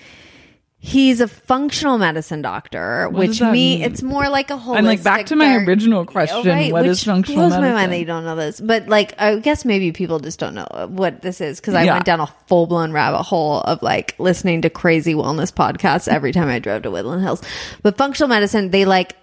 Speaker 2: He's a functional medicine doctor,
Speaker 1: does
Speaker 2: which
Speaker 1: that
Speaker 2: me
Speaker 1: mean?
Speaker 2: it's more like a holistic.
Speaker 1: I'm like back to my
Speaker 2: dar-
Speaker 1: original question.
Speaker 2: Right,
Speaker 1: what
Speaker 2: which
Speaker 1: is functional
Speaker 2: blows
Speaker 1: medicine?
Speaker 2: my mind that you don't know this, but like I guess maybe people just don't know what this is because I
Speaker 1: Yeah.
Speaker 2: went down a full blown rabbit hole of like listening to crazy wellness podcasts every time I drove to Woodland Hills. But functional medicine, they like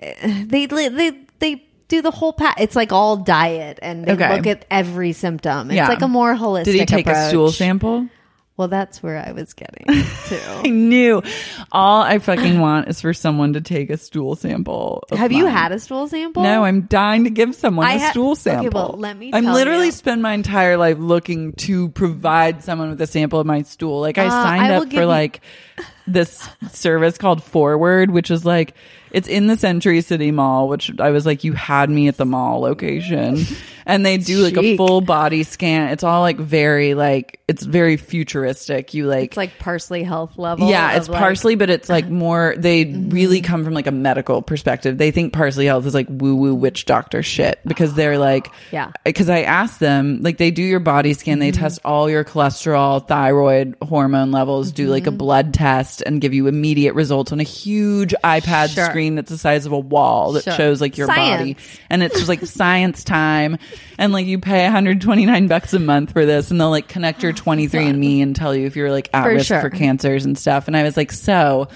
Speaker 2: eh, they li- they they do the whole pat. It's like all diet and they
Speaker 1: Okay.
Speaker 2: look at every symptom. It's
Speaker 1: Yeah.
Speaker 2: like a more holistic.
Speaker 1: Did he take a
Speaker 2: approach.
Speaker 1: stool sample?
Speaker 2: Well, that's where I was getting
Speaker 1: I [LAUGHS]
Speaker 2: to.
Speaker 1: knew. All I fucking want is for someone to take a stool sample. of
Speaker 2: Have you
Speaker 1: mine.
Speaker 2: had a stool sample?
Speaker 1: No, I'm dying to give someone
Speaker 2: I
Speaker 1: a
Speaker 2: ha-
Speaker 1: stool
Speaker 2: Okay, well,
Speaker 1: sample.
Speaker 2: let me
Speaker 1: I'm
Speaker 2: tell
Speaker 1: literally
Speaker 2: you.
Speaker 1: spend my entire life looking to provide someone with a sample of my stool. Like I
Speaker 2: Uh,
Speaker 1: signed
Speaker 2: I will
Speaker 1: up
Speaker 2: give
Speaker 1: for
Speaker 2: you-
Speaker 1: like
Speaker 2: [LAUGHS]
Speaker 1: this service called Forward, which is like it's in the Century City Mall, which I was like, you had me at the mall location.
Speaker 2: [LAUGHS]
Speaker 1: And they do like a
Speaker 2: Chic.
Speaker 1: full body scan. It's all like very like it's very futuristic. You like
Speaker 2: It's like parsley health level.
Speaker 1: yeah,
Speaker 2: of,
Speaker 1: it's
Speaker 2: like- Mm-hmm.
Speaker 1: parsley, but it's
Speaker 2: [LAUGHS]
Speaker 1: like more. They really come from like a medical perspective. They think parsley health is like woo woo witch doctor shit because they're like,
Speaker 2: Oh, Yeah. Mm-hmm.
Speaker 1: Because I asked them, like, they do your body scan, they test all your cholesterol, thyroid, hormone levels, do like a
Speaker 2: Mm-hmm.
Speaker 1: blood test, and give you immediate results on a huge iPad
Speaker 2: Sure.
Speaker 1: screen that's the size of a wall that
Speaker 2: Sure.
Speaker 1: shows like your body,
Speaker 2: Science.
Speaker 1: and it's just like
Speaker 2: [LAUGHS]
Speaker 1: science time, and like you pay 129 bucks a month for this, and they'll like connect
Speaker 2: [LAUGHS]
Speaker 1: your 23andMe and tell you if you're like at
Speaker 2: For
Speaker 1: risk
Speaker 2: sure.
Speaker 1: for cancers and stuff. And I was like, so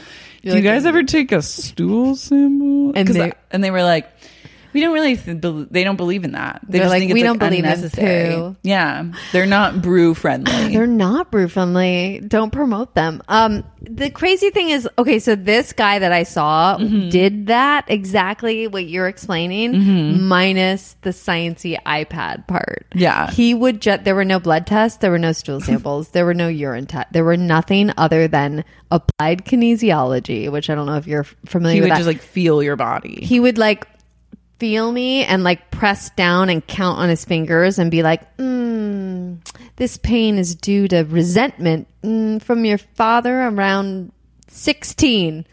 Speaker 1: do you
Speaker 2: like,
Speaker 1: guys ever take a stool sample?
Speaker 2: And
Speaker 1: 'Cause
Speaker 2: they-
Speaker 1: I- and they were like, we don't really th- bel they don't believe in that. They
Speaker 2: They're
Speaker 1: just
Speaker 2: like,
Speaker 1: think it's
Speaker 2: "We
Speaker 1: like,
Speaker 2: don't believe in
Speaker 1: unnecessary.
Speaker 2: poo.
Speaker 1: Yeah, they're not brew
Speaker 2: [LAUGHS]
Speaker 1: friendly.
Speaker 2: They're not brew friendly. Don't promote them. Um, the crazy thing is, okay, so this guy that I saw
Speaker 1: Mm-hmm.
Speaker 2: did that exactly what you're explaining,
Speaker 1: Mm-hmm.
Speaker 2: minus the sciency iPad part.
Speaker 1: Yeah.
Speaker 2: he would just. There were no blood tests. There were
Speaker 1: [LAUGHS]
Speaker 2: no stool samples. there were no urine tests. There were nothing other than applied kinesiology, which I don't know if you're familiar
Speaker 1: you
Speaker 2: with.
Speaker 1: would
Speaker 2: that.
Speaker 1: just like feel your body.
Speaker 2: he would like feel me and like press down and count on his fingers and be like, mm, this pain is due to resentment mm, from your father around 16.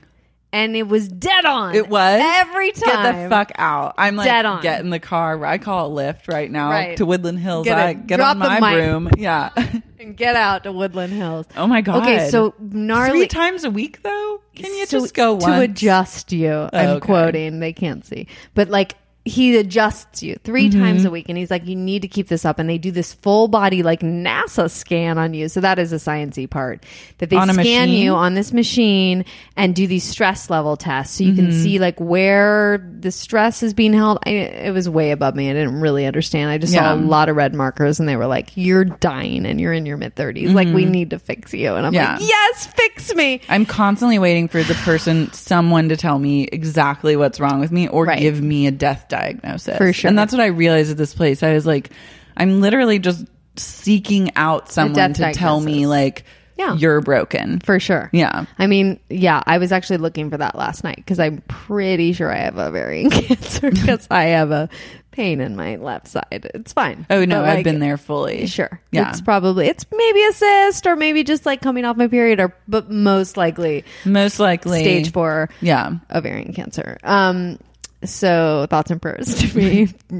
Speaker 2: And it was dead on.
Speaker 1: It was
Speaker 2: Every time.
Speaker 1: Get the fuck out! I'm like,
Speaker 2: Dead on.
Speaker 1: get in the car. I call a lift right now
Speaker 2: Right.
Speaker 1: to Woodland Hills.
Speaker 2: Get it.
Speaker 1: I get
Speaker 2: Drop
Speaker 1: on
Speaker 2: the
Speaker 1: my
Speaker 2: mic.
Speaker 1: broom. Yeah. [LAUGHS]
Speaker 2: And get out to Woodland Hills.
Speaker 1: oh my god.
Speaker 2: Okay, so
Speaker 1: three
Speaker 2: gnarly.
Speaker 1: times a week though. Can you
Speaker 2: So
Speaker 1: just go
Speaker 2: to
Speaker 1: once?
Speaker 2: adjust you? I'm
Speaker 1: Okay.
Speaker 2: quoting. They can't see, but like he adjusts you 3
Speaker 1: Mm-hmm.
Speaker 2: times a week and he's like you need to keep this up and they do this full body like nasa scan on you so that is a sciencey part that they
Speaker 1: On a
Speaker 2: scan
Speaker 1: machine?
Speaker 2: you on this machine and do these stress level tests so you can
Speaker 1: Mm-hmm.
Speaker 2: see like where the stress is being held I, it was way above me i didn't really understand i just
Speaker 1: Yeah.
Speaker 2: saw a lot of red markers and they were like you're dying and you're in your mid 30s like we need to fix you and i'm
Speaker 1: Mm-hmm. Yeah.
Speaker 2: like yes fix me
Speaker 1: I'm constantly waiting for the person, someone to tell me exactly what's wrong with me or
Speaker 2: Right.
Speaker 1: give me a death diagnosis.
Speaker 2: For sure.
Speaker 1: And that's what I realized at this place. I was like, I'm literally just seeking out someone
Speaker 2: death
Speaker 1: to tell me,
Speaker 2: diagnosis.
Speaker 1: like,
Speaker 2: Yeah.
Speaker 1: you're broken.
Speaker 2: for sure
Speaker 1: yeah.
Speaker 2: I mean, yeah, I was actually looking for that last night because I'm pretty sure I have ovarian [LAUGHS] cancer because I have a pain in my left side. It's fine.
Speaker 1: Oh, no,
Speaker 2: But,
Speaker 1: I've
Speaker 2: like,
Speaker 1: been there fully.
Speaker 2: Sure.
Speaker 1: Yeah.
Speaker 2: It's probably, it's maybe a cyst or maybe just like coming off my period or, but most likely
Speaker 1: Most likely.
Speaker 2: stage four
Speaker 1: Yeah.
Speaker 2: ovarian cancer. Um, so thoughts and prayers to me. real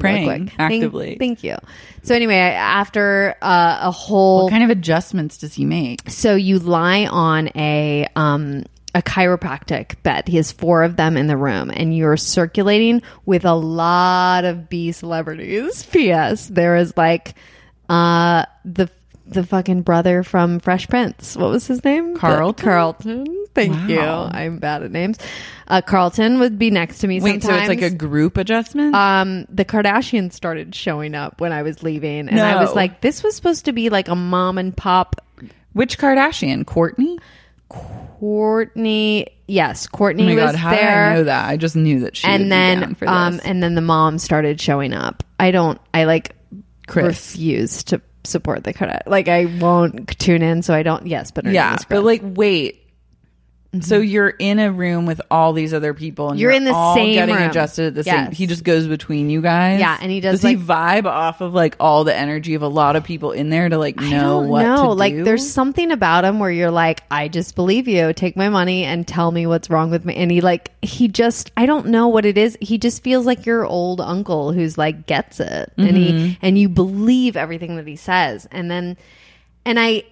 Speaker 1: [LAUGHS] Praying
Speaker 2: quick.
Speaker 1: actively.
Speaker 2: Thank, thank you. So anyway, I- after uh, a whole
Speaker 1: What kind of adjustments does he make?
Speaker 2: so you lie on a um a chiropractic bed. He has four of them in the room, and you're circulating with a lot of B celebrities. [LAUGHS] P.S. There is like uh the the fucking brother from Fresh Prince. What was his name?
Speaker 1: Carlton?
Speaker 2: The- Carlton. Thank you.
Speaker 1: Wow.
Speaker 2: I'm bad at names. Uh, Carlton would be next to me.
Speaker 1: Wait, so it's
Speaker 2: sometimes
Speaker 1: like a group adjustment?
Speaker 2: um, the Kardashians started showing up when I was leaving, and I was
Speaker 1: No.
Speaker 2: like, "This was supposed to be like a mom and pop
Speaker 1: Which Kardashian? Courtney?
Speaker 2: Courtney. Yes,
Speaker 1: Oh
Speaker 2: Courtney
Speaker 1: my
Speaker 2: was
Speaker 1: God, how
Speaker 2: there.
Speaker 1: did I know that? I just knew that she would
Speaker 2: And
Speaker 1: be down
Speaker 2: then,
Speaker 1: for this.
Speaker 2: um, and then the mom started showing up. I don't. I like
Speaker 1: Chris.
Speaker 2: refuse to support the Kardashians. Like I won't tune in, so I don't. Yes, but her name
Speaker 1: Yeah,
Speaker 2: is Chris.
Speaker 1: but like, wait. So you're in a room with all these other people, and
Speaker 2: Mm-hmm. You're in the
Speaker 1: all
Speaker 2: same
Speaker 1: getting
Speaker 2: room.
Speaker 1: adjusted at the same.
Speaker 2: Yes.
Speaker 1: He just goes between you guys.
Speaker 2: Yeah, and he does,
Speaker 1: he vibe off of like all the energy of a lot of people in there to like know what?
Speaker 2: no,
Speaker 1: to
Speaker 2: like
Speaker 1: do?
Speaker 2: there's something about him where you're like, I just believe you. Take my money and tell me what's wrong with me. And he like he just I don't know what it is. He just feels like your old uncle who's like gets it. And
Speaker 1: Mm-hmm.
Speaker 2: he and you believe everything that he says. And then and I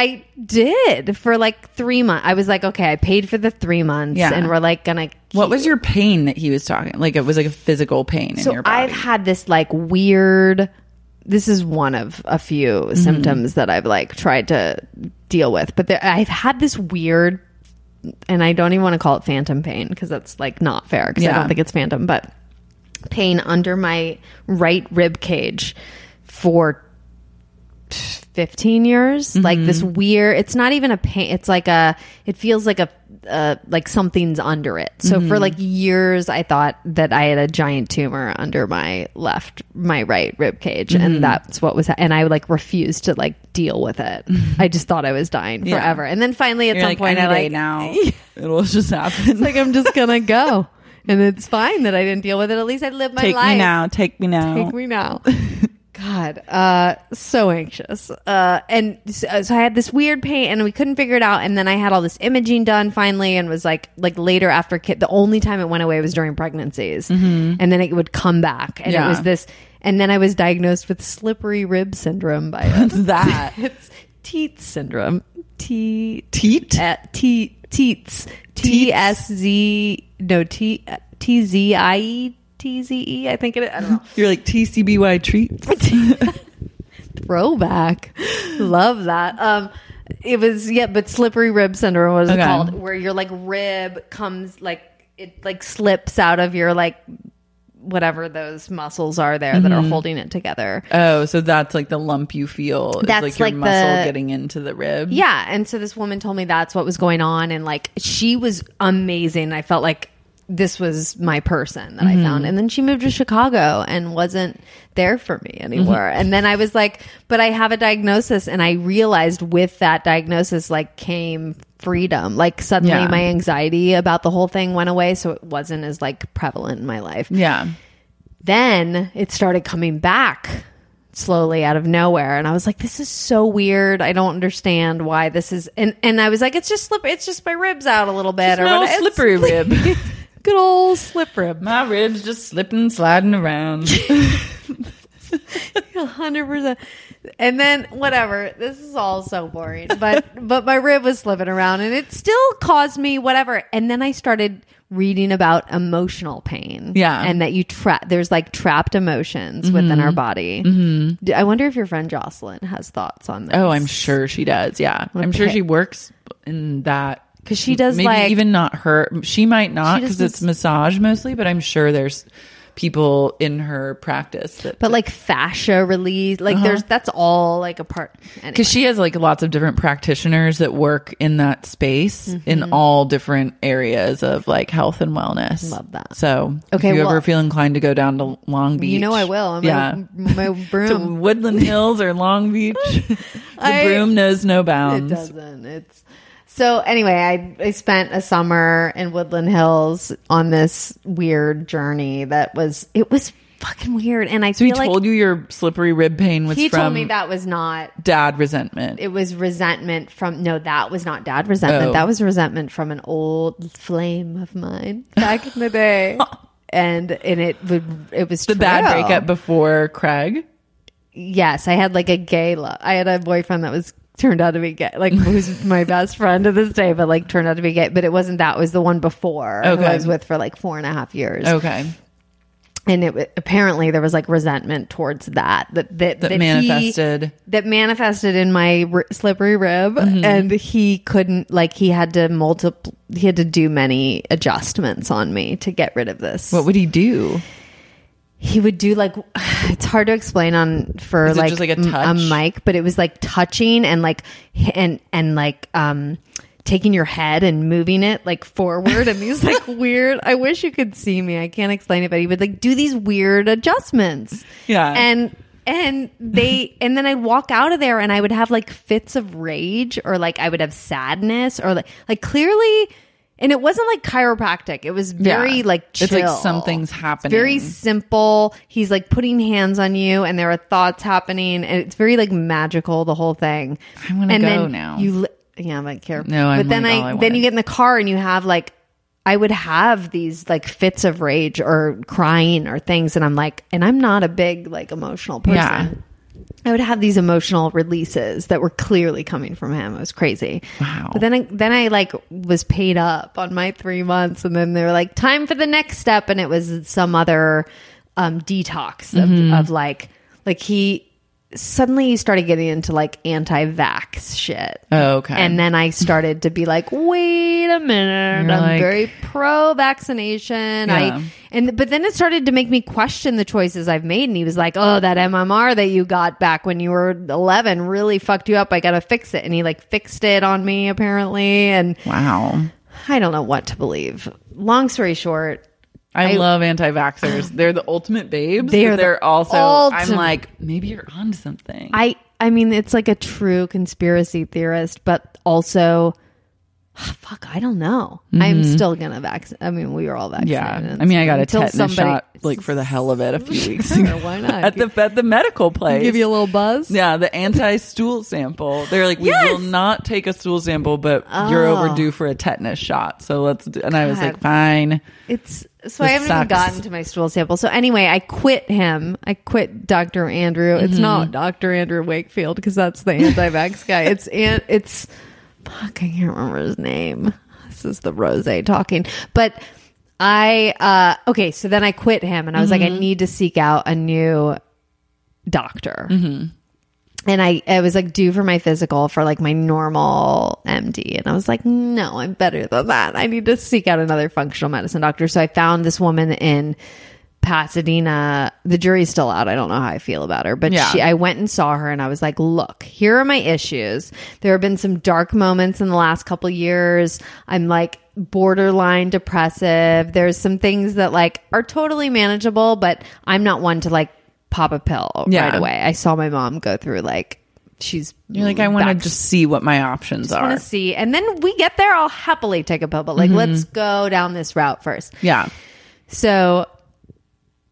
Speaker 2: I did for like three months. I was like, okay, I paid for the three months
Speaker 1: Yeah.
Speaker 2: and we're like gonna
Speaker 1: what was your pain that he was talking? Like it was like a physical pain in your body.
Speaker 2: I've had this like weird. This is one of a few
Speaker 1: Mm-hmm.
Speaker 2: symptoms that I've like tried to deal with, but there, I've had this weird, and I don't even want to call it phantom pain because that's like not fair because I
Speaker 1: Yeah.
Speaker 2: don't think it's phantom, but pain under my right rib cage for 15 years like this
Speaker 1: Mm-hmm.
Speaker 2: weird it's not even a pain it's like a it feels like a uh, like something's under it so
Speaker 1: Mm-hmm.
Speaker 2: for like years i thought that i had a giant tumor under my left my right rib cage
Speaker 1: Mm-hmm.
Speaker 2: and that's what was and i like refused to like deal with it
Speaker 1: [LAUGHS]
Speaker 2: i just thought i was dying
Speaker 1: Yeah.
Speaker 2: forever and then finally at
Speaker 1: You're
Speaker 2: some
Speaker 1: like,
Speaker 2: point
Speaker 1: any
Speaker 2: i
Speaker 1: day
Speaker 2: like [LAUGHS]
Speaker 1: now it'll just happen.
Speaker 2: it's like i'm just gonna go and it's fine that i didn't deal with it at least i lived my
Speaker 1: take
Speaker 2: life
Speaker 1: me now. Take me now.
Speaker 2: Take me now. [LAUGHS] God, uh, so anxious. Uh, and so, so I had this weird pain, and we couldn't figure it out. And then I had all this imaging done finally, and was like, like later after kid. The only time it went away was during pregnancies, and then it would come back, and
Speaker 1: Yeah.
Speaker 2: it was this. And then I was diagnosed with slippery rib syndrome by [LAUGHS] a
Speaker 1: that
Speaker 2: it's teat syndrome. T
Speaker 1: Teat?
Speaker 2: uh, T teats T S Z no T T Z I E T Z E. I think it. I don't know.
Speaker 1: you're like TCBY treats.
Speaker 2: Throwback, love that. Um, it was yeah, but slippery rib syndrome was
Speaker 1: Okay.
Speaker 2: it called, where your like rib comes like it like slips out of your like whatever those muscles are there that are holding it together.
Speaker 1: Oh, so that's like the lump you feel. It's
Speaker 2: That's
Speaker 1: like your
Speaker 2: like the-
Speaker 1: muscle getting into the rib.
Speaker 2: Yeah. And so this woman told me that's what was going on. And like, she was amazing. I felt like this was my person that I found. And then she moved to Chicago and wasn't there for me anymore. And then I was like, but I have a diagnosis. And I realized with that diagnosis, like, came freedom. Like, suddenly
Speaker 1: Yeah.
Speaker 2: my anxiety about the whole thing went away. So it wasn't as like prevalent in my life
Speaker 1: Yeah.
Speaker 2: then it started coming back slowly out of nowhere and i was like this is so weird i don't understand why this is and and i was like it's just slip it's just my ribs out a little bit or
Speaker 1: No
Speaker 2: what- it's
Speaker 1: slippery rib.
Speaker 2: [LAUGHS] good old slip rib
Speaker 1: My ribs just slipping, sliding
Speaker 2: [LAUGHS]
Speaker 1: around.
Speaker 2: 100% and then whatever this is all
Speaker 1: [LAUGHS]
Speaker 2: so boring but but my rib was slipping around and it still caused me whatever and then i started reading about emotional pain.
Speaker 1: Yeah. Mm-hmm.
Speaker 2: And that you trap, there's like trapped emotions within our body. D- I wonder if your friend Jocelyn has thoughts on this.
Speaker 1: Oh, I'm sure she does. Yeah. I'm sure she works in that.
Speaker 2: Because she does
Speaker 1: Maybe
Speaker 2: like,
Speaker 1: even not her. She might not
Speaker 2: She does
Speaker 1: because it's massage mostly, but I'm sure there's people in her practice that.
Speaker 2: but like fascia release.
Speaker 1: Uh-huh.
Speaker 2: Like there's, that's all like a part. Anyway.
Speaker 1: because she has like lots of different practitioners that work in that space
Speaker 2: Mm-hmm.
Speaker 1: in all different areas of like health and wellness.
Speaker 2: Love that.
Speaker 1: So
Speaker 2: Okay,
Speaker 1: if you
Speaker 2: well-
Speaker 1: ever feel inclined to go down to Long Beach,
Speaker 2: You know I will. I'm
Speaker 1: yeah,
Speaker 2: my, my
Speaker 1: [LAUGHS] to
Speaker 2: broom.
Speaker 1: Woodland Hills or Long Beach,
Speaker 2: [LAUGHS]
Speaker 1: the
Speaker 2: I-
Speaker 1: broom knows no
Speaker 2: It
Speaker 1: bounds.
Speaker 2: doesn't. It's so anyway, I I spent a summer in Woodland Hills on this weird journey that was it was fucking weird and I
Speaker 1: So he
Speaker 2: feel like
Speaker 1: told you your slippery rib pain was
Speaker 2: he
Speaker 1: from
Speaker 2: told me that was not
Speaker 1: dad resentment.
Speaker 2: it was resentment from no that was not dad resentment
Speaker 1: Oh.
Speaker 2: that was resentment from an old flame of mine back in
Speaker 1: [LAUGHS]
Speaker 2: the day and and it would it was
Speaker 1: the bad
Speaker 2: true.
Speaker 1: breakup before Craig.
Speaker 2: Yes, I had like a gay love. I had a boyfriend that was turned out to be gay, like
Speaker 1: [LAUGHS]
Speaker 2: who's my best friend to this day, but like turned out to be gay. But it wasn't that; it was the one before who
Speaker 1: Okay. Oh.
Speaker 2: I was with for like four and a half years.
Speaker 1: Okay.
Speaker 2: And it wa- apparently there was like resentment towards that that that,
Speaker 1: That
Speaker 2: he-
Speaker 1: manifested.
Speaker 2: that manifested in my r- slippery rib,
Speaker 1: Mm-hmm.
Speaker 2: and he couldn't like he had to multiple he had to do many adjustments on me to get rid of this.
Speaker 1: What would he do?
Speaker 2: he would do like [SIGHS] it's hard to explain on for
Speaker 1: Is it
Speaker 2: like,
Speaker 1: just, like, a
Speaker 2: m-
Speaker 1: touch?
Speaker 2: mic but it was like touching and like h- and and like um taking your head and moving it like forward and these
Speaker 1: [LAUGHS]
Speaker 2: like weird i wish you could see me i can't explain it but he would like do these weird adjustments
Speaker 1: Yeah.
Speaker 2: and and they
Speaker 1: [LAUGHS]
Speaker 2: and then i'd walk out of there and i would have like fits of rage or like i would have sadness or like like clearly and it wasn't like chiropractic it was very
Speaker 1: Yeah.
Speaker 2: like chill
Speaker 1: It's like something's happening.
Speaker 2: very simple. He's like putting hands on you, and there are thoughts happening, and it's very like magical. The whole thing.
Speaker 1: I wanna
Speaker 2: And
Speaker 1: go
Speaker 2: then
Speaker 1: now.
Speaker 2: You, li- yeah, I don't care.
Speaker 1: No, I'm
Speaker 2: but then
Speaker 1: like, all I
Speaker 2: I,
Speaker 1: wanted.
Speaker 2: then you get in the car and you have like, I would have these like fits of rage or crying or things, and I'm like, and I'm not a big like emotional person.
Speaker 1: Yeah.
Speaker 2: I would have these emotional releases that were clearly coming from him. It was crazy.
Speaker 1: Wow.
Speaker 2: But then I then I like was paid up on my three months, and then they were like, "Time for the next step," and it was some other um, detox of, of like like he suddenly he started getting into like anti-vax shit.
Speaker 1: Oh, okay.
Speaker 2: And then I started to be like, wait a minute,
Speaker 1: You're
Speaker 2: I'm
Speaker 1: like-
Speaker 2: very pro vaccination.
Speaker 1: Yeah.
Speaker 2: I and but then it started to make me question the choices I've made. And he was like, oh, that MMR that you got back when you were 11 really fucked you up. I gotta fix it. And he like fixed it on me apparently. And
Speaker 1: wow.
Speaker 2: I don't know what to believe. Long story short,
Speaker 1: I, love
Speaker 2: [SIGHS]
Speaker 1: anti-vaxxers. They're the ultimate babes.
Speaker 2: They
Speaker 1: but
Speaker 2: are the
Speaker 1: they're also I'm
Speaker 2: ultimate-
Speaker 1: like, maybe you're on something.
Speaker 2: I I mean it's like a true conspiracy theorist, but also [SIGHS] fuck, I don't know. I'm still gonna vaccinate. I mean, we were all vaccinated.
Speaker 1: Mm-hmm. yeah. I mean, I got a
Speaker 2: Until
Speaker 1: tetanus
Speaker 2: somebody-
Speaker 1: shot
Speaker 2: [LAUGHS]
Speaker 1: like for the hell of it a few weeks
Speaker 2: Sure,
Speaker 1: ago.
Speaker 2: why
Speaker 1: [LAUGHS]
Speaker 2: not?
Speaker 1: at the at the medical place.
Speaker 2: Give you a little buzz.
Speaker 1: Yeah, the anti-stool sample. They're like, we
Speaker 2: Yes! Oh.
Speaker 1: will not take a stool sample, but you're overdue for a tetanus shot. So let's. Do, and I was like,
Speaker 2: God.
Speaker 1: fine.
Speaker 2: It's so I
Speaker 1: This
Speaker 2: haven't
Speaker 1: sucks.
Speaker 2: even gotten to my stool sample. So anyway, I quit him. I quit Dr. Andrew. It's not Dr. Andrew Wakefield because that's the anti-vax guy. It's an, it's fuck. I can't remember his name. This is the rose talking. But I uh okay. So then I quit him, and I was like, I need to seek out a new doctor. And I, I was like due for my physical for like my normal MD. And I was like, no, I'm better than that. I need to seek out another functional medicine doctor. So I found this woman in Pasadena. The jury's still out. I don't know how I feel about her, but
Speaker 1: Yeah.
Speaker 2: she, I went and saw her and I was like, look, here are my issues. There have been some dark moments in the last couple years. I'm like borderline depressive. There's some things that like are totally manageable, but I'm not one to like pop a pill right
Speaker 1: Yeah.
Speaker 2: away. I saw my mom go through like she's
Speaker 1: You're like, I want Mm, to just see what my options
Speaker 2: want
Speaker 1: are.
Speaker 2: to see, and then we get there. I'll happily take a pill, but
Speaker 1: Mm-hmm.
Speaker 2: like let's go down this route first.
Speaker 1: Yeah.
Speaker 2: So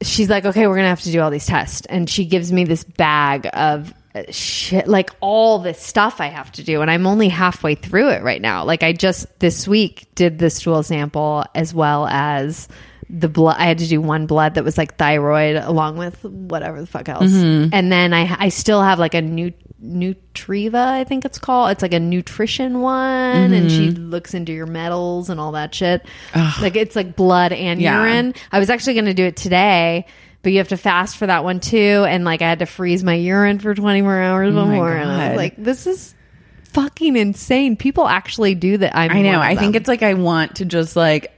Speaker 2: she's like, okay, we're gonna have to do all these tests, and she gives me this bag of uh, shit, like all this stuff I have to do, and I'm only halfway through it right now. Like I just this week did the stool sample as well as the blood. I had to do one blood that was like thyroid, along with whatever the fuck else. And then I I still have like a new Nutriva, I think it's called. It's like a nutrition one, and she looks into your metals and all that shit. Like it's like blood and
Speaker 1: Yeah.
Speaker 2: urine. I was actually going to do it today. But you have to fast for that one too, and like I had to freeze my urine for 24 hours
Speaker 1: my
Speaker 2: before, and I
Speaker 1: God.
Speaker 2: was like, "This is fucking insane. People actually do that. I'm
Speaker 1: I know.
Speaker 2: one of
Speaker 1: I think
Speaker 2: them.
Speaker 1: it's like I want to just like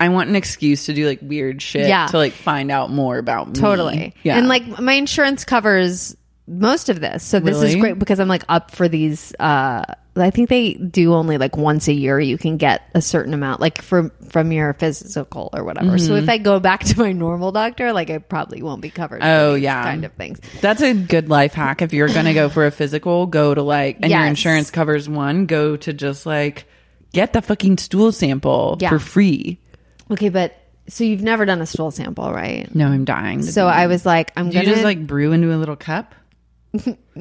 Speaker 1: I want an excuse to do like weird shit
Speaker 2: Yeah.
Speaker 1: to like find out more about me.
Speaker 2: totally.
Speaker 1: Yeah.
Speaker 2: And like my insurance covers most of this. So this
Speaker 1: Really?
Speaker 2: is great because I'm like up for these uh I think they do only like once a year you can get a certain amount like from from your physical or whatever. So if I go back [LAUGHS] to my normal doctor, like I probably won't be covered. for
Speaker 1: Oh,
Speaker 2: these
Speaker 1: yeah.
Speaker 2: Kind of things.
Speaker 1: That's a good life hack. If you're going to go for a physical, go to like, and your
Speaker 2: Yes.
Speaker 1: insurance covers one, go to just like, get the fucking stool sample
Speaker 2: Yeah.
Speaker 1: for free.
Speaker 2: Okay, but so you've never done a stool sample, right?
Speaker 1: No, I'm dying. to
Speaker 2: So
Speaker 1: do
Speaker 2: I was like, I'm
Speaker 1: that. do
Speaker 2: gonna
Speaker 1: you just like brew into a little
Speaker 2: [LAUGHS]
Speaker 1: cup?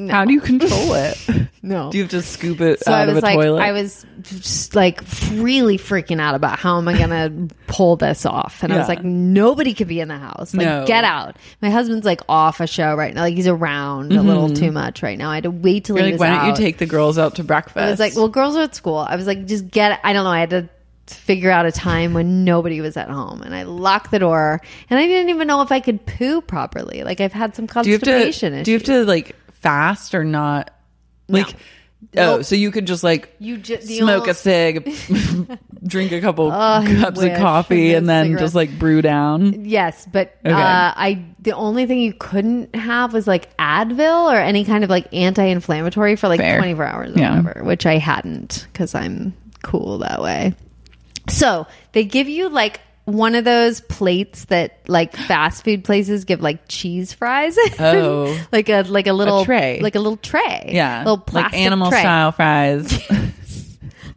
Speaker 1: How do you control it?
Speaker 2: no.
Speaker 1: do you have to scoop it
Speaker 2: So
Speaker 1: out
Speaker 2: I was
Speaker 1: of a
Speaker 2: like,
Speaker 1: toilet?
Speaker 2: I was just like really freaking out about how am I going to pull this off? And I was
Speaker 1: Yeah.
Speaker 2: like, nobody could be in the house. Like,
Speaker 1: No.
Speaker 2: get out. My husband's like off a show right now. Like he's around a little too much right now. I had to wait
Speaker 1: Mm-hmm.
Speaker 2: till
Speaker 1: You're
Speaker 2: he
Speaker 1: like,
Speaker 2: was
Speaker 1: why don't you
Speaker 2: out.
Speaker 1: take the girls out to breakfast?
Speaker 2: I was like, well, girls are at school. I was like, just get. I don't know. I had to figure out a time when nobody was at home, and I locked the door, and I didn't even know if I could poo properly. Like I've had some
Speaker 1: do you have
Speaker 2: constipation
Speaker 1: to,
Speaker 2: issues.
Speaker 1: do you have to like fast or not? Like, oh, so you could just like
Speaker 2: You just
Speaker 1: smoke a cig,
Speaker 2: [LAUGHS]
Speaker 1: drink a couple
Speaker 2: Oh, I
Speaker 1: cups of
Speaker 2: wish.
Speaker 1: coffee,
Speaker 2: No
Speaker 1: and then just
Speaker 2: cigarettes.
Speaker 1: like brew down.
Speaker 2: Yes, but
Speaker 1: Okay.
Speaker 2: uh, I the only thing you couldn't have was like Advil or any kind of like anti-inflammatory for like
Speaker 1: Fair.
Speaker 2: 24 hours or
Speaker 1: Yeah.
Speaker 2: whatever, which I hadn't because I'm cool that way. So they give you like one of those plates that like fast food places give like cheese fries. in.
Speaker 1: Oh.
Speaker 2: [LAUGHS] like a like a little
Speaker 1: tray.
Speaker 2: like a little tray.
Speaker 1: Yeah,
Speaker 2: little
Speaker 1: like
Speaker 2: plastic
Speaker 1: animal
Speaker 2: tray.
Speaker 1: style
Speaker 2: [LAUGHS]
Speaker 1: fries.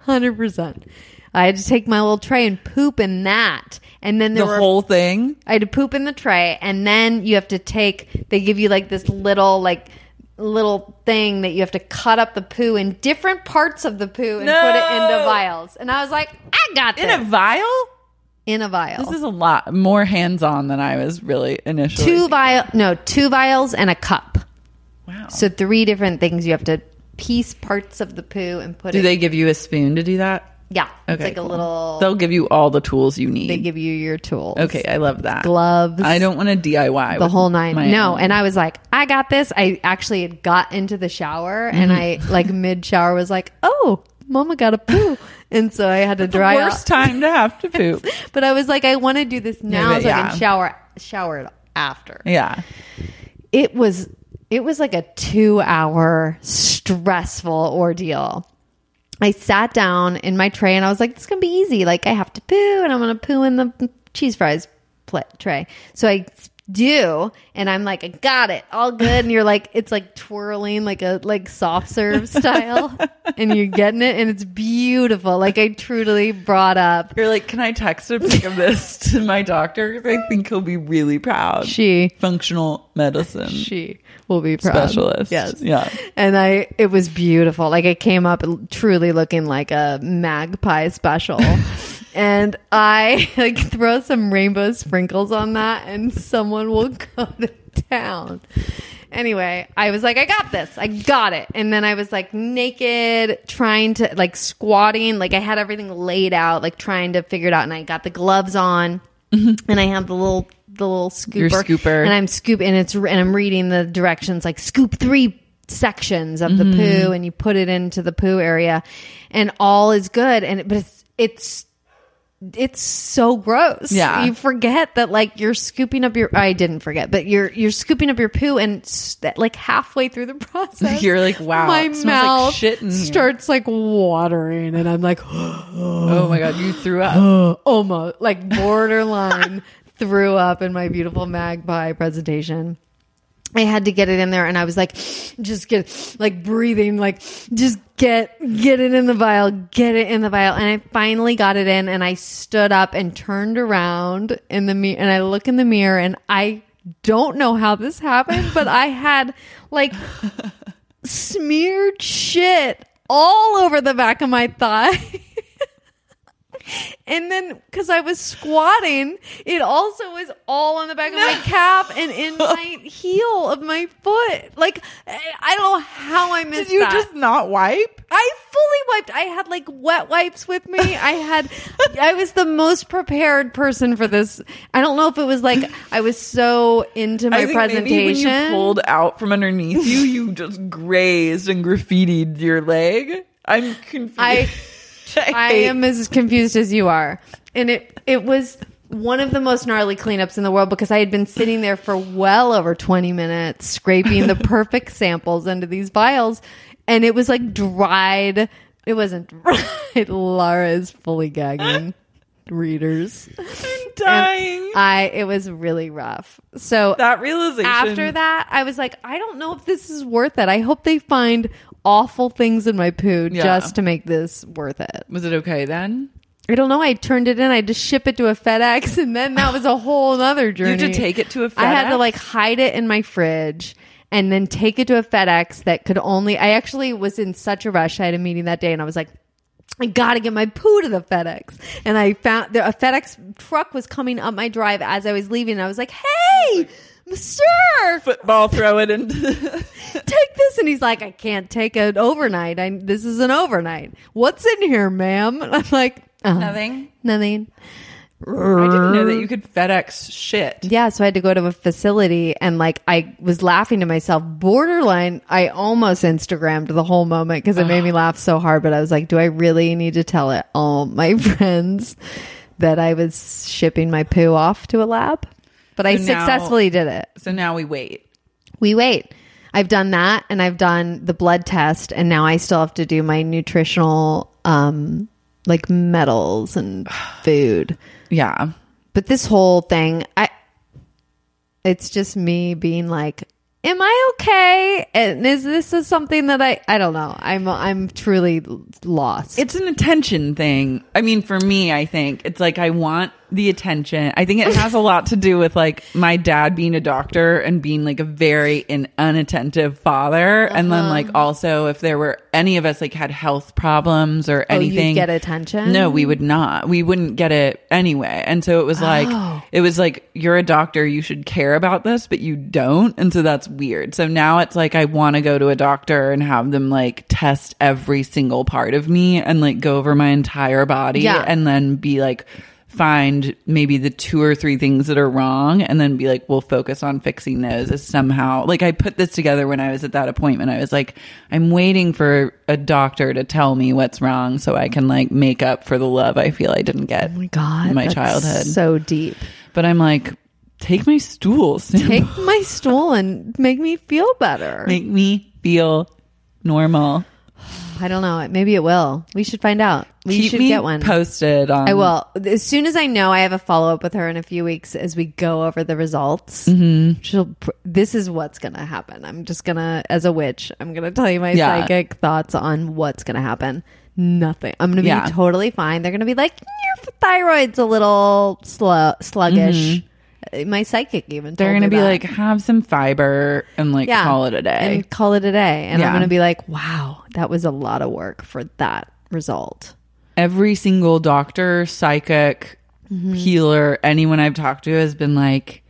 Speaker 2: hundred percent. I had to take my little tray and poop in that, and then there
Speaker 1: the
Speaker 2: were
Speaker 1: whole thing.
Speaker 2: I had to poop in the tray, and then you have to take. They give you like this little like little thing that you have to cut up the poo in different parts of the poo and
Speaker 1: No!
Speaker 2: put it into vials. And I was like, I got this
Speaker 1: In a vial?
Speaker 2: in a vial.
Speaker 1: This is a lot more hands on than I was really initially.
Speaker 2: two vial, no, two vials and a cup.
Speaker 1: Wow.
Speaker 2: So three different things you have to piece parts of the poo and put
Speaker 1: do
Speaker 2: it.
Speaker 1: they give you a spoon to do that?
Speaker 2: yeah, it's
Speaker 1: Okay,
Speaker 2: like
Speaker 1: cool.
Speaker 2: a little.
Speaker 1: They'll give you all the tools you need.
Speaker 2: they give you your tools.
Speaker 1: okay, I love that.
Speaker 2: Gloves.
Speaker 1: I don't want to DIY
Speaker 2: the
Speaker 1: with
Speaker 2: whole nine.
Speaker 1: my
Speaker 2: No,
Speaker 1: own.
Speaker 2: and I was like, I got this. I actually had got into the shower, and I
Speaker 1: Mm-hmm.
Speaker 2: like mid shower was like, oh, mama got a poo, and so I had to dry
Speaker 1: worst
Speaker 2: out.
Speaker 1: time to have [LAUGHS] to poop.
Speaker 2: But I was like, I want to do this now
Speaker 1: but
Speaker 2: so I
Speaker 1: yeah.
Speaker 2: can shower shower it after.
Speaker 1: yeah,
Speaker 2: It was it was like a two hour stressful ordeal. I sat down in my tray and I was like, this is going to be easy. Like, I have to poo and I'm going to poo in the cheese fries pla tray. So I do and I'm like, I got it. All good. And you're like, it's like twirling like a like soft serve style and you're getting it and it's beautiful. Like I truly brought up
Speaker 1: you're like, can I text a pic of this to my doctor? 'Cause I think he'll be really proud.
Speaker 2: she
Speaker 1: functional medicine
Speaker 2: she will be proud.
Speaker 1: specialist.
Speaker 2: Yes.
Speaker 1: yeah.
Speaker 2: [LAUGHS] And I, it was beautiful. Like I came up truly looking like a magpie special. and I like throw some rainbow sprinkles on that and someone will [LAUGHS] go to town. Anyway, I was like, I got this. I got it. And then I was like naked, trying to like squatting. Like I had everything laid out, like trying to figure it out. And I got the gloves on and I have the little, the little scooper.
Speaker 1: Your scooper.
Speaker 2: And I I'm scooping and it's and I'm reading the directions like scoop three sections of the
Speaker 1: Mm-hmm.
Speaker 2: poo and you put it into the poo area and all is good and but it's it's it's so gross.
Speaker 1: Yeah.
Speaker 2: You forget that like you're scooping up your I didn't forget, but you're you're scooping up your poo and s- that, like halfway through the [LAUGHS] process
Speaker 1: You're like, wow,
Speaker 2: My
Speaker 1: it smells like
Speaker 2: mouth
Speaker 1: shit in here.
Speaker 2: starts like watering and I'm like
Speaker 1: Oh my god, you threw [GASPS] up.
Speaker 2: almost like borderline threw up in my beautiful magpie presentation. I had to get it in there and I was like just get like breathing like just get get it in the vial get it in the vial and I finally got it in and I stood up and turned around in the mirror and I look in the mirror and I don't know how this happened but I had like smeared shit all over the back of my thigh [LAUGHS] And then, because I was squatting, it also was all on the back of my calf
Speaker 1: [LAUGHS]
Speaker 2: and in my heel of my foot. Like, I I don't know how I missed
Speaker 1: Did you
Speaker 2: that.
Speaker 1: just not wipe?
Speaker 2: I fully wiped. I had like wet wipes with me. I had, I was the most prepared person for this. I don't know if it was like I was so into
Speaker 1: I
Speaker 2: my
Speaker 1: think Maybe
Speaker 2: presentation.
Speaker 1: when you pulled out from underneath you, you just grazed and graffitied your leg. I'm confused. [LAUGHS]
Speaker 2: I- [LAUGHS] I
Speaker 1: hate-
Speaker 2: am as confused as you are. And it it was one of the most gnarly cleanups in the world because I had been sitting there for well over 20 minutes scraping [LAUGHS] the perfect samples into these vials and it was like dried it wasn't [LAUGHS] dried. Lara is fully gagging [LAUGHS] readers.
Speaker 1: I'm dying.
Speaker 2: I it was really rough. So
Speaker 1: that realization
Speaker 2: after that, I was like, I don't know if this is worth it. I hope they find awful things in my poo
Speaker 1: Yeah.
Speaker 2: just to make this worth it.
Speaker 1: was it okay then?
Speaker 2: I don't know. I turned it in. I had to ship it to a FedEx, [LAUGHS] and then that was a whole other journey.
Speaker 1: had to take it to a
Speaker 2: I had to
Speaker 1: FedEx?
Speaker 2: like hide it in my fridge, and then take it to a FedEx that could only. I actually was in such a rush. I had a meeting that day, and I was like. I gotta get my poo to the FedEx, and I found there, a FedEx truck was coming up my drive as I was leaving. And I was like, "Hey, sir,
Speaker 1: Football, throw it into. [LAUGHS] The-
Speaker 2: [LAUGHS] take this and he's like i can't take an overnight I, this is an overnight what's in here ma'am [LAUGHS] and i'm like uh,
Speaker 1: Nothing.
Speaker 2: nothing
Speaker 1: I didn't know
Speaker 2: Mm-hmm.
Speaker 1: that you could FedEx shit.
Speaker 2: yeah so i had to go to a facility and like i was laughing to myself borderline i almost instagrammed the whole moment because it made me laugh so hard but i was like do i really need to tell it all my [LAUGHS] friends that i was shipping my poo off to a lab but i
Speaker 1: So now-
Speaker 2: successfully did it
Speaker 1: So now we wait.
Speaker 2: we wait. I've done that and I've done the blood test and now I still have to do my nutritional um like metals and food.
Speaker 1: Yeah.
Speaker 2: But this whole thing, I it's just me being like Am I okay? And is this is something that I I don't know. I'm I'm truly lost.
Speaker 1: It's an attention thing. I mean, for me, I think it's like I want the attention. I think it has a lot to do with like my dad being a doctor and being like a very an unattentive father. And
Speaker 2: Uh-huh.
Speaker 1: then like also if there were any of us like had health problems or
Speaker 2: Oh, you'd
Speaker 1: anything.
Speaker 2: get attention?
Speaker 1: No, we would not. We wouldn't get it anyway. And so it was like it was like you're a doctor, you should care about this, but you don't. And so that's weird. So now it's like I want to go to a doctor and have them like test every single part of me and like go over my entire body
Speaker 2: Yeah.
Speaker 1: and then be like find maybe the two or three things that are wrong and then be like we'll focus on fixing those as somehow like i put this together when i was at that appointment i was like i'm waiting for a doctor to tell me what's wrong so i can like make up for the love i feel i didn't get
Speaker 2: oh my god.
Speaker 1: in my
Speaker 2: that's
Speaker 1: childhood
Speaker 2: So deep.
Speaker 1: but i'm like take my stool [LAUGHS] Sam.
Speaker 2: Take my stool and make me feel better.
Speaker 1: make me feel normal
Speaker 2: I don't know. Maybe it will. We should find out. We
Speaker 1: keep
Speaker 2: should
Speaker 1: me
Speaker 2: get one.
Speaker 1: posted on
Speaker 2: I will. As soon as I know, I have a follow up with her in a few weeks as we go over the results. Mm-hmm. She'll. pr- This is what's gonna happen. I'm just gonna, as a witch, I'm gonna tell you my
Speaker 1: Yeah.
Speaker 2: psychic thoughts on what's gonna happen. Nothing. I'm gonna be
Speaker 1: Yeah.
Speaker 2: totally fine. They're gonna be like, your thyroid's a little slow, sluggish. Uh, My psychic even.
Speaker 1: Mm-hmm. they're gonna
Speaker 2: told me
Speaker 1: be
Speaker 2: that.
Speaker 1: like have some fiber and like
Speaker 2: Yeah.
Speaker 1: call it a day
Speaker 2: and call it a day. And I'm
Speaker 1: Yeah.
Speaker 2: gonna be like, wow, that was a lot of work for that result.
Speaker 1: every single doctor, psychic,
Speaker 2: Mm-hmm.
Speaker 1: healer, anyone I've talked to has been like,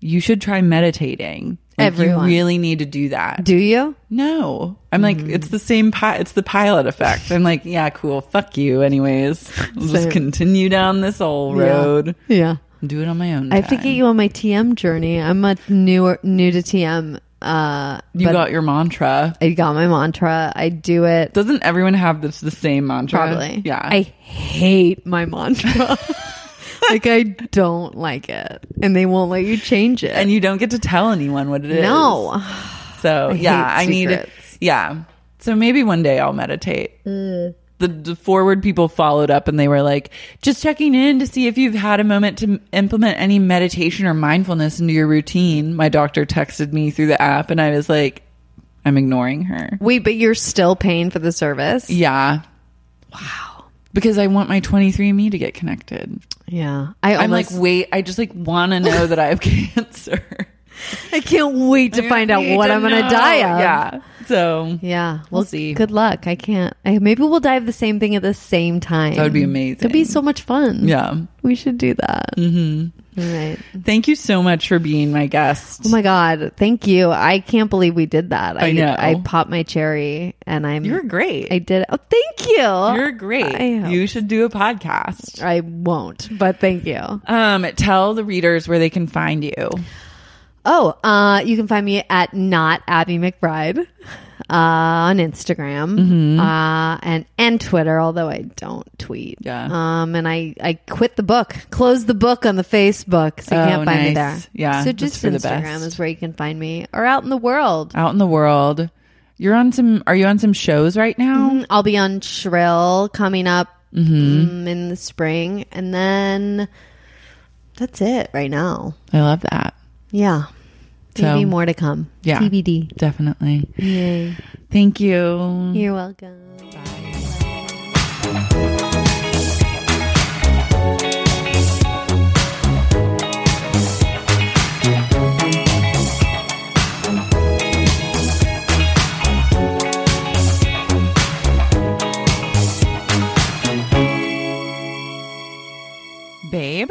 Speaker 1: you should try meditating. Like,
Speaker 2: Everyone.
Speaker 1: You really need to do that.
Speaker 2: Do you?
Speaker 1: no. I'm like,
Speaker 2: Mm-hmm.
Speaker 1: it's the same, pi- it's the pilot effect. I'm like, yeah, cool. Fuck you. Anyways,
Speaker 2: [LAUGHS]
Speaker 1: I'll just
Speaker 2: Same.
Speaker 1: continue down this old road.
Speaker 2: Yeah.
Speaker 1: Do it on my own.
Speaker 2: I have to get you on my TM journey. I'm a newer new to TM. Uh,
Speaker 1: You got your mantra.
Speaker 2: I got my mantra. I do it
Speaker 1: Doesn't everyone have this the same mantra?
Speaker 2: probably.
Speaker 1: Yeah.
Speaker 2: I hate my mantra. [LAUGHS] like I don't like it, and they won't let you change it.
Speaker 1: and you don't get to tell anyone what it is.
Speaker 2: no,
Speaker 1: So
Speaker 2: I
Speaker 1: yeah,
Speaker 2: hate
Speaker 1: I need
Speaker 2: secrets. Mm.
Speaker 1: yeah. So maybe one day I'll meditate. The, the forward people followed up and they were like, just checking in to see if you've had a moment to m- implement any meditation or mindfulness into your routine. My doctor texted me through the app and I was like, I'm ignoring her.
Speaker 2: wait, but you're still paying for the service.
Speaker 1: Yeah. Wow. Because I want my 23andMe to get connected.
Speaker 2: Yeah, I
Speaker 1: I'm like,
Speaker 2: almost,
Speaker 1: wait, I just like want to know that I have [LAUGHS] cancer.
Speaker 2: I can't wait to find out
Speaker 1: need
Speaker 2: what
Speaker 1: to [LAUGHS]
Speaker 2: I'm gonna
Speaker 1: know.
Speaker 2: die of.
Speaker 1: Yeah. So So
Speaker 2: Yeah,
Speaker 1: We'll
Speaker 2: well,
Speaker 1: see.
Speaker 2: Good luck. I can't. I, maybe we'll dive the same thing at the same time.
Speaker 1: that would be amazing.
Speaker 2: It'd be so much fun.
Speaker 1: yeah.
Speaker 2: we should do that. Mm-hmm. right.
Speaker 1: Thank you so much for being my guest.
Speaker 2: Oh my god! Thank you. I can't believe we did that. I,
Speaker 1: know.
Speaker 2: I popped my cherry, and I'm.
Speaker 1: You're great.
Speaker 2: I did. Oh, thank you.
Speaker 1: You're great.
Speaker 2: I hope-
Speaker 1: You should do a podcast.
Speaker 2: I won't, but thank you.
Speaker 1: Um, tell the readers where they can find you.
Speaker 2: Oh, uh, you can find me at not Abby McBride uh, on Instagram
Speaker 1: Mm-hmm.
Speaker 2: uh, and and Twitter, although I don't tweet.
Speaker 1: Yeah.
Speaker 2: Um, and I I quit the book, closed the book on the Facebook, so you
Speaker 1: Oh,
Speaker 2: can't find me there.
Speaker 1: nice. Yeah,
Speaker 2: So
Speaker 1: that's
Speaker 2: just
Speaker 1: for the
Speaker 2: Instagram
Speaker 1: best.
Speaker 2: is where you can find me, or out in the world.
Speaker 1: Out in the world. You're on some are you on some shows right now?
Speaker 2: I'll be on Shrill coming up
Speaker 1: Mm-hmm.
Speaker 2: mm, in the spring, and then that's it right now.
Speaker 1: I love that.
Speaker 2: Yeah.
Speaker 1: So-
Speaker 2: Maybe more to come.
Speaker 1: Yeah.
Speaker 2: TBD.
Speaker 1: Definitely. Thank you.
Speaker 2: You're welcome.
Speaker 1: Babe?